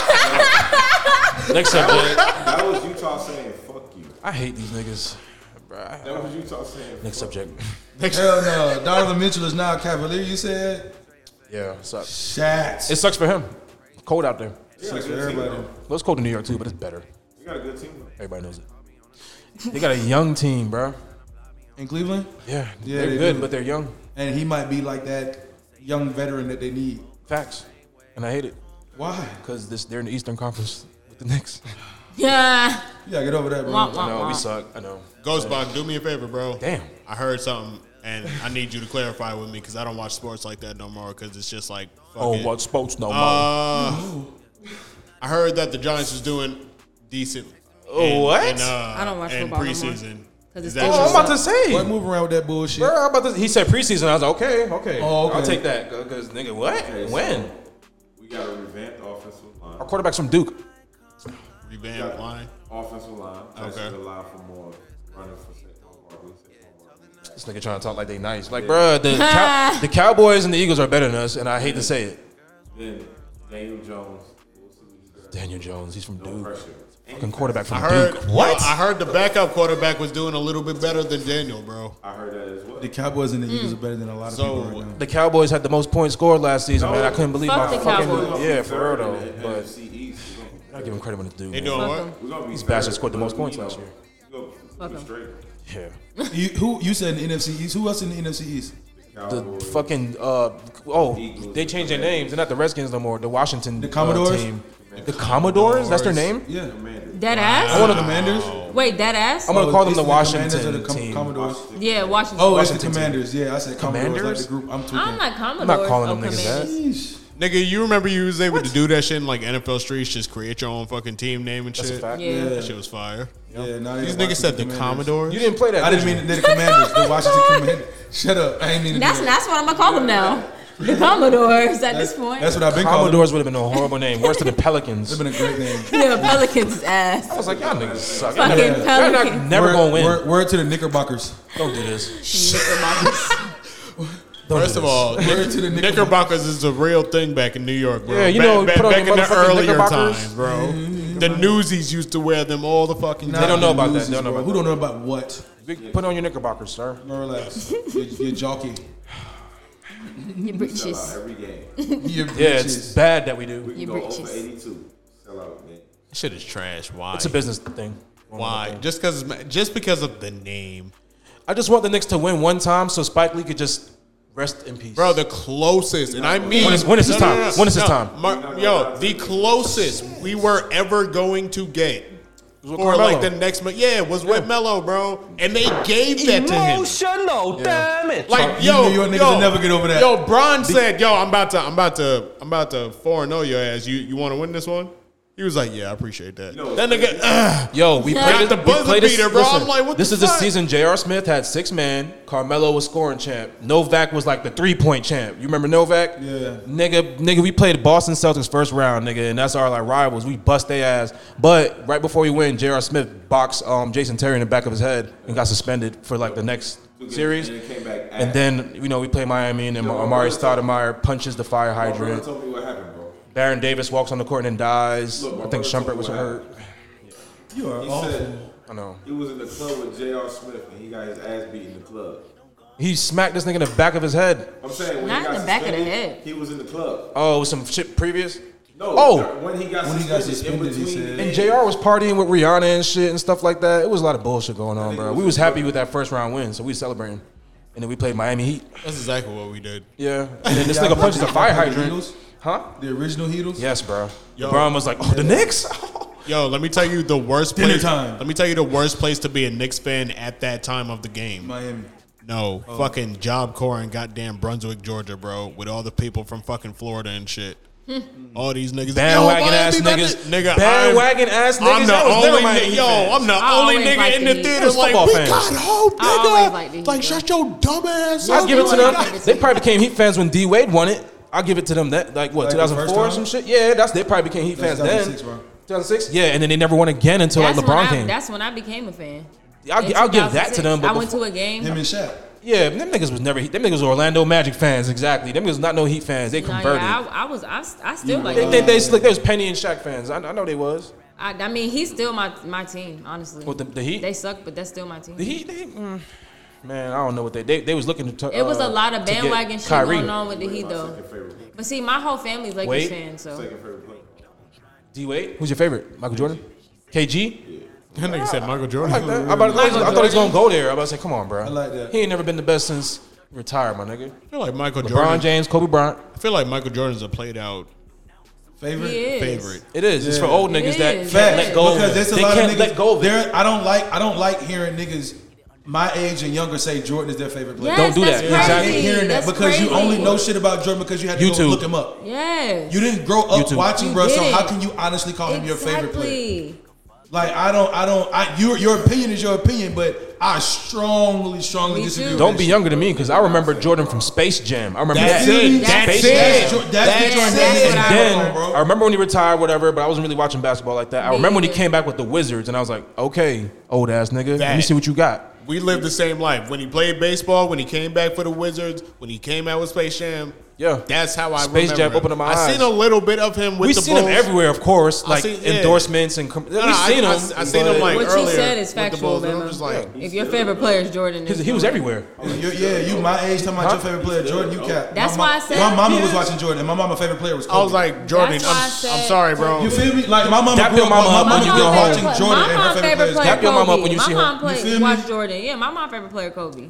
S4: Next subject.
S7: that was Utah saying "fuck you."
S4: I hate these niggas. Bruh.
S7: That was Utah saying.
S4: Next subject.
S5: Hell no. Donovan Mitchell is now a Cavalier. You said
S4: Yeah, it sucks.
S5: shots.
S4: It sucks for him. Cold out there.
S7: They got a good team. though.
S4: Well, it's cold in New York too, but it's better.
S7: They got a good team. though.
S4: Everybody knows it. They got a young team, bro.
S5: in Cleveland,
S4: Yeah,
S5: Yeah,
S4: they're
S5: they
S4: good,
S5: do.
S4: but they're young.
S5: and he might be like that young veteran that they need.
S4: Facts, and I hate it
S5: Why?
S4: because this they're in the Eastern Conference with the Knicks.
S6: Yeah.
S5: You gotta get over that, bro.
S6: Womp,
S4: I
S6: womp,
S4: know Mm, we
S6: womp.
S4: suck. I know.
S3: Ghostbot, do me a favor, bro.
S4: Damn.
S3: I heard something, and I need you to clarify with me because I don't watch sports like that no more. Because it's just like, fuck
S4: Oh,
S3: it.
S4: what sports no more?
S3: Uh, I heard that the Giants was doing decent. in-
S4: Oh, What?
S3: In, uh,
S6: I don't watch
S3: in
S6: football no more.
S3: preseason.
S6: 'Cause
S3: Is
S6: it's
S3: that
S4: Oh, I'm
S6: still-
S3: just-
S4: about to say.
S5: Quit moving around with that bullshit.
S4: Bro, I'm about to, he said preseason. I was like, okay, okay,
S5: Oh, okay.
S4: I'll take that. Because nigga, what?
S7: so-
S4: when?
S7: We got a revamped offensive
S4: Our
S7: line.
S4: quarterback's from Duke.
S3: revamp line?
S7: Offensive line. Okay.
S3: Okay.
S7: Allow for more running for Saquon Barkley. Saquon Barkley.
S4: This nigga trying to talk like they nice. Like, bruh, the, cow- the Cowboys and the Eagles are better than us, and I hate to say it.
S7: Then Daniel Jones. We'll see what he's got.
S4: Daniel Jones, he's from
S7: No
S4: Duke.
S7: pressure.
S4: Fucking quarterback
S3: I
S4: from
S3: heard
S4: Duke. What?
S3: yo, I heard the backup quarterback was doing a little bit better than Daniel, bro.
S7: I heard that as well.
S5: The Cowboys and the Eagles are better than a lot of
S3: So-
S5: people right now.
S4: The Cowboys had the most points scored last season, man. I couldn't believe
S6: Fuck
S4: my
S6: the
S4: fucking.
S6: Cowboys.
S4: Yeah, for real though.
S7: And
S4: But
S7: NFC East. We're gonna-
S4: I give him credit when it's due.
S3: They
S4: man.
S3: doing
S6: Fuck
S3: what?
S6: them.
S7: We're gonna be
S4: These bastards
S7: better.
S4: scored the most points
S7: You know,
S4: last year.
S7: you know,
S6: Fuck 'em.
S7: straight.
S4: Yeah.
S5: You, who you said in the NFC East? Who else in the NFC East?
S4: The
S7: Cowboys.
S4: fucking uh oh, they changed their names. They're not the Redskins no more. The Washington
S5: The
S4: uh,
S5: Commodores?
S4: team. The Commodores. That's their name.
S5: Yeah,
S6: Dead
S5: I
S6: ass?
S5: want the Commanders.
S6: Wait, dead ass?
S4: I'm gonna call them the
S5: It's Commanders
S4: Washington
S5: or the Com-
S4: team.
S5: Commodores.
S6: Yeah, Washington.
S5: Oh, it's the
S4: Washington team.
S5: Commanders. Yeah, I said Commodores.
S4: Commanders?
S5: Like the group. I'm tweaking.
S6: I'm not Commodores.
S4: calling
S6: oh,
S4: them niggas that.
S6: Commanders.
S5: Yeesh.
S3: Nigga, you remember you was able to do that shit in like NFL streets, just create your own fucking team name and
S4: That's a
S3: shit.
S4: fact.
S6: Yeah.
S3: That shit was fire.
S5: Yeah, now they
S3: These
S5: the
S3: niggas said the
S5: Washington
S3: Commodores.
S4: You didn't play that.
S5: I didn't
S4: did you?
S5: mean to, they're the Commanders. The Washington Commanders. Shut up. I ain't mean to. do
S6: That's
S5: that.
S6: that's what I'm gonna call them now. The Commodores at this point.
S5: That's what I've been calling. them.
S4: Commodores would have been a horrible name. Worse than the Pelicans.
S5: It's been a great name.
S6: yeah, Pelicans ass.
S4: I was like, y'all niggas suck. Y'all
S6: Fucking
S4: never, y'all not-
S6: Pelicans.
S4: never
S5: Word-
S4: gonna win.
S5: Word, word to the Knickerbockers.
S4: Don't do this.
S3: First of all,
S5: Word to the Knickerbockers.
S3: Knickerbockers is a real thing back in New York, bro.
S4: Yeah, you
S3: Ba-
S4: know,
S3: ba-
S4: put on
S3: back
S4: your
S3: in the
S4: motherfucking
S3: earlier
S4: Knickerbockers. Mm-hmm.
S3: times, bro. The newsies used to wear them all the fucking
S5: Nah,
S3: time.
S4: don't know about that.
S5: losers,
S4: They don't know
S5: bro.
S4: about
S5: Who don't know about what?
S4: Vic, Put on your knickerbockers, sir.
S5: No, relax. You're, you're jockey.
S6: Your
S7: Sell out
S6: britches.
S7: every game.
S5: You're
S4: Yeah, it's bad that we do.
S7: We
S6: Your
S7: can go over
S6: britches.
S7: 82. Sell out, man.
S3: That shit is trash. Why?
S4: It's a business thing.
S3: Why? Just because just because of the name.
S4: I just want the Knicks to win one time so Spike Lee could just rest in peace.
S3: Bro, the closest, and I mean,
S4: When is- when is his time? When is his time?
S3: Mar- yo, the closest we were ever going to get
S4: with
S3: for like
S4: Carmelo.
S3: the next month, yeah, was with Mello, bro, and they gave that to him.
S2: Emotional damage.
S3: Like
S5: You
S3: yo,
S5: knew your niggas
S3: yo,
S5: would never get over that.
S3: Yo, Bron said, "Yo, I'm about to, I'm about to, I'm about to four and zero your ass. You, you want to win this one?" He was like, "Yeah, I appreciate that." that nigga, ugh.
S4: Yo, we
S6: Got
S4: played
S3: the
S4: we
S3: buzzer
S4: played this-
S3: beater, bro. I'm like, what
S4: this
S3: the
S4: is the
S3: fuck?
S4: season J.R. Smith had six man. Carmelo was scoring champ. Novak was like the three point champ. You remember Novak? Yeah. Nigga, nigga, we played Boston Celtics first round, nigga, and that's our like rivals. We bust their ass. But right before we win, J.R. Smith boxed um, Jason Terry in the back of his head and got suspended for like the next series.
S7: And then came back.
S4: And then you know we play Miami, and then Amari Stoudemire punches the fire hydrant.
S7: told me what happened, bro.
S4: Baron Davis walks on the court and then dies.
S7: Look, my
S4: I think
S7: brother told
S4: Shumpert
S7: me
S4: was
S7: what
S4: hurt.
S5: You are
S7: He
S5: awful.
S7: said
S4: I know.
S7: he was in the club with J.R. Smith and he got his ass beat in the club.
S4: He smacked this nigga in the back of his head.
S7: I'm saying when
S6: Not
S7: he
S6: in
S7: got
S6: the back of the
S7: suspended,
S6: head.
S7: He was in the club.
S4: Oh, some shit previous.
S7: No.
S4: Oh.
S7: when he got
S5: When
S7: suspended,
S5: he got
S7: in
S5: suspended, he
S7: between,
S5: said-
S4: And JR was partying with Rihanna and shit and stuff like that. It was a lot of bullshit going on, bro. We was happy with that first round win, so we celebrating. and then we played Miami Heat.
S3: That's exactly what we did.
S4: Yeah, and then this
S5: Y'all
S4: nigga punches a
S5: played-
S4: fire
S5: y'all played the
S4: hydrant.
S5: Heatles?
S4: Huh?
S5: The original Heatles?
S4: Yes, bro.
S3: Yo.
S4: LeBron was like, "Oh, the Knicks."
S3: Yo, let me tell you the worst
S5: Dinner
S3: place.
S5: time.
S3: Let me tell you the worst place to be a Knicks fan at that time of the game.
S5: Miami.
S3: No, fucking Job Corps in goddamn Brunswick, Georgia, bro, with all the people from fucking Florida and shit.
S6: Hmm.
S3: all these niggas,
S4: Bandwagon
S3: Yo,
S4: ass
S3: Miami,
S4: niggas.
S3: nigga,
S4: Bandwagon
S3: I'm,
S4: ass
S3: I'm
S4: niggas.
S3: the
S4: I was never
S3: only,
S4: Miami
S3: nigga,
S4: Heat
S3: yo,
S4: fan.
S3: I'm the
S6: I
S3: only
S6: always
S3: nigga
S6: liked
S3: in the
S6: the
S3: theater.
S6: Heat.
S3: Like,
S4: Football
S3: we
S4: fans.
S3: got hope,
S6: I always
S3: nigga.
S6: liked the Heat,
S3: like,
S6: bro.
S3: shut your dumb ass.
S4: I
S3: up.
S4: give it to them.
S6: I'll give it to
S4: They
S6: you.
S4: probably became Heat fans when D Wade won it. I give it to them that like what
S5: Like the first
S4: 2004 or
S5: time?
S4: some shit. Yeah, that's they probably became Heat
S5: That's
S4: fans then.
S5: 2006, bro.
S4: 2006. Yeah, and then they never won again until like
S6: That's when
S4: LeBron
S6: I,
S4: came.
S6: That's when I became a fan.
S4: I'll,
S6: In
S4: gi- I'll give that to
S6: 2006.
S4: them. But
S6: I went
S4: before-
S6: to a game.
S5: Him and Shaq.
S4: yeah, them niggas was never. Heat. Them niggas was Orlando Magic fans. Exactly. Them niggas was not no Heat fans. They
S6: Nah, yeah,
S4: converted.
S6: I, I was. I, s- I still like.
S4: they, they, they, like, they was Penny and Shaq fans. I, I know they was.
S6: I, I mean, he's still my my team. Honestly,
S4: What, the- the Heat?
S6: They suck, but that's still my team.
S4: The Heat, they, mm, man, I don't know what they they, they was looking to.
S6: It was
S4: uh,
S6: a lot of
S4: to get
S6: bandwagon shit
S4: Kyrie.
S6: going on with the Heat, though. But see, my whole family's Lakers
S4: Wait.
S6: fans, so
S7: Second favorite player.
S4: D Wade, who's your favorite? Michael Jordan, KG.
S3: That nigga said Michael Jordan.
S4: Like that. I, about, I, thought he was gonna go there. I about to say, come on, bro. I
S5: like that.
S4: He ain't never been the best since he retired, my nigga.
S3: I feel like Michael Jordan.
S4: LeBron James, Kobe Bryant.
S3: I feel like Michael Jordan's a played out
S5: Favorite?
S6: he is.
S3: favorite.
S4: It is. It's for old niggas that
S6: is.
S4: can't
S6: Facts.
S4: let go. of
S5: Because
S4: it.
S5: there's a
S4: they
S5: lot
S4: can't
S5: of niggas.
S4: let go of it.
S5: there- I don't like. I don't like hearing niggas my age and younger say Jordan is their favorite player.
S6: Yes,
S4: Don't do
S6: that's
S4: that.
S6: Crazy.
S5: I hate hearing
S6: That's
S5: that because you
S6: crazy.
S5: only know shit about Jordan because you had to go
S4: YouTube.
S5: look him up.
S6: Yes.
S5: You didn't grow up
S4: YouTube.
S5: watching,
S6: You
S5: bro. So
S6: didn't.
S5: how can you honestly call him your favorite player?
S6: Exactly.
S5: Like I don't, I don't. I, your your opinion is your opinion, but I strongly, strongly
S6: Me
S5: disagree.
S6: too.
S5: with
S4: Don't
S5: that
S4: be
S5: shit.
S4: younger than me because I remember Jordan from Space Jam. I remember
S3: That's
S4: that.
S3: it.
S6: That's
S4: Space
S6: it.
S4: Jam.
S5: That's, Jor- that's
S6: That's
S5: the Jordan.
S6: it.
S5: that is.
S6: That's what I
S4: then
S5: bro.
S4: I remember when he retired, whatever. But I wasn't really watching basketball like that. I
S6: Me
S4: remember when he
S6: either.
S4: came back with the Wizards, and I was like, okay, old ass nigga, let me
S3: That.
S4: see what you got.
S3: We lived the same life. When he played baseball, when he came back for the Wizards, when he came out with Space Jam.
S4: Yeah.
S3: That's how I
S4: Space
S3: remember
S4: Jam
S3: him.
S4: opened up
S3: I
S4: my eyes.
S3: seen a little bit of him with
S4: We
S3: the
S4: seen him
S3: Bulls.
S4: everywhere, of course,
S3: I
S4: like
S3: seen- yeah.
S4: endorsements and com-
S3: No,
S4: we
S3: no, I-
S4: seen
S3: I,
S4: him.
S3: I, seen him
S4: but
S3: like
S6: What you
S3: earlier.
S6: said is
S3: with the
S6: factual,
S3: Bulls, and
S6: Lemo.
S3: I'm just like,
S6: If your favorite player is Jordan,
S4: He was-
S6: there's
S4: he was
S6: no-
S4: everywhere.
S5: You- yeah, you my age talking about your favorite player, Jordan. You cap.
S6: That's
S5: my,
S6: why I
S5: mom-
S6: said-
S5: my mama was
S4: Yes.
S5: watching Jordan. and My mama's favorite player was Kobe.
S3: I was like, Jordan, I'm,
S6: why I
S3: I'm
S6: said-
S3: sorry, bro.
S5: you feel me? Like my mama
S4: Dap
S5: grew
S4: your
S5: up,
S4: mama
S5: my
S4: up when
S5: mama
S4: you
S5: grew
S4: go
S5: up
S4: home.
S5: watching
S6: Jordan,
S5: Jordan
S6: my
S5: and her
S6: mom
S5: favorite,
S6: favorite
S5: player
S6: player
S4: Tap
S5: is
S4: your mom
S6: Kobe.
S4: up when you
S6: my
S4: see her.
S6: mom
S5: You
S6: played
S5: feel me?
S6: watched Jordan. Yeah, my mom favorite player Kobe.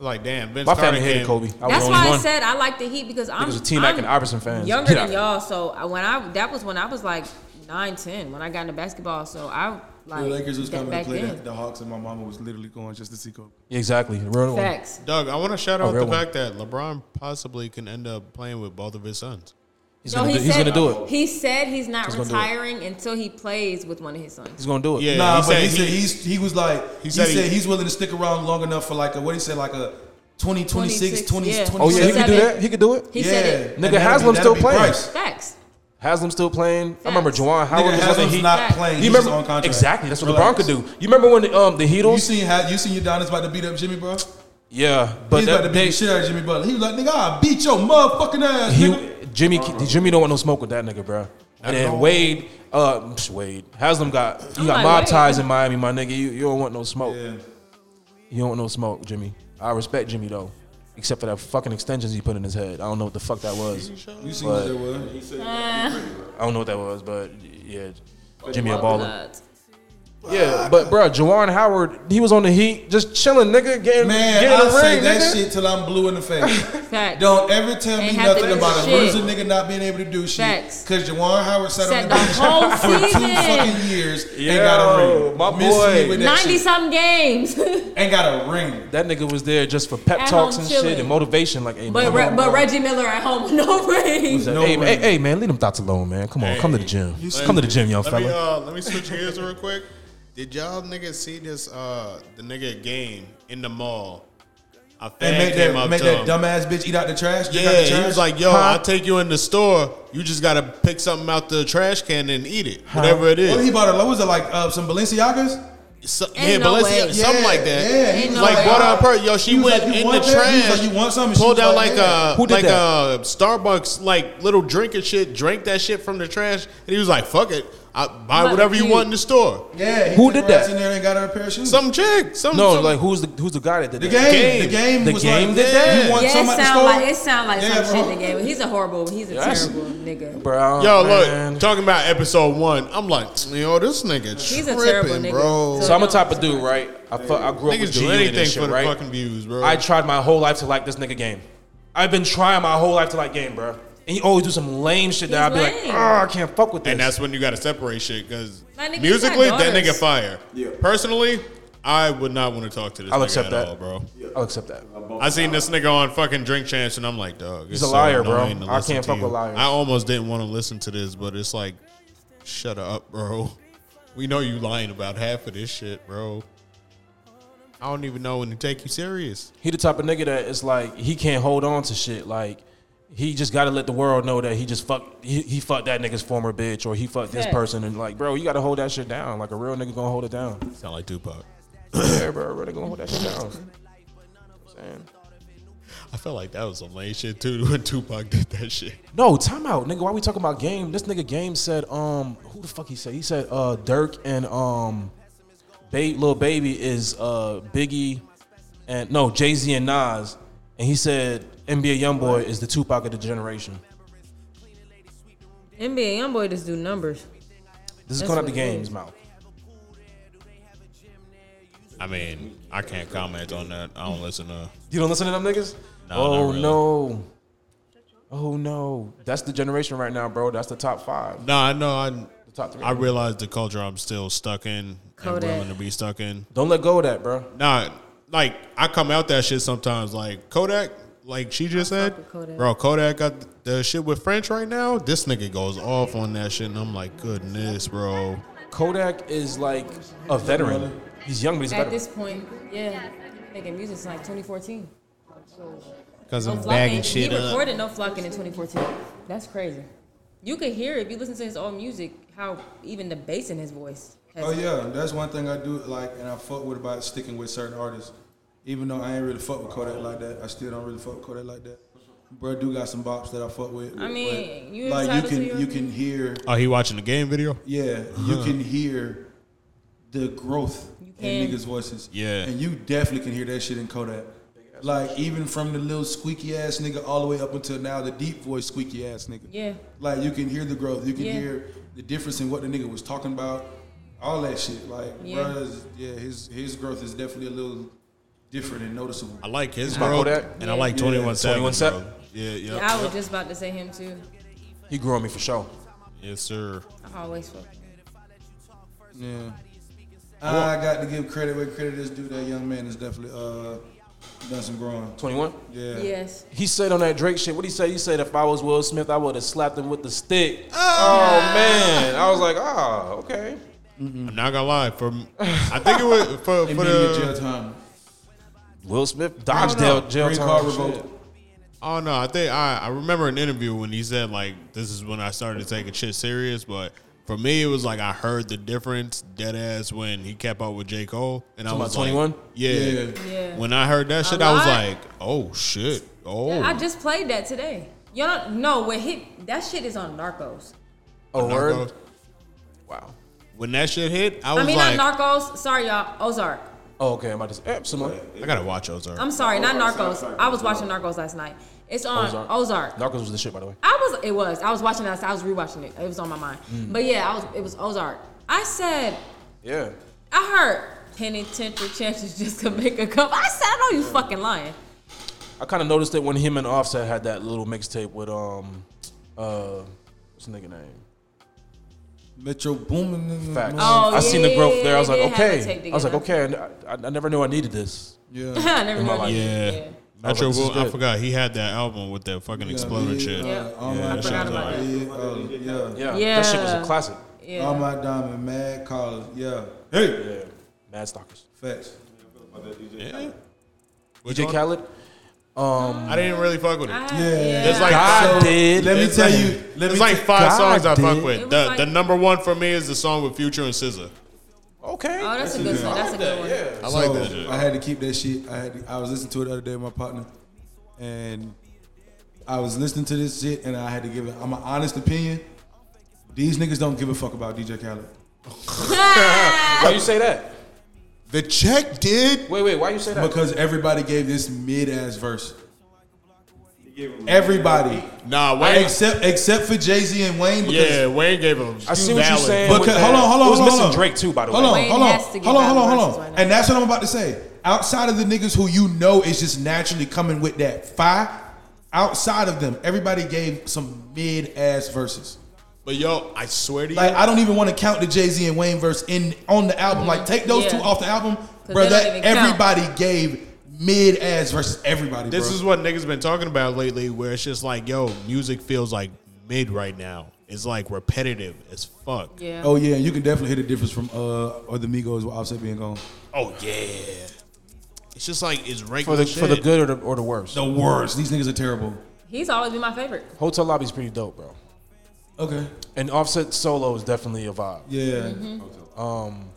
S3: like, damn, Vince
S4: My
S3: Carter
S4: family hated
S3: came-
S4: Kobe. I was
S6: That's
S4: the
S6: why
S4: only
S6: I
S4: one.
S6: said I like the Heat because I'm,
S4: Niggas was T-Mac
S6: I'm
S4: and Iverson fans.
S6: younger
S4: Get
S6: than
S4: out.
S6: y'all. So I- when I that was when I was like nine, ten when I got into basketball. So I like
S5: The Lakers was
S6: that
S5: coming to
S6: back
S5: play the,
S6: then.
S5: the Hawks, and my mama was literally going just to see Kobe.
S4: Exactly. The real one.
S6: Facts.
S3: Doug, I want to shout out
S4: real
S3: the
S4: one.
S3: fact that LeBron possibly can end up playing with both of his sons.
S4: He's
S6: No,
S4: gonna
S6: he
S4: do- he's
S6: said-
S4: gonna do it.
S6: He said he's not
S4: He's gonna do it.
S6: retiring until he plays with one of his sons.
S4: He's gonna do it.
S3: Yeah,
S5: nah,
S3: he
S5: but
S3: said
S5: he
S3: he-
S5: said he's he was like he said,
S3: said he-
S5: he's willing to stick around long enough for like a what he said like a 20, 26, 20,
S6: 26, yeah.
S4: Oh yeah, he
S6: Seven.
S4: could do that. He could do it.
S6: He
S5: yeah.
S6: said it.
S5: And
S4: Nigga,
S5: that'd be-
S4: Haslam
S5: that'd
S4: still
S5: be
S4: playing.
S5: Bryce.
S6: Facts.
S4: Haslam still playing. I remember
S6: Facts.
S4: Juwan Howard
S5: Nigga,
S4: was on
S5: Haslam's
S4: the Heat.
S5: not playing.
S4: You
S5: He's
S4: remember
S5: just on contract.
S4: exactly? That's what LeBron
S5: Relax.
S4: could do. You remember when the, um the
S5: You
S4: Heatles?
S5: seen how you seen Udonis about to beat up Jimmy Butler?
S4: Yeah, but
S5: He's
S4: that,
S5: about to beat
S4: they,
S5: the shit out of Jimmy Butler. He was like, nigga, I beat your motherfucking ass. nigga.
S4: he Jimmy Jimmy don't want no smoke with that nigga, bro. And then Wade, uh, psh, Wade Haslam got
S6: I'm
S4: you got
S6: like,
S4: mob
S6: Wade.
S4: ties in Miami, my nigga. You, you don't want no smoke.
S5: Yeah.
S4: You don't want no smoke, Jimmy. I respect Jimmy though, except for that fucking extensions he put in his head. I don't know what the fuck that was.
S5: You seen what that was?
S4: I don't know what that was, but yeah, Jimmy a baller. Yeah, but bro, Jawan Howard, he was on the Heat, just chilling, nigga, getting
S5: Man,
S4: getting
S5: I'll
S4: a
S5: say
S4: ring,
S5: that
S4: nigga.
S5: shit till I'm blue in the face.
S6: Facts.
S5: Don't ever tell me
S6: Ain't have to
S5: nothing
S6: do
S5: about a
S6: shit.
S5: loser nigga not being able to do shit.
S6: Facts.
S5: Cause Jawan Howard sat
S6: Sat
S5: on
S6: the
S5: that
S6: whole
S5: bench for two
S6: season.
S5: fucking years and got a
S4: Yo,
S5: ring.
S4: my
S5: Miss me
S4: boy.
S5: with that
S6: 90
S5: shit.
S6: some games.
S5: and got a ring.
S4: That nigga was there just for pep
S6: At
S4: talks
S6: home
S4: and shit
S6: chilling.
S4: and motivation, like, hey,
S6: but
S4: man,
S6: Re- but Reggie Miller at home with no rings.
S5: No
S4: hey,
S5: ring.
S4: hey, hey, man, leave them thoughts alone, man. Come on, Oh, come to the gym. Come to the gym, young
S3: let
S4: fella.
S3: Me, uh, let me switch gears real quick. Did y'all niggas see this? Uh, the nigga game in the mall. A fan
S5: And make
S3: came
S5: that
S3: up
S5: make
S3: to
S5: that
S3: him.
S5: dumbass bitch eat out the trash. drink out
S3: Yeah,
S5: the trash.
S3: he was like, "Yo,
S4: Huh?
S3: I'll take you in the store. You just gotta pick something out the trash can and eat it, whatever it
S5: What he
S3: is."
S5: bought her? What was it like? Uh, some Balenciagas?
S3: So-
S6: Ain't
S3: yeah,
S6: no
S3: but let's
S6: way.
S3: see, something
S5: Yeah,
S3: like that.
S5: yeah, he
S3: He was
S6: was
S3: like
S6: like,
S3: bought out
S6: uh,
S3: per yo. She
S5: he was
S3: went
S5: like,
S3: in
S5: "You
S3: the
S5: want that?" He was
S3: trash.
S5: like, "You want something?" She
S3: Pulled
S5: was
S3: out
S5: like,
S3: like
S5: "Yeah."
S3: a
S4: Who did
S3: like
S4: that?
S3: a Starbucks like little drink and shit. Drank that shit from the trash, and he was like, "Fuck it." I buy whatever you
S6: you.
S3: want in the store.
S5: Yeah, he
S4: Who
S5: took
S4: did
S5: her ass
S4: that?
S5: In there and got her a pair of shoes.
S3: Some chick. Some
S4: No,
S3: some-
S4: like who's the who's the guy that did
S5: the
S4: that?
S5: game, the game,
S4: The
S5: was
S4: game
S5: like,
S4: did that?
S5: You want
S6: Yeah,
S5: some
S6: it
S5: at the
S6: sound
S5: store?
S6: like it sound like
S5: Yeah,
S6: some
S5: bro.
S6: shit in the game. He's a horrible. He's a
S4: Yes.
S6: terrible nigga.
S4: Bro,
S3: Yo,
S4: oh, man.
S3: look, talking about episode one, I'm like, yo, this nigga
S6: He's a
S3: tripping,
S6: terrible nigga.
S3: bro.
S4: So I'm a type of dude, right? I, fu- I grew up with
S3: Niggas do
S4: G-Unit and
S3: anything
S4: shit,
S3: for the
S4: right?
S3: fucking views, bro.
S4: I tried my whole life to like this nigga game. I've been trying my whole life to like game, bro. And he always do some lame shit that I'd
S6: He's
S4: be
S6: lame.
S4: like, oh, I can't fuck with this.
S3: and that's when you gotta separate shit because
S6: That nigga,
S3: musically,
S6: he's got
S3: that nigga
S6: daughters.
S3: fire.
S7: Yeah.
S3: Personally, I would not want to talk to this
S4: I'll
S3: nigga
S4: accept
S3: at
S4: that.
S3: all, bro.
S4: I'll accept that.
S3: I seen this nigga on fucking Drink Chance, and I'm like, dog, he's
S4: a liar, bro. I can't fuck with liars.
S3: I almost didn't want to listen to this, but it's like, shut up, bro. We know you lying about half of this shit, bro. I don't even know when to take you serious.
S4: He the type of nigga that it's like he can't hold on to shit. Like he just gotta let the world know that he just fucked he, he fucked that nigga's former bitch or he fucked this
S6: Yeah.
S4: person and like bro, you gotta hold that shit down. Like a real nigga gonna hold it down.
S3: Sound like Tupac.
S4: yeah, bro, a real nigga gonna hold that shit down. Saying.
S3: I felt like that was some lame shit too when Tupac did that shit.
S4: No, time out, nigga. Why we talking about game? This nigga game said, um, who the fuck he said? He said, uh, Dirk and um, ba- little baby is uh Biggie, and no Jay Z and Nas, and he said NBA YoungBoy is the Tupac of the generation.
S6: NBA young boy just do numbers.
S4: This is
S6: That's
S4: coming out the
S6: what it
S4: game's
S6: is.
S4: mouth.
S3: I mean, I can't comment on that. I don't listen to.
S4: You don't listen to them niggas?
S3: No,
S4: oh
S3: not really.
S4: no. Oh no. That's the generation right now, bro. That's the top five.
S3: No, I know. I
S4: The top three.
S3: I realize the culture I'm still stuck in and
S6: Kodak.
S3: willing to be stuck in.
S4: don't let go of that, bro.
S3: Nah, like I come out that shit sometimes. Like Kodak, like she just said,
S6: with Kodak.
S3: bro. Kodak got the shit with French right now. This nigga goes off on that shit, and I'm like, goodness, bro.
S4: Kodak is like a veteran. He's young, but he's a
S6: At
S4: veteran.
S6: this point, yeah, making music since like 2014.
S8: Because
S6: No
S8: I'm
S6: flocking.
S8: bagging
S6: He
S8: shit up.
S6: recorded no flocking in 2014. That's crazy. You could hear if you listen to his old music how even the bass in his voice. Has
S5: Oh yeah, that's one thing I do like, and I fuck with about sticking with certain artists. Even though I ain't really fuck with Kodak like that, I still don't really fuck with Kodak like that. Bro, do got some bops that I fuck with.
S6: I mean,
S5: but,
S6: you
S5: like you
S6: entitled to
S5: can
S6: your
S5: you
S6: opinion.
S5: can hear,
S3: Oh, he watching the game video?
S5: yeah, you can hear the growth in
S6: can.
S5: niggas' voices.
S3: Yeah.
S5: and you definitely can hear that shit in Kodak. Like even from the little squeaky ass nigga all the way up until now, the deep voice squeaky ass nigga.
S6: Yeah.
S5: Like you can hear the growth. You can
S6: Yeah.
S5: hear the difference in what the nigga was talking about. All that shit. Like yeah.
S6: Yeah.
S5: yeah, his his growth is definitely a little different and noticeable.
S3: I like his
S4: Not
S3: bro,
S4: Kodak?
S3: and I like
S5: Yeah.
S3: Twenty One
S4: 21
S3: Savage.
S4: Savage.
S3: bro. Yeah, yep.
S6: I was just about to say him too.
S4: He grew on me for sure.
S3: yes, sir.
S6: I always fuck.
S5: Yeah. I got to give credit where credit is due. That young man is definitely uh done some growing.
S4: 21.
S5: Yeah.
S6: Yes.
S4: He said on that Drake shit, what he say? He said if I was Will Smith, I would have slapped him with the stick. Oh, man. I was like, ah, okay.
S5: Mm.
S3: I'm not gonna lie. From I think it was for,
S5: And
S3: for
S5: beating your jail
S3: the.
S5: time.
S4: Will Smith
S3: I don't
S4: dodged
S3: know.
S4: jail, jail
S5: Green
S4: time.
S5: card
S4: shit.
S5: revoked.
S3: Oh no, I think I I remember an interview when he said like this is when I started taking shit serious, but. For me, it was like I heard the difference dead ass when he kept up with J. Cole. And I
S4: Talking
S3: was
S4: about 21?
S3: like, yeah.
S5: Yeah.
S6: Yeah.
S3: When I heard that shit,
S6: A
S3: I was
S6: lot.
S3: like, oh shit. Oh.
S6: I just played that today. Y'all don't know what hit that shit is on Narcos.
S4: Oh,
S3: Narcos.
S4: word? Wow.
S3: When that shit hit, I
S6: I,
S3: was
S6: mean,
S3: like,
S6: not Narcos. Sorry, y'all. Ozark.
S4: Oh, okay. I'm about to say, eh, similar.
S3: I gotta watch Ozark.
S6: I'm sorry, not
S7: Ozark,
S6: Narcos.
S7: sorry, sorry.
S6: I was watching Narcos last night. It's on
S4: Ozark.
S6: Ozark.
S4: Narcos was the shit, by the way.
S6: I was. It was. I was watching that. I was rewatching it. It was on my mind.
S3: Mm.
S6: But yeah, I was. It was Ozark. I said
S4: Yeah.
S6: I heard penitential chances just to make a cup. I said, I know you fucking lying.
S4: I kind of noticed it when him and Offset had that little mixtape with, um, uh, what's the nigga name?
S5: Metro booming.
S4: Facts.
S6: Oh,
S4: I
S6: yeah,
S4: seen the
S6: yeah,
S4: growth
S6: yeah,
S4: there. I was
S6: they
S4: like,
S6: did have that
S4: okay.
S6: tape
S4: I was like, okay.
S6: together.
S4: And I, I- I never knew I needed this.
S5: Yeah.
S6: I never
S4: In my
S6: really-
S4: life.
S3: yeah.
S6: yeah.
S3: Metro,
S4: I was like, this is
S3: Boomin- I
S4: good.
S3: forgot he had that album with that fucking exploding shit.
S6: Yeah.
S5: Uh, All
S3: Yeah,
S5: my
S3: that shit
S6: was
S5: diamond, yeah, uh, yeah.
S4: Yeah.
S6: Yeah.
S4: That shit was a classic.
S6: Yeah.
S3: Um,
S5: All my diamond, mad collar, yeah. Hey,
S4: Yeah. Mad Stalkers.
S5: facts.
S3: Yeah. Which
S4: DJ
S3: one?
S4: Khaled. Um,
S3: I didn't really fuck with it.
S6: I-
S5: Yeah.
S6: yeah.
S3: It's like
S4: God
S3: five,
S4: did.
S5: Let me
S3: It's
S5: tell
S3: like-
S5: you. Let me
S3: it's like
S5: tell-
S3: five
S4: God
S3: songs I fuck
S4: did.
S3: with.
S6: It
S3: The,
S6: was like-
S3: the number one for me is the song with Future and SZA.
S4: okay.
S6: Oh, that's a good one. That's a good one.
S3: I like
S5: So,
S3: that shit.
S5: I had to keep that shit. I had to, I was listening to it the other day with my partner, and I was listening to this shit, and I had to give it. I'm an honest opinion. These niggas don't give a fuck about DJ Khaled.
S4: Why you say that?
S5: The check did
S4: Wait, wait. Why you say that?
S5: because everybody gave this mid ass verse. Everybody,
S3: Nah,
S5: I-
S3: Wayne.
S5: except except for Jay Z and Wayne. Because
S3: yeah, Wayne gave him.
S4: I see what you're
S3: valid.
S4: saying.
S5: Because,
S4: with
S5: hold on,
S4: that.
S5: hold on,
S4: It was
S5: hold
S4: missing
S5: on.
S4: Drake too, by the
S5: Hold
S4: way.
S5: on,
S6: Wayne
S5: hold on,
S6: has to give
S5: hold on,
S6: out
S5: hold on,
S6: verses
S5: hold on.
S6: right now.
S5: And that's what I'm about to say. Outside of the niggas who you know is just naturally coming with that fire, outside of them, everybody gave some mid ass verses.
S3: But yo, I swear to you,
S5: Like I don't even want to count the Jay Z and Wayne verse in on the album. Like take those two
S6: Yeah.
S5: off the album,
S6: they
S5: bro.
S6: don't
S5: That
S6: even count.
S5: everybody gave mid ass versus everybody.
S3: this
S5: bro.
S3: is what niggas been talking about lately, where it's just like, yo, music feels like mid right now. It's like repetitive as fuck.
S6: Yeah.
S5: Oh yeah, you can definitely hear the difference from uh or the Migos with Offset being gone.
S3: Oh yeah. It's just like it's
S4: For
S3: regular
S4: the
S3: shit.
S4: for the good or the, or the worse.
S5: The worst. These niggas are terrible.
S6: He's always been my favorite.
S4: Hotel Lobby's pretty dope, bro.
S5: Okay.
S4: And Offset solo is definitely a vibe.
S5: Yeah.
S6: Mm-hmm.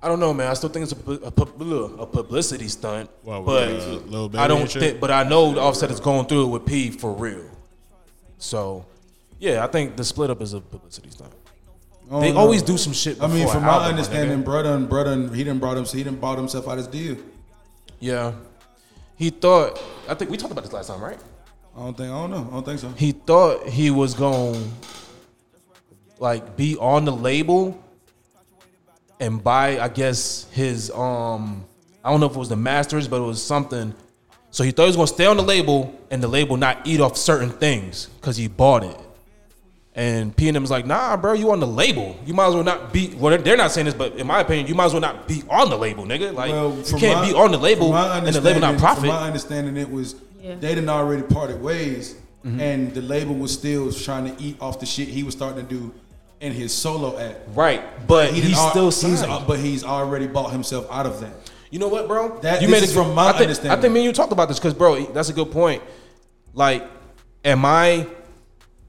S4: I don't know, man. I still think it's a, pu- a, pu- a publicity stunt,
S3: Well, with,
S4: but
S3: uh, Lil Baby
S4: I don't
S3: and shit?
S4: think. But I know the Offset is going through it with P for real. So, yeah, I think the split up is a publicity stunt.
S5: I
S4: They
S5: don't know.
S4: always do some shit.
S5: I mean,
S4: before
S5: from
S4: an
S5: my
S4: album, nigga.
S5: understanding, bro done, bro done, he done brought him, he done bought himself out his deal.
S4: yeah, he thought. I think we talked about this last time, right?
S5: I don't think, I don't know, I don't think so.
S4: He thought he was going like be on the label and buy, I guess, his um I don't know if it was the masters, but it was something. So he thought he was gonna stay on the label and the label not eat off certain things because he bought it. And P and M was like, nah, bro, you on the label. You might as well not be well they're- they're not saying this, but in my opinion, you might as well not be on the label, nigga. Like you
S5: from
S4: can't
S5: my-
S4: be on the label
S5: from my
S4: and the label not
S5: understanding- From
S4: profit.
S5: my understanding, it was
S6: Yeah.
S5: they didn't already parted ways,
S4: Mm-hmm.
S5: and the label was still trying to eat off the shit he was starting to do in his solo act.
S4: Right. But
S5: didn't
S4: he's
S5: al-
S4: still
S5: he's,
S4: signed.
S5: al- but he's already bought himself out of that.
S4: You know what, bro?
S5: That-
S4: you
S5: this is from my
S4: I think,
S5: understanding.
S4: I think me and you talked about this because, bro, that's a good point. Like, am I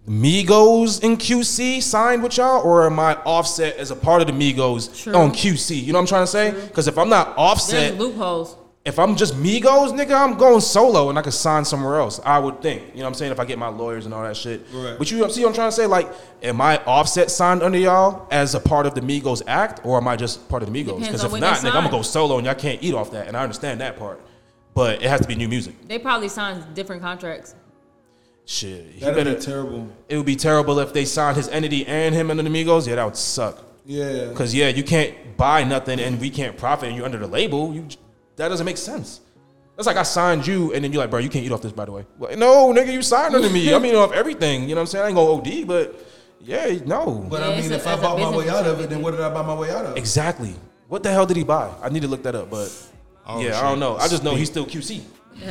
S4: Migos in QC signed with y'all, or am I Offset as a part of the Migos
S6: True.
S4: on QC? You know what I'm trying to say? Because if I'm not
S6: There's
S4: Offset,
S6: loopholes.
S4: if I'm just Migos, nigga, I'm going solo and I could sign somewhere else. I would think. You know what I'm saying? If I get my lawyers and all that shit.
S5: Right.
S4: But you see what I'm trying to say? Like, am I offset signed under y'all as a part of the Migos act or am I just part of the Migos?
S6: Depends
S4: Because
S6: on
S4: if
S6: when
S4: not,
S6: they
S4: nigga, I'm gonna
S6: sign.
S4: go solo and y'all can't eat off that. And I understand that part. But it has to be new music.
S6: They probably signed different contracts.
S4: Shit. He
S5: That'd
S4: better,
S5: be terrible.
S4: it would be terrible if they signed his entity and him under the Migos. Yeah, that would suck.
S5: Yeah.
S4: Because, yeah, you can't buy nothing and we can't profit and you're under the label. You That doesn't make sense. That's like I signed you and then you're like, bro, you can't eat off this, by the way. Well, no, nigga, you signed under me. I mean, off everything. You know what I'm saying? I ain't gonna OD, but yeah, no.
S5: But
S6: Yeah,
S5: I mean,
S6: it's a-
S5: if I
S6: as a
S5: bought my
S6: business,
S5: way out of it,
S6: it's
S5: then what did I buy my way out of?
S4: exactly. What the hell did he buy? I need to look that up, but
S3: Oh,
S4: yeah,
S3: shit.
S4: I don't know. I just know he's still QC.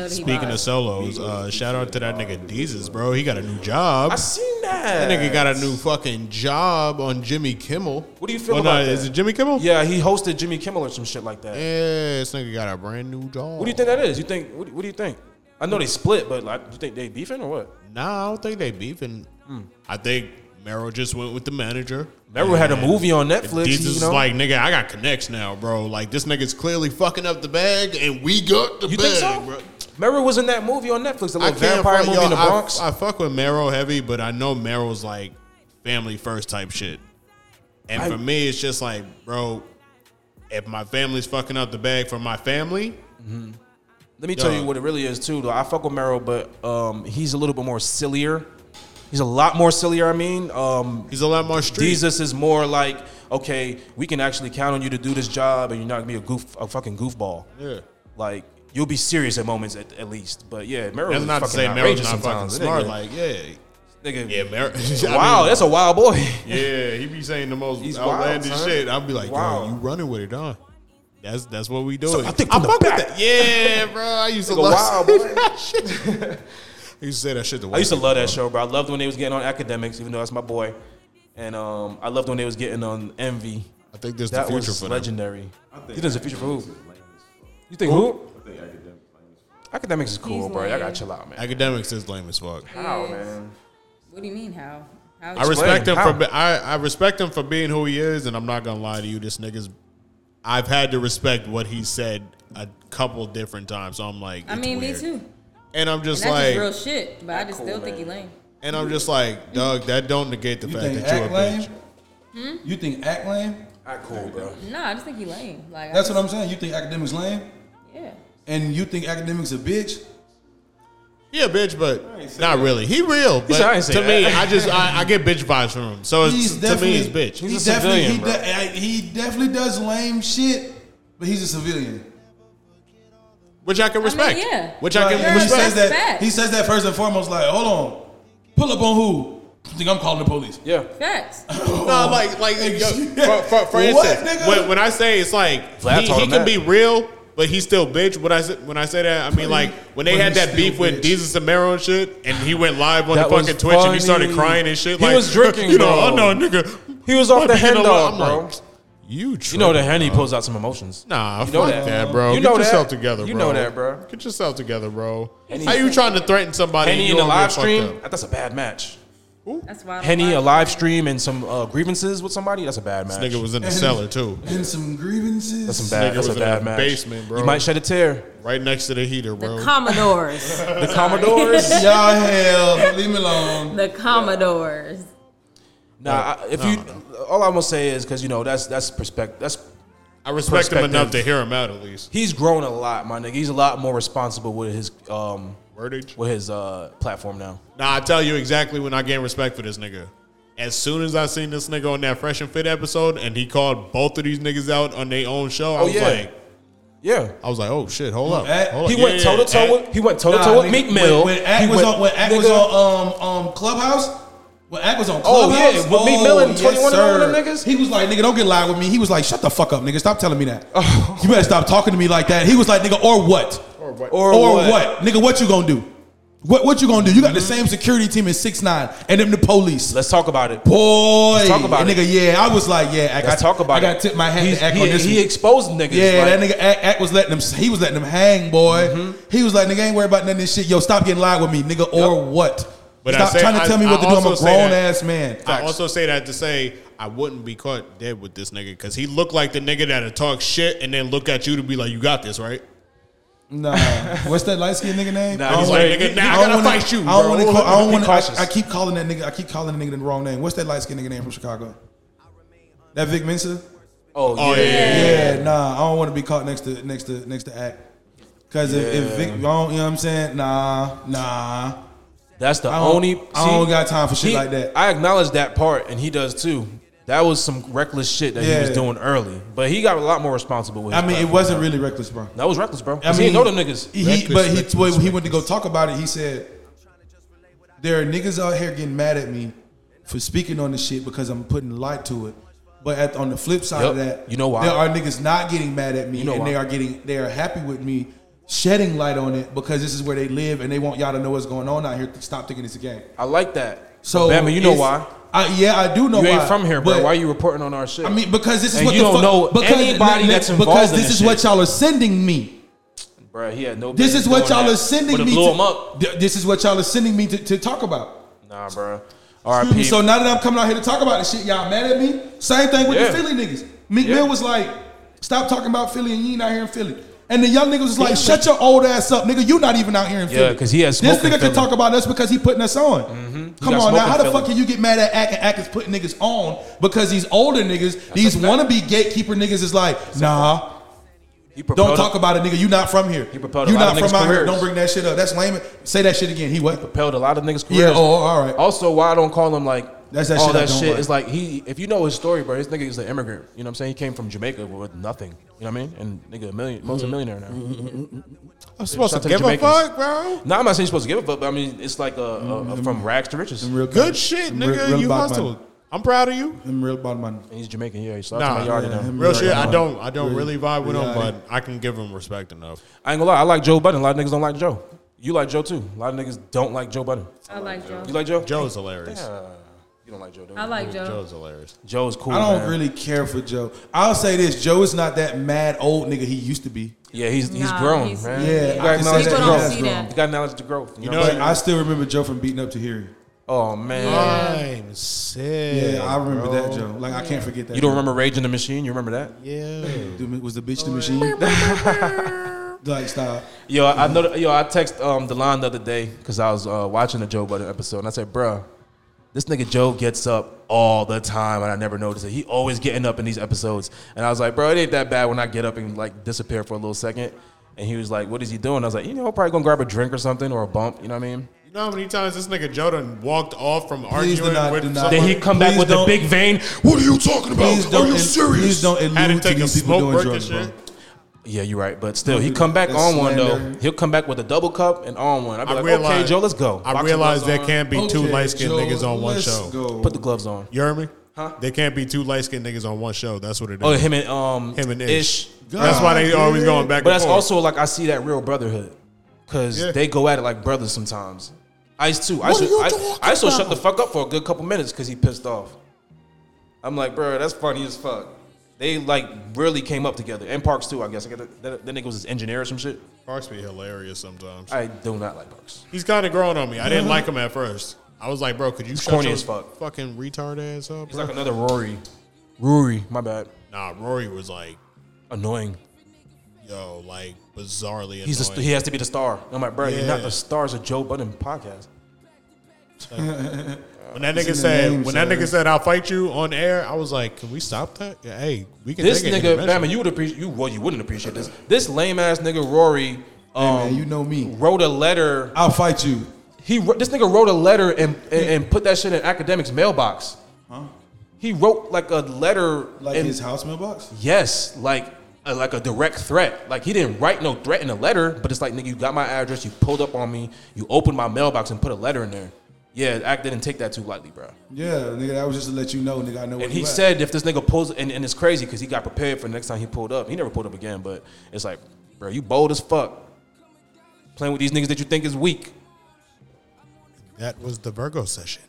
S3: Speaking of solos, uh, shout out to that nigga Deezus, bro. He got a new job.
S4: I seen that.
S3: That nigga got a new fucking job on Jimmy Kimmel.
S4: What do you feel
S3: Well,
S4: about
S3: no,
S4: that?
S3: Is it Jimmy Kimmel?
S4: Yeah, he hosted Jimmy Kimmel or some shit like that.
S3: Yeah, this nigga got a brand new job.
S4: What do you think that is? You think? What, what do you think? I know they split, but like, you think they beefing or what?
S3: Nah, I don't think they beefing.
S4: Hmm.
S3: I think Meryl just went with the manager.
S4: Meryl had a movie on Netflix.
S3: Jesus
S4: you
S3: is
S4: know?
S3: like, nigga, I got connects now, bro. Like this nigga's clearly fucking up the bag, and we got the
S4: You
S3: bag,
S4: think so?
S3: bro.
S4: Meryl was in that movie on Netflix, the
S3: I
S4: little
S3: can't
S4: vampire
S3: front,
S4: movie
S3: yo,
S4: in the
S3: I-
S4: Bronx.
S3: I, fuck with Meryl heavy, but I know Meryl's like family first type shit. And
S4: I-
S3: for me, it's just like, bro, if my family's fucking up the bag for my family,
S4: Let me tell
S3: Yo.
S4: you what it really is too. Though I fuck with Meryl, but um, he's a little bit more sillier. He's a lot more sillier. I mean, um,
S3: he's a lot more street.
S4: Jesus is more like, okay, we can actually count on you to do this job, and you're not gonna be a goof, a fucking goofball.
S3: Yeah.
S4: Like you'll be serious at moments, at, at least. But yeah, Meryl
S3: That's
S4: is
S3: not to
S4: fucking
S3: say Meryl's
S4: outrageous
S3: not fucking
S4: sometimes.
S3: smart.
S4: Nigga-
S3: Like, yeah,
S4: nigga,
S3: yeah, Meryl. I
S4: wow,
S3: mean,
S4: that's a wild boy.
S3: Yeah, he be saying the most
S4: He's wild,
S3: outlandish
S4: son.
S3: shit. I'll be like,
S4: Wow.
S3: yo, you running with it, huh? That's that's what we do.
S4: I think from the
S3: fuck with
S4: back.
S3: that. Yeah, bro. I used to
S4: Nigga,
S3: love
S4: wild
S3: saying
S4: boy.
S3: that shit. I used to say that shit. The
S4: I used to love that show, bro. I loved when they was getting on academics, even though that's my boy. And um, I loved when they was getting on envy.
S3: I think there's the
S4: That
S3: future
S4: was
S3: for them.
S4: legendary. You think there's a future for who? You think who?
S7: I think academic language.
S4: Academics is cool,
S6: He's
S4: bro. Y'all
S6: lame.
S4: gotta chill out, man.
S3: Academics is lame as fuck.
S4: How, Oh, man?
S6: What do you mean how? How
S3: I respect him
S4: How?
S3: for be- I, I respect him for being who he is, and I'm not gonna lie to you. This nigga's I've had to respect what he said a couple different times. So I'm like,
S6: I
S3: it's
S6: mean,
S3: weird.
S6: me too.
S3: And I'm just
S6: And that's
S3: like,
S6: just real shit. But I just
S4: cool,
S6: still think
S4: man.
S6: he lame.
S3: And I'm just like, Doug, that don't negate the
S5: You
S3: fact that
S5: think
S3: you're a
S5: act lame?
S3: bitch.
S6: Hmm?
S5: You think act lame?
S4: Act cool, bro.
S6: No, I just think he lame. Like I
S5: That's what
S6: just-
S5: I'm saying. You think academics lame?
S6: Yeah.
S5: And you think academics a bitch?
S3: Yeah, bitch, but not really. He real, but
S4: said, "I ain't say
S3: to me,
S4: that."
S3: I just I, I get bitch vibes from him. So it's,
S5: He's
S3: to me,
S5: definitely
S3: it's bitch.
S5: he
S4: He's a
S5: definitely
S4: civilian,
S5: he,
S4: bro.
S5: de- I- he definitely does lame shit, but he's a civilian.
S3: Which I can respect.
S6: yeah.
S3: Which I
S5: Like,
S3: can
S5: he says
S3: respect.
S5: that.
S6: Respect.
S5: He says that first and foremost. Like, hold on, pull up on who? You think I'm calling the police?
S4: Yeah.
S6: Facts.
S3: No, like, like, yo, for, for, for
S5: Oh. What,
S3: instance,
S5: nigga?
S3: when, when I say it's like
S4: Vlad
S3: he,
S4: told
S3: he
S4: him
S3: can
S4: that.
S3: be real, but he's still bitch. When I say, when I say that, I mean like when they
S5: But
S3: had
S5: he's
S3: that
S5: still
S3: beef with
S5: bitch.
S3: Jesus Samero and shit, and he went live on
S4: That
S3: the
S4: was
S3: fucking Twitch and he started
S4: funny.
S3: crying and shit.
S4: He
S3: like,
S4: was drinking,
S3: you know,
S4: bro.
S3: oh no, nigga,
S4: He was off
S3: Why
S4: the
S3: be in
S4: hen
S3: a
S4: dog,
S3: lot?
S4: bro.
S3: I'm like, you,
S4: You know
S3: tripping."
S4: that Henny pulls out some emotions.
S3: Nah,
S4: know
S3: fuck
S4: that.
S3: that. bro.
S4: You
S3: Get
S4: know
S3: yourself
S4: that.
S3: together, bro.
S4: You know that, bro.
S3: Get yourself together, bro.
S4: Henny-
S3: How you trying to threaten somebody? and
S4: Henny
S3: you
S4: in the
S3: don't get
S4: live
S3: fucked
S4: stream,
S3: up?
S4: that's a bad match.
S6: That's why. I don't
S4: Henny
S6: like
S4: a
S6: him.
S4: live stream and some uh, grievances with somebody, that's a bad match.
S3: Nigga was in the cellar too,
S5: And some grievances.
S4: that's some bad,
S3: nigga
S4: that's a
S3: was in
S4: bad
S3: the
S4: match.
S3: basement, bro.
S4: You might shed a tear.
S3: right next to the heater, bro.
S6: The Commodores.
S4: The Commodores.
S5: Y'all hell, leave me alone.
S6: the Commodores.
S4: Nah, I- if you, all I'm gonna say is because you know that's that's perspective. That's
S3: I respect him enough to
S4: Perspective.
S3: hear him out at least.
S4: he's grown a lot, my nigga. He's a lot more responsible with his um
S3: Wordage.
S4: with his uh platform now.
S3: Nah, I tell you exactly when I gained respect for this nigga. As soon as I seen this nigga on that Fresh and Fit episode, and he called both of these niggas out on their own show, I
S4: Oh,
S3: was
S4: yeah.
S3: like,
S4: Yeah,
S3: I was like, oh shit, hold up,
S5: At-
S3: hold up.
S4: he
S3: Yeah,
S4: went
S3: yeah,
S4: toe to
S3: at-
S4: toe with he went toe to
S5: Nah,
S4: toe with
S5: nigga,
S4: Meek Mill.
S5: When, when Act
S4: He
S5: was
S4: went-
S5: on, when Act was
S4: nigga,
S5: on um, um, Clubhouse. When Act was on
S4: Oh,
S5: Clubhouse. Oh,
S4: yeah, with Meek Mill and 21 and all
S5: sir.
S4: them niggas?
S5: He was like, nigga, don't get live with me. He was like, shut the fuck up, nigga. Stop telling me that.
S4: Oh.
S5: You better stop talking to me like that. He was like, nigga, or what? Or
S3: what?
S5: Or, what? Nigga, what you gonna do? What what you gonna do? You got the same security team as six nine and them the police.
S4: Mm-hmm. Let's talk about it.
S5: Boy,
S4: talk about
S5: and
S4: it.
S5: nigga, yeah, I was like, yeah, Act,
S4: Let's
S5: I,
S4: talk about
S5: I
S4: it.
S5: got to tip my hat
S4: He's-
S5: to Act
S4: he,
S5: on this.
S4: he
S5: one.
S4: exposed niggas.
S5: Yeah,
S4: like,
S5: that nigga Act, Act was letting him. He was letting him hang, boy.
S3: Mm-hmm.
S5: He was like, nigga, ain't worried about none of this shit. Yo, stop getting lied with me, nigga, or what?
S3: But I
S5: stop
S3: say-
S5: trying to
S3: I-
S5: tell me what
S3: I
S5: to do. I'm a
S3: also say that-
S5: grown ass man.
S3: I also say that to say I wouldn't be caught dead with this nigga because he looked like the nigga that'll talk shit and then look at you to be like, you got this, right?
S5: Nah, what's that light skinned nigga name?
S4: Nah,
S5: I don't
S4: he's
S5: wanna-
S4: like,
S3: nigga, nah, I
S5: don't
S3: gotta
S5: wanna-
S3: fight you,
S5: I don't
S4: bro.
S5: wanna call- I don't
S4: Be
S5: wanna-
S4: cautious.
S5: I- I keep calling that nigga. I keep calling that nigga the wrong name. What's that light skinned nigga name from Chicago? That Vic Mensa?
S4: Oh,
S3: Oh
S4: yeah.
S3: yeah, yeah, yeah.
S5: Yeah, nah, I don't want to be caught next to next to next to Act. Cause if, if Vic, you know what I'm saying? Nah, nah.
S4: That's the
S5: I don't-
S4: only.
S5: I don't got time for shit
S4: he-
S5: like that.
S4: I acknowledge that part, and he does too. That was some reckless shit that he was
S5: Yeah.
S4: doing early, but he got a lot more responsible with.
S5: I
S4: his
S5: mean, it
S4: platform.
S5: wasn't really reckless, bro.
S4: that was reckless, bro. 'Cause he didn't know them niggas.
S5: He, he- but he, when he went to go talk about it, he said, "There are niggas out here getting mad at me for speaking on this shit because I'm putting light to it." But at, on the flip side of
S4: Yep.
S5: that,
S4: You know why?
S5: there are niggas not getting mad at me,
S4: You know
S5: and
S4: why?
S5: they are getting they are happy with me shedding light on it because this is where they live, and they want y'all to know what's going on out here. Stop thinking it's a game.
S4: I like that.
S5: So,
S4: Bama, you know
S5: it's-
S4: why?
S5: I, yeah, I do know
S4: You
S5: why.
S4: ain't from here, bro.
S5: but-
S4: why you reporting on our shit?
S5: I mean, because this is
S4: And
S5: what
S4: you
S5: the
S4: don't
S5: fuck-
S4: know
S5: because,
S4: anybody that's involved
S5: because
S4: in
S5: this
S4: this
S5: is what
S4: shit.
S5: y'all are sending me.
S4: bro, he had no.
S5: This
S4: business
S5: is what
S4: doing
S5: y'all
S4: that.
S5: are sending
S4: Would've
S5: me.
S4: Blew
S5: to,
S4: him up.
S5: Th- This is what y'all are sending me to, to talk about. Mm-hmm.
S4: Nah, bro. R.I.P.
S5: So now that I'm coming out here to talk about this shit, y'all mad at me? Same thing with
S4: Yeah.
S5: the Philly niggas. Meek
S4: Yeah.
S5: Mill was like, "Stop talking about Philly and you ain't out here in Philly." And the young niggas was like, "Shut your old ass up, nigga. You not even out here in
S4: Yeah,
S5: Philly."
S4: 'cause he had
S5: this
S4: smoke in
S5: nigga
S4: Philly. Mm-hmm.
S5: can talk about us because he putting us on. Come
S4: got
S5: on now,
S4: smoke in
S5: how the
S4: Philly.
S5: fuck can you get mad at Ack and Ack is putting niggas on because these older niggas, these wannabe gatekeeper niggas is like, nah.
S4: He
S5: Don't
S4: propelled-
S5: talk about it, nigga. You not from here.
S4: He
S5: You
S4: propelled a lot
S5: not
S4: of niggas'
S5: from out here.
S4: careers.
S5: Don't bring that shit up. That's lame. Say that shit again. He what?
S4: propelled a lot of niggas'
S5: Yeah.
S4: careers.
S5: Oh, all right.
S4: Also, why I don't call him like
S5: That's that
S4: all
S5: shit I
S4: that
S5: don't
S4: shit
S5: like.
S4: is like he. If you know his story, bro, his nigga is an immigrant. You know what I'm saying? He came from Jamaica with nothing. You know what I mean? And nigga, a million, most a
S5: Mm-hmm.
S4: millionaire now.
S3: I'm supposed
S4: Shout
S3: to
S4: out to
S3: give a
S4: Jamaicans.
S3: fuck, bro.
S4: No, I'm not saying you're supposed to give a fuck, but I mean, it's like a, a, a from rags to riches. Mm-hmm. And
S5: real
S3: Good shit,
S5: I'm real-
S3: nigga.
S5: real
S3: you
S5: about
S3: hustled.
S5: mine.
S3: I'm proud of you.
S5: I'm real about money.
S4: he's Jamaican, yeah. So
S3: Nah,
S4: nah, yard
S5: yeah, him-
S4: now.
S3: Real
S5: Real
S3: shit. I
S5: about
S3: don't. I don't really vibe with him,
S5: yeah,
S3: but I can give him respect enough.
S4: I ain't gonna lie, I like Joe Budden. A lot of niggas don't like Joe. You like Joe too. A lot of niggas don't like Joe Budden.
S6: I like Joe.
S4: You like Joe?
S3: Joe's hilarious.
S4: You don't like Joe, do
S6: I
S4: you?
S6: like Joe.
S3: Joe's hilarious.
S4: Joe's cool.
S5: I don't
S4: man.
S5: really care for Joe. I'll say this: Joe is not that mad old nigga he used to be.
S4: Yeah, he's he's
S6: Nah,
S4: grown,
S6: he's-
S4: man. you
S5: Yeah, I
S4: gotta
S5: can say
S4: acknowledge
S5: that.
S4: the
S6: People don't
S4: growth.
S6: see that.
S4: You gotta acknowledge the growth. You know,
S3: know-
S4: what
S5: But I still remember Joe from beating up
S4: I'm
S5: Tahiri.
S4: saying? Oh man.
S3: I'm sick.
S5: Yeah, I remember that Joe. Like I can't forget that.
S4: You don't remember Rage in the Machine? You remember that?
S3: Yeah.
S5: Dude, was the bitch the machine? Like stop.
S4: Yo, I I know. Yo, I text um Delon the other day because I was uh, watching the Joe Budden episode, and I said, "Bruh, this nigga Joe gets up all the time, and I never noticed it. He always getting up in these episodes." And I was like, "Bro, it ain't that bad when I get up and like disappear for a little second. And he was like, "What is he doing?" I was like, "You know, I'm probably gonna grab a drink or something or a bump. You know what I mean?"
S3: You know how many times this nigga Joe done walked off from
S5: Please do
S3: arguing
S5: not-
S3: with
S5: do not-
S3: someone?
S4: Then he come back
S5: Please
S4: with a
S5: don't-
S4: big vein. What are you talking about?
S5: Please don't.
S4: Are you
S5: and-
S4: serious?
S5: Please don't
S3: Had to
S5: allude to
S3: take a
S5: these people
S3: smoke
S5: doing
S3: break
S5: drugs,
S3: and
S5: bro.
S3: shit.
S4: Yeah, you're right. But still,
S5: Don't
S4: he
S5: do
S4: come back
S5: that.
S4: on one though.
S5: Slander.
S4: He'll come back with a double cup and on one. I'll be
S3: I
S4: like,
S3: realize,
S4: okay, Joe, let's go.
S3: I
S4: Boxing
S3: realize
S4: gloves
S3: there
S4: on.
S3: can't be two
S5: Okay,
S3: light skinned
S5: Joe,
S3: niggas on one
S5: let's
S3: show.
S5: go.
S4: Put the gloves on.
S3: You hear me?
S4: Huh?
S3: They can't be two light skinned niggas on one show. That's what it is.
S4: Oh, him and um,
S3: Him and
S4: Ish.
S3: Ish. that's why they always going back.
S4: But
S3: and
S4: that's
S3: forth.
S4: also like I see that real brotherhood because
S3: Yeah.
S4: they go at it like brothers sometimes. Ice too.
S3: What
S4: Ice,
S3: are you
S4: I,
S3: talking
S4: Ice will shut
S3: about?
S4: the fuck up for a good couple minutes because he pissed off. I'm like, bro, that's funny as fuck. They like really came up together, and Parks too. I guess I got that, that, that nigga was his engineer or some shit.
S3: Parks be hilarious sometimes.
S4: I do not like Parks.
S3: He's kind of growing on me. I didn't like him at first. I was like, bro, could you shut
S4: corny
S3: your
S4: as fuck.
S3: fucking retard ass up?
S4: He's
S3: Bro?
S4: like another Rory. Rory, my bad.
S3: nah, Rory was like,
S4: Annoying.
S3: yo, like bizarrely
S4: He's the,
S3: annoying.
S4: st- he has to be the star. I'm like, bro, you're not
S3: Yeah.
S4: the stars of Joe Budden podcast.
S3: when that nigga
S5: in the
S3: said,
S5: name,
S3: when
S5: sir.
S3: that nigga said, I'll fight you on air, I was like, can we stop that? Yeah, hey, we can.
S4: This
S3: take an
S4: nigga,
S3: intervention.
S4: Batman, you would appreciate you. Well, you wouldn't appreciate this. This lame ass nigga Rory, um,
S5: man, you know me.
S4: wrote a letter.
S5: I'll fight you.
S4: He wrote- this nigga wrote a letter and, and, and put that shit in academics mailbox. He wrote like a letter,
S5: Like
S4: and-
S5: his house mailbox.
S4: yes, like a, like a direct threat. Like he didn't write no threat in the letter, but it's like nigga, you got my address, you pulled up on me, you opened my mailbox and put a letter in there. Yeah, act didn't take that too lightly, bro.
S5: Yeah, nigga, that was just to let you know, nigga. I know. where
S4: And he
S5: you at.
S4: said if this nigga pulls, and, and it's crazy because he got prepared for the next time he pulled up. He never pulled up again, but it's like, bro, you bold as fuck. Playing with these niggas that you think is weak.
S3: That was the Virgo session.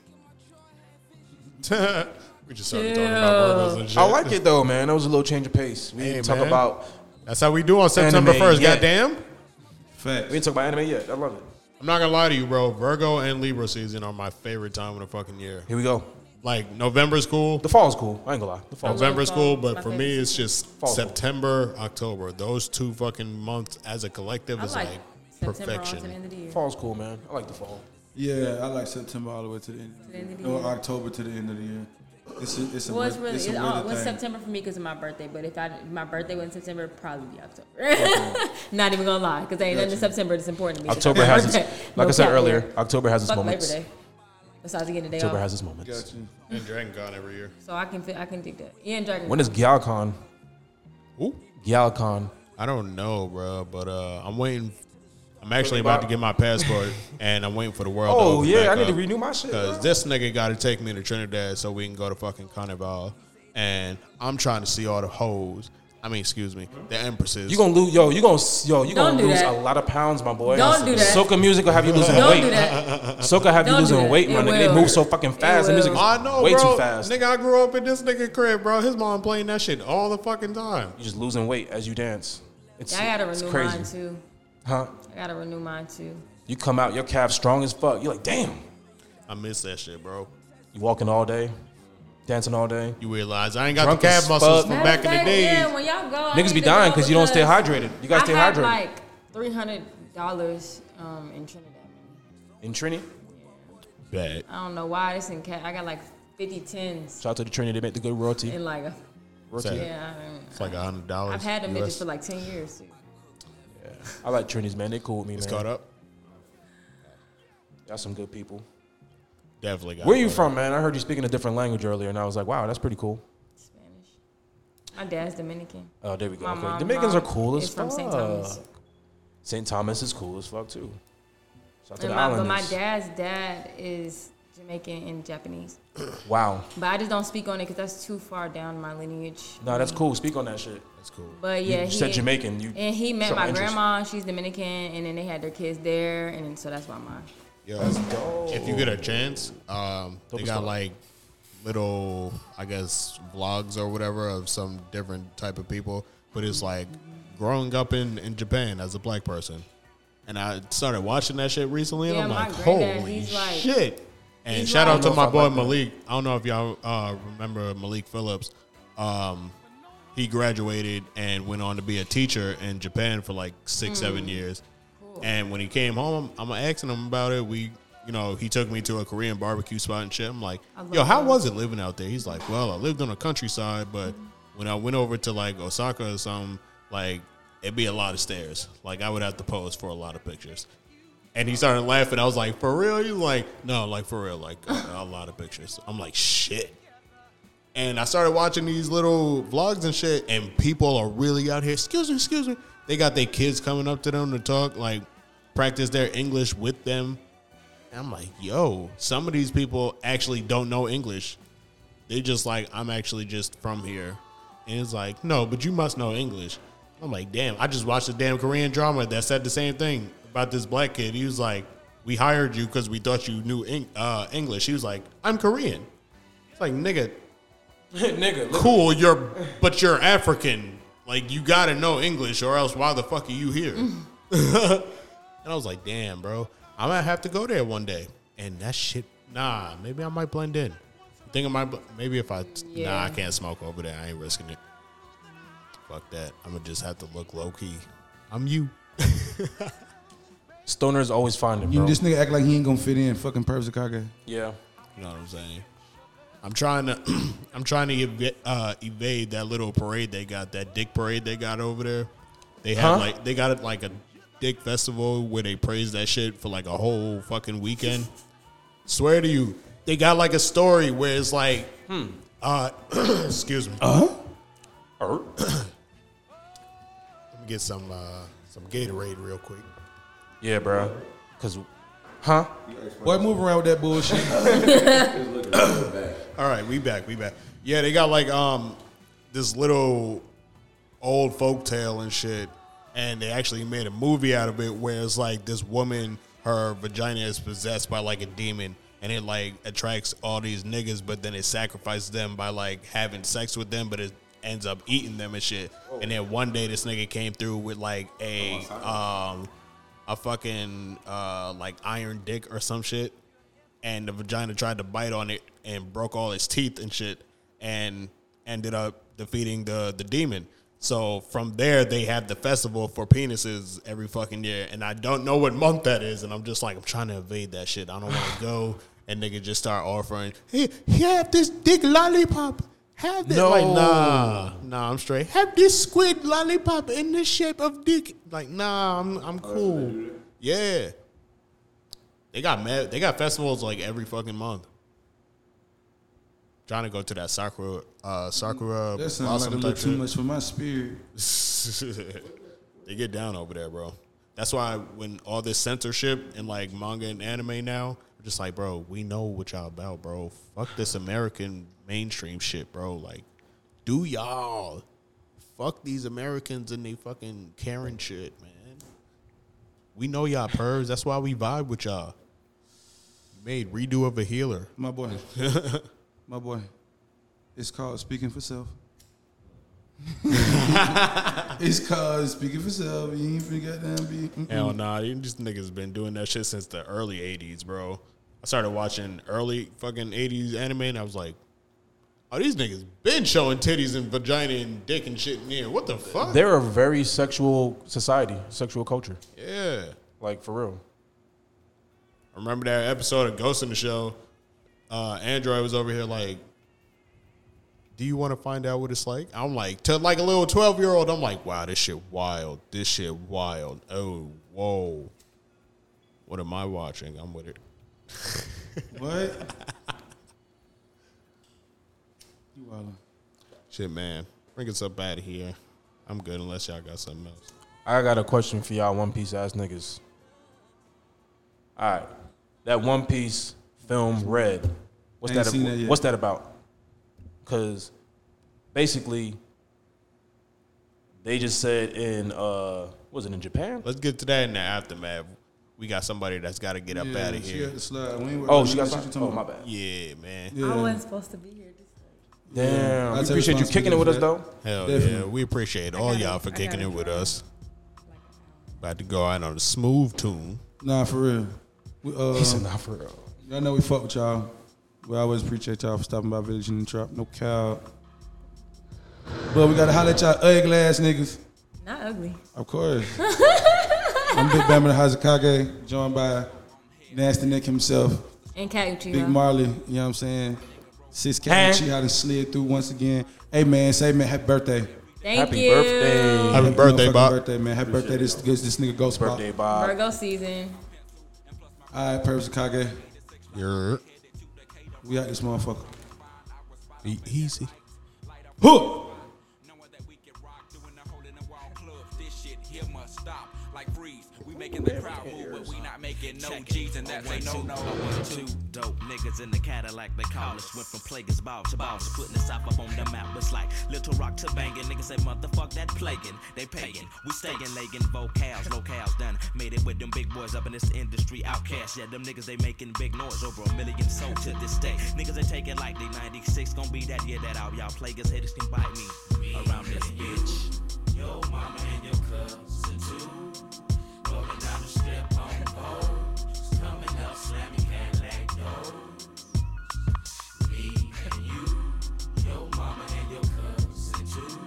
S3: we just started talking about Virgos and shit.
S4: I like it though, man. That was a little change of pace. We
S3: Hey,
S4: didn't talk
S3: man.
S4: about
S3: That's how we do on September
S4: Anime,
S3: first.
S4: yeah.
S3: Goddamn.
S4: we didn't
S5: facts.
S4: talk about anime yet. I love it.
S3: I'm not gonna lie to you, bro. Virgo and Libra season are my favorite time of the fucking year.
S4: Here we go.
S3: Like November's cool.
S4: The fall's cool. I ain't gonna lie. The fall's
S3: November's
S6: fall.
S3: cool, but
S6: My
S3: for me
S6: favorite
S3: it's just
S4: Fall.
S3: September, October. Those two fucking months as a collective
S6: I
S3: is
S6: like
S3: like,
S6: September on to the
S3: perfection.
S6: end of the year.
S4: fall's cool, man. I like the fall.
S5: Yeah, I like September all the way to the end. Of the
S6: the end of the
S5: year. Or
S6: year.
S5: October to the end of the year. It's a it's a,
S6: Well, it's
S5: weird-
S6: really
S5: it's
S6: it,
S5: a
S6: all,
S5: weird
S6: it was
S5: thing.
S6: September for me because of my birthday. But if I my birthday was in September, it'd probably be October. Not even gonna lie, because ain't nothing in September that's important to me. 'cause
S4: October
S6: I
S4: has its,
S6: birthday.
S4: like I
S6: No
S4: said
S6: cap,
S4: earlier,
S6: yeah.
S4: October has its
S6: Fuck Labor
S4: moments.
S6: Day. Besides getting a day
S4: October
S6: off,
S4: has its moments.
S5: Got you.
S3: And Dragon Con every year.
S6: so I can fit, I can dig that. Yeah, and Dragon.
S4: When is Gyalcon?
S3: Ooh.
S4: Gyalcon.
S3: I don't know, bro, but uh, I'm waiting. I'm actually about to get my passport, and I'm waiting for the world.
S4: Oh,
S3: to open
S4: yeah, I
S3: back
S4: need to
S3: up.
S4: renew my shit.
S3: Because
S4: bro.
S3: this nigga got to take me to Trinidad so we can go to fucking Carnival. And I'm trying to see all the hoes. I mean, excuse me, the empresses.
S4: You gonna lose, yo. You gonna, yo. You
S6: Don't
S4: gonna
S6: do
S4: lose
S6: that.
S4: a lot of pounds, my boy.
S6: Don't do that.
S4: Soca music will have you losing
S6: Don't
S4: weight.
S6: do that.
S4: Soca have you
S6: Don't do
S4: losing
S6: that.
S4: weight,
S6: It
S4: my nigga. They
S6: will.
S4: move so fucking fast. The
S6: will.
S4: music is
S3: Oh, I know,
S4: way
S3: bro.
S4: too fast.
S3: Nigga, I grew up in this nigga crib, bro. His mom playing that shit all the fucking time.
S4: You're just losing weight as you dance. It's,
S6: I gotta
S4: it's
S6: renew
S4: crazy.
S6: mine too.
S4: Huh?
S6: I gotta renew mine too.
S4: You come out, your calf strong as fuck. You're like, damn.
S3: I miss that shit, bro.
S4: You walking all day, dancing all day.
S3: You realize I ain't got
S4: Drunk
S3: the
S4: as
S3: calf muscles
S4: fuck.
S3: from back in the day.
S6: Yeah, when y'all go, I
S4: Niggas
S6: need
S4: be
S6: to go
S4: dying because you don't stay
S6: because
S4: hydrated. You gotta
S6: I
S4: stay
S6: had
S4: hydrated.
S6: like three hundred dollars um, in Trinidad.
S4: In Trini,
S3: Bad.
S6: I don't know why this in cat. I got like 50 tens
S4: shout out to the Trini. They make the good royalty.
S6: in like a,
S3: Sad.
S6: yeah. I mean,
S3: It's like a hundred dollars.
S6: I've had them bitches
S3: US.
S6: for like 10 years. Too.
S4: I like Trinis, man. They cool with me,
S3: It's
S4: man.
S3: caught up.
S4: Y'all some good people.
S3: Definitely got.
S4: Where you
S3: caught up.
S4: from, man? I heard you speaking a different language earlier, and I was like, wow, that's pretty cool.
S6: Spanish. My dad's Dominican.
S4: Oh, there we go.
S6: My
S4: okay.
S6: mom-
S4: Dominicans
S6: mom
S4: are cool as
S6: is
S4: fuck.
S6: from St. Thomas.
S4: St. Thomas is cool as fuck too. Shout out to
S6: And
S4: the
S6: my, but my
S4: Islanders.
S6: dad's dad is Jamaican and Japanese.
S4: Wow.
S6: But I just don't speak on it because that's too far down my lineage.
S4: No, that's cool. Speak on that shit.
S3: That's cool.
S6: But yeah,
S4: you
S6: he,
S4: said Jamaican. You
S6: And he met
S4: showed
S6: my
S4: interest.
S6: grandma. She's Dominican, and then they had their kids there, and then, so that's why mine.
S3: Yo, if you get a chance, um, they
S4: Dope as
S3: got
S4: fuck.
S3: like little, I guess, vlogs or whatever of some different type of people. But it's like growing up in, in Japan as a black person. And I started watching that shit recently, and
S6: Yeah,
S3: I'm
S6: my
S3: like,
S6: granddad,
S3: holy
S6: he's like-
S3: shit. And
S6: he's
S3: shout
S6: like-
S3: out to
S4: I don't
S3: my
S4: know
S3: boy
S4: if I like
S3: Malik. I don't know if y'all uh, remember Malik Phillips. Um, He graduated and went on to be a teacher in Japan for like six,
S6: Hmm.
S3: seven years. And when he came home, I'm asking him about it. We, you know, he took me to a Korean barbecue spot and shit. I'm like,
S6: love
S3: yo, how
S6: that.
S3: was it living out there? He's like, well, I lived on the countryside, but when I went over to like Osaka or something, like it'd be a lot of stairs. Like I would have to pose for a lot of pictures. And he started laughing. I was like, for real? He's like, no, like for real, like uh, a, a lot of pictures. I'm like, shit. And I started watching these little vlogs and shit, and people are really out here. Excuse me, excuse me. They got their kids coming up to them to talk, like practice their English with them. And I'm like, yo, some of these people actually don't know English. They just like, I'm actually just from here. And it's like, no, but you must know English. I'm like, damn, I just watched a damn Korean drama that said the same thing about this black kid. He was like, we hired you because we thought you knew Eng- uh, English. He was like, I'm Korean. It's like, nigga,
S4: Nigga, look,
S3: cool, you're but you're African. Like you gotta know English or else why the fuck are you here? and I was like, damn, bro. I might have to go there one day. And that shit nah, maybe I might blend in. I think I might bl- maybe if I nah
S6: Yeah.
S3: I can't smoke over there. I ain't risking it. Fuck that. I'ma just have to look low key. I'm you.
S4: stoners always find it,
S5: You,
S4: bro.
S5: this nigga act like he ain't gonna fit in. Fucking Pervs Akage.
S4: yeah.
S3: You know what I'm saying? I'm trying to, I'm trying to ev- uh, evade that little parade they got, that dick parade they got over there. They had
S4: Huh?
S3: like, they got it like a dick festival where they praise that shit for like a whole fucking weekend. Swear to you, they got like a story where it's like, uh, excuse me,
S5: Uh.
S3: let me get some uh, some Gatorade real quick.
S4: Yeah, bro. Cause, huh?
S5: Boy, move around with that bullshit.
S3: All right, we back, we back. Yeah, they got like um this little old folk tale and shit, and they actually made a movie out of it where it's like this woman, her vagina is possessed by like a demon, and it like attracts all these niggas, but then it sacrifices them by like having sex with them, but it ends up eating them and shit. And then one day this nigga came through with like a um a fucking uh like iron dick or some shit and the vagina tried to bite on it and broke all its teeth and shit and ended up defeating the the demon. So from there they have the festival for penises every fucking year and I don't know what month that is and I'm just like I'm trying to evade that shit. I don't want to go and nigga just start offering, "Hey, have this dick lollipop. Have this
S4: No.
S3: like nah, nah, I'm straight. Have this squid lollipop in the shape of dick. Like nah, I'm I'm cool. Yeah. They got mad. They got festivals like every fucking month. Trying to go to that sakura, uh, sakura
S5: That sounds like
S3: blossom
S5: a little
S3: type
S5: too
S3: shit.
S5: much for my spirit.
S3: they get down over there, bro. That's why when all this censorship and like manga and anime now, I'm just like, bro, we know what y'all about, bro. Fuck this American mainstream shit, bro. Like, do y'all fuck these Americans and they fucking Karen shit, man. We know y'all pervs. That's why we vibe with y'all. You made redo of a healer.
S5: My boy. My boy. It's called speaking for self. it's called speaking for self. You ain't finna goddamn be. Mm-mm.
S3: Hell nah, you- these niggas been doing that shit since the early '80s, bro. I started watching early fucking '80s anime, and I was like, "Oh, these niggas been showing titties and vagina and dick and shit in here. What the fuck?"
S4: They're a very sexual society, sexual culture.
S3: yeah,
S4: Like for real.
S3: I remember that episode of Ghost in the Shell. Uh, Android was over here like, "Do you want to find out what it's like?" I'm like, to like a little twelve year old, I'm like, "Wow, this shit wild. This shit wild. Oh, whoa. What am I watching? I'm with it."
S5: What? you wildin'.
S3: Shit, man. Bring us up out of here. I'm good unless y'all got something else.
S4: I got a question for y'all, One Piece ass niggas. All right, that One Piece film, Red. What's
S5: I ain't
S4: that?
S5: seen that yet.
S4: what's that about? Because basically, they just said in uh, was it in Japan?
S5: Oh,
S3: Let's get to that in the aftermath. We got somebody that's got to get up
S5: Yeah,
S3: out of
S5: she
S3: here.
S5: got the slide. We ain't worried
S4: Oh,
S5: about
S4: she got.
S5: that shit you
S4: Signed.
S5: talking
S4: Oh, my
S5: about.
S4: bad.
S3: Yeah, man.
S6: I wasn't supposed to be here. Just
S4: Damn,
S5: I
S4: we
S5: take
S4: appreciate you kicking it with us though.
S5: responsibility
S3: Hell yeah.
S5: Definitely.
S3: We appreciate all
S6: gotta-
S3: y'all for
S6: I
S3: kicking
S6: gotta
S3: it with
S6: draw.
S3: us. About to go out on a smooth tune.
S5: Nah, for real. We, uh,
S4: He said, "Not for real."
S5: Y'all know we fuck with y'all. We always appreciate y'all for stopping by Village and the Trap. No cow. But we gotta holler at y'all ugly ass niggas.
S6: Not ugly.
S5: Of course. I'm Big Bama the Hazakage, joined by Nasty Nick himself,
S6: And Cat Uchiha.
S5: Big Marley, you know what I'm saying? Sis Cat Chi how to slid through once again. Hey man, say man, happy birthday.
S6: Thank
S4: Happy
S6: you.
S4: birthday.
S3: Happy birthday,
S5: motherfucking
S3: Bob.
S5: birthday, man. Happy birthday, this, this, this nigga Ghost Bob.
S4: Birthday, Bob.
S6: Virgo season.
S5: All right, Purpose Kage,
S3: You're
S5: we out this motherfucker.
S3: be easy.
S5: Huh!
S9: Knowing that we can rock, doing the hole in the wall club. This shit here must stop. Like freeze, we making the crowd move, but we not making no G's, and
S10: Oh,
S9: that's ain't no no. One, two,
S10: Dope niggas in the Cadillac, they call us. Went from plaguers ball to boss, putting us up, up on the map. It's like Little Rock to bangin'. Niggas say, motherfuck that plaguing. They paying. We staying, legging vocals, locales done. Made it with them big boys up in this industry. Outcast, yeah, them niggas they making big noise. Over a million sold to this day. Niggas they taking like they 96. Gonna be that year that out. Y'all plaguers haters can bite me around this bitch. Yo, mama and your cousin too. Rolling down the strip on foes. Coming up, slamming Cadillac doors. Me and you, your mama and your cousin too.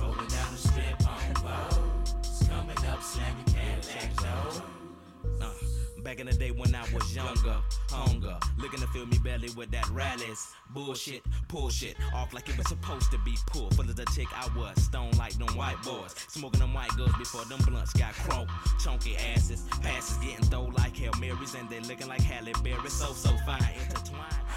S10: Rolling down the strip on foes. Coming up, slamming Cadillac doors. Uh, Back in the day when I was younger, hunger, looking to fill me belly with that rallies. Bullshit, pull shit off like it was supposed to be pulled. Full of the tick I was, stone like them white boys. Smoking them white girls before them blunts got crunk. Chunky asses, passes getting thrown like Hail Marys, and they looking like Halle Berry. So, so fine, intertwined.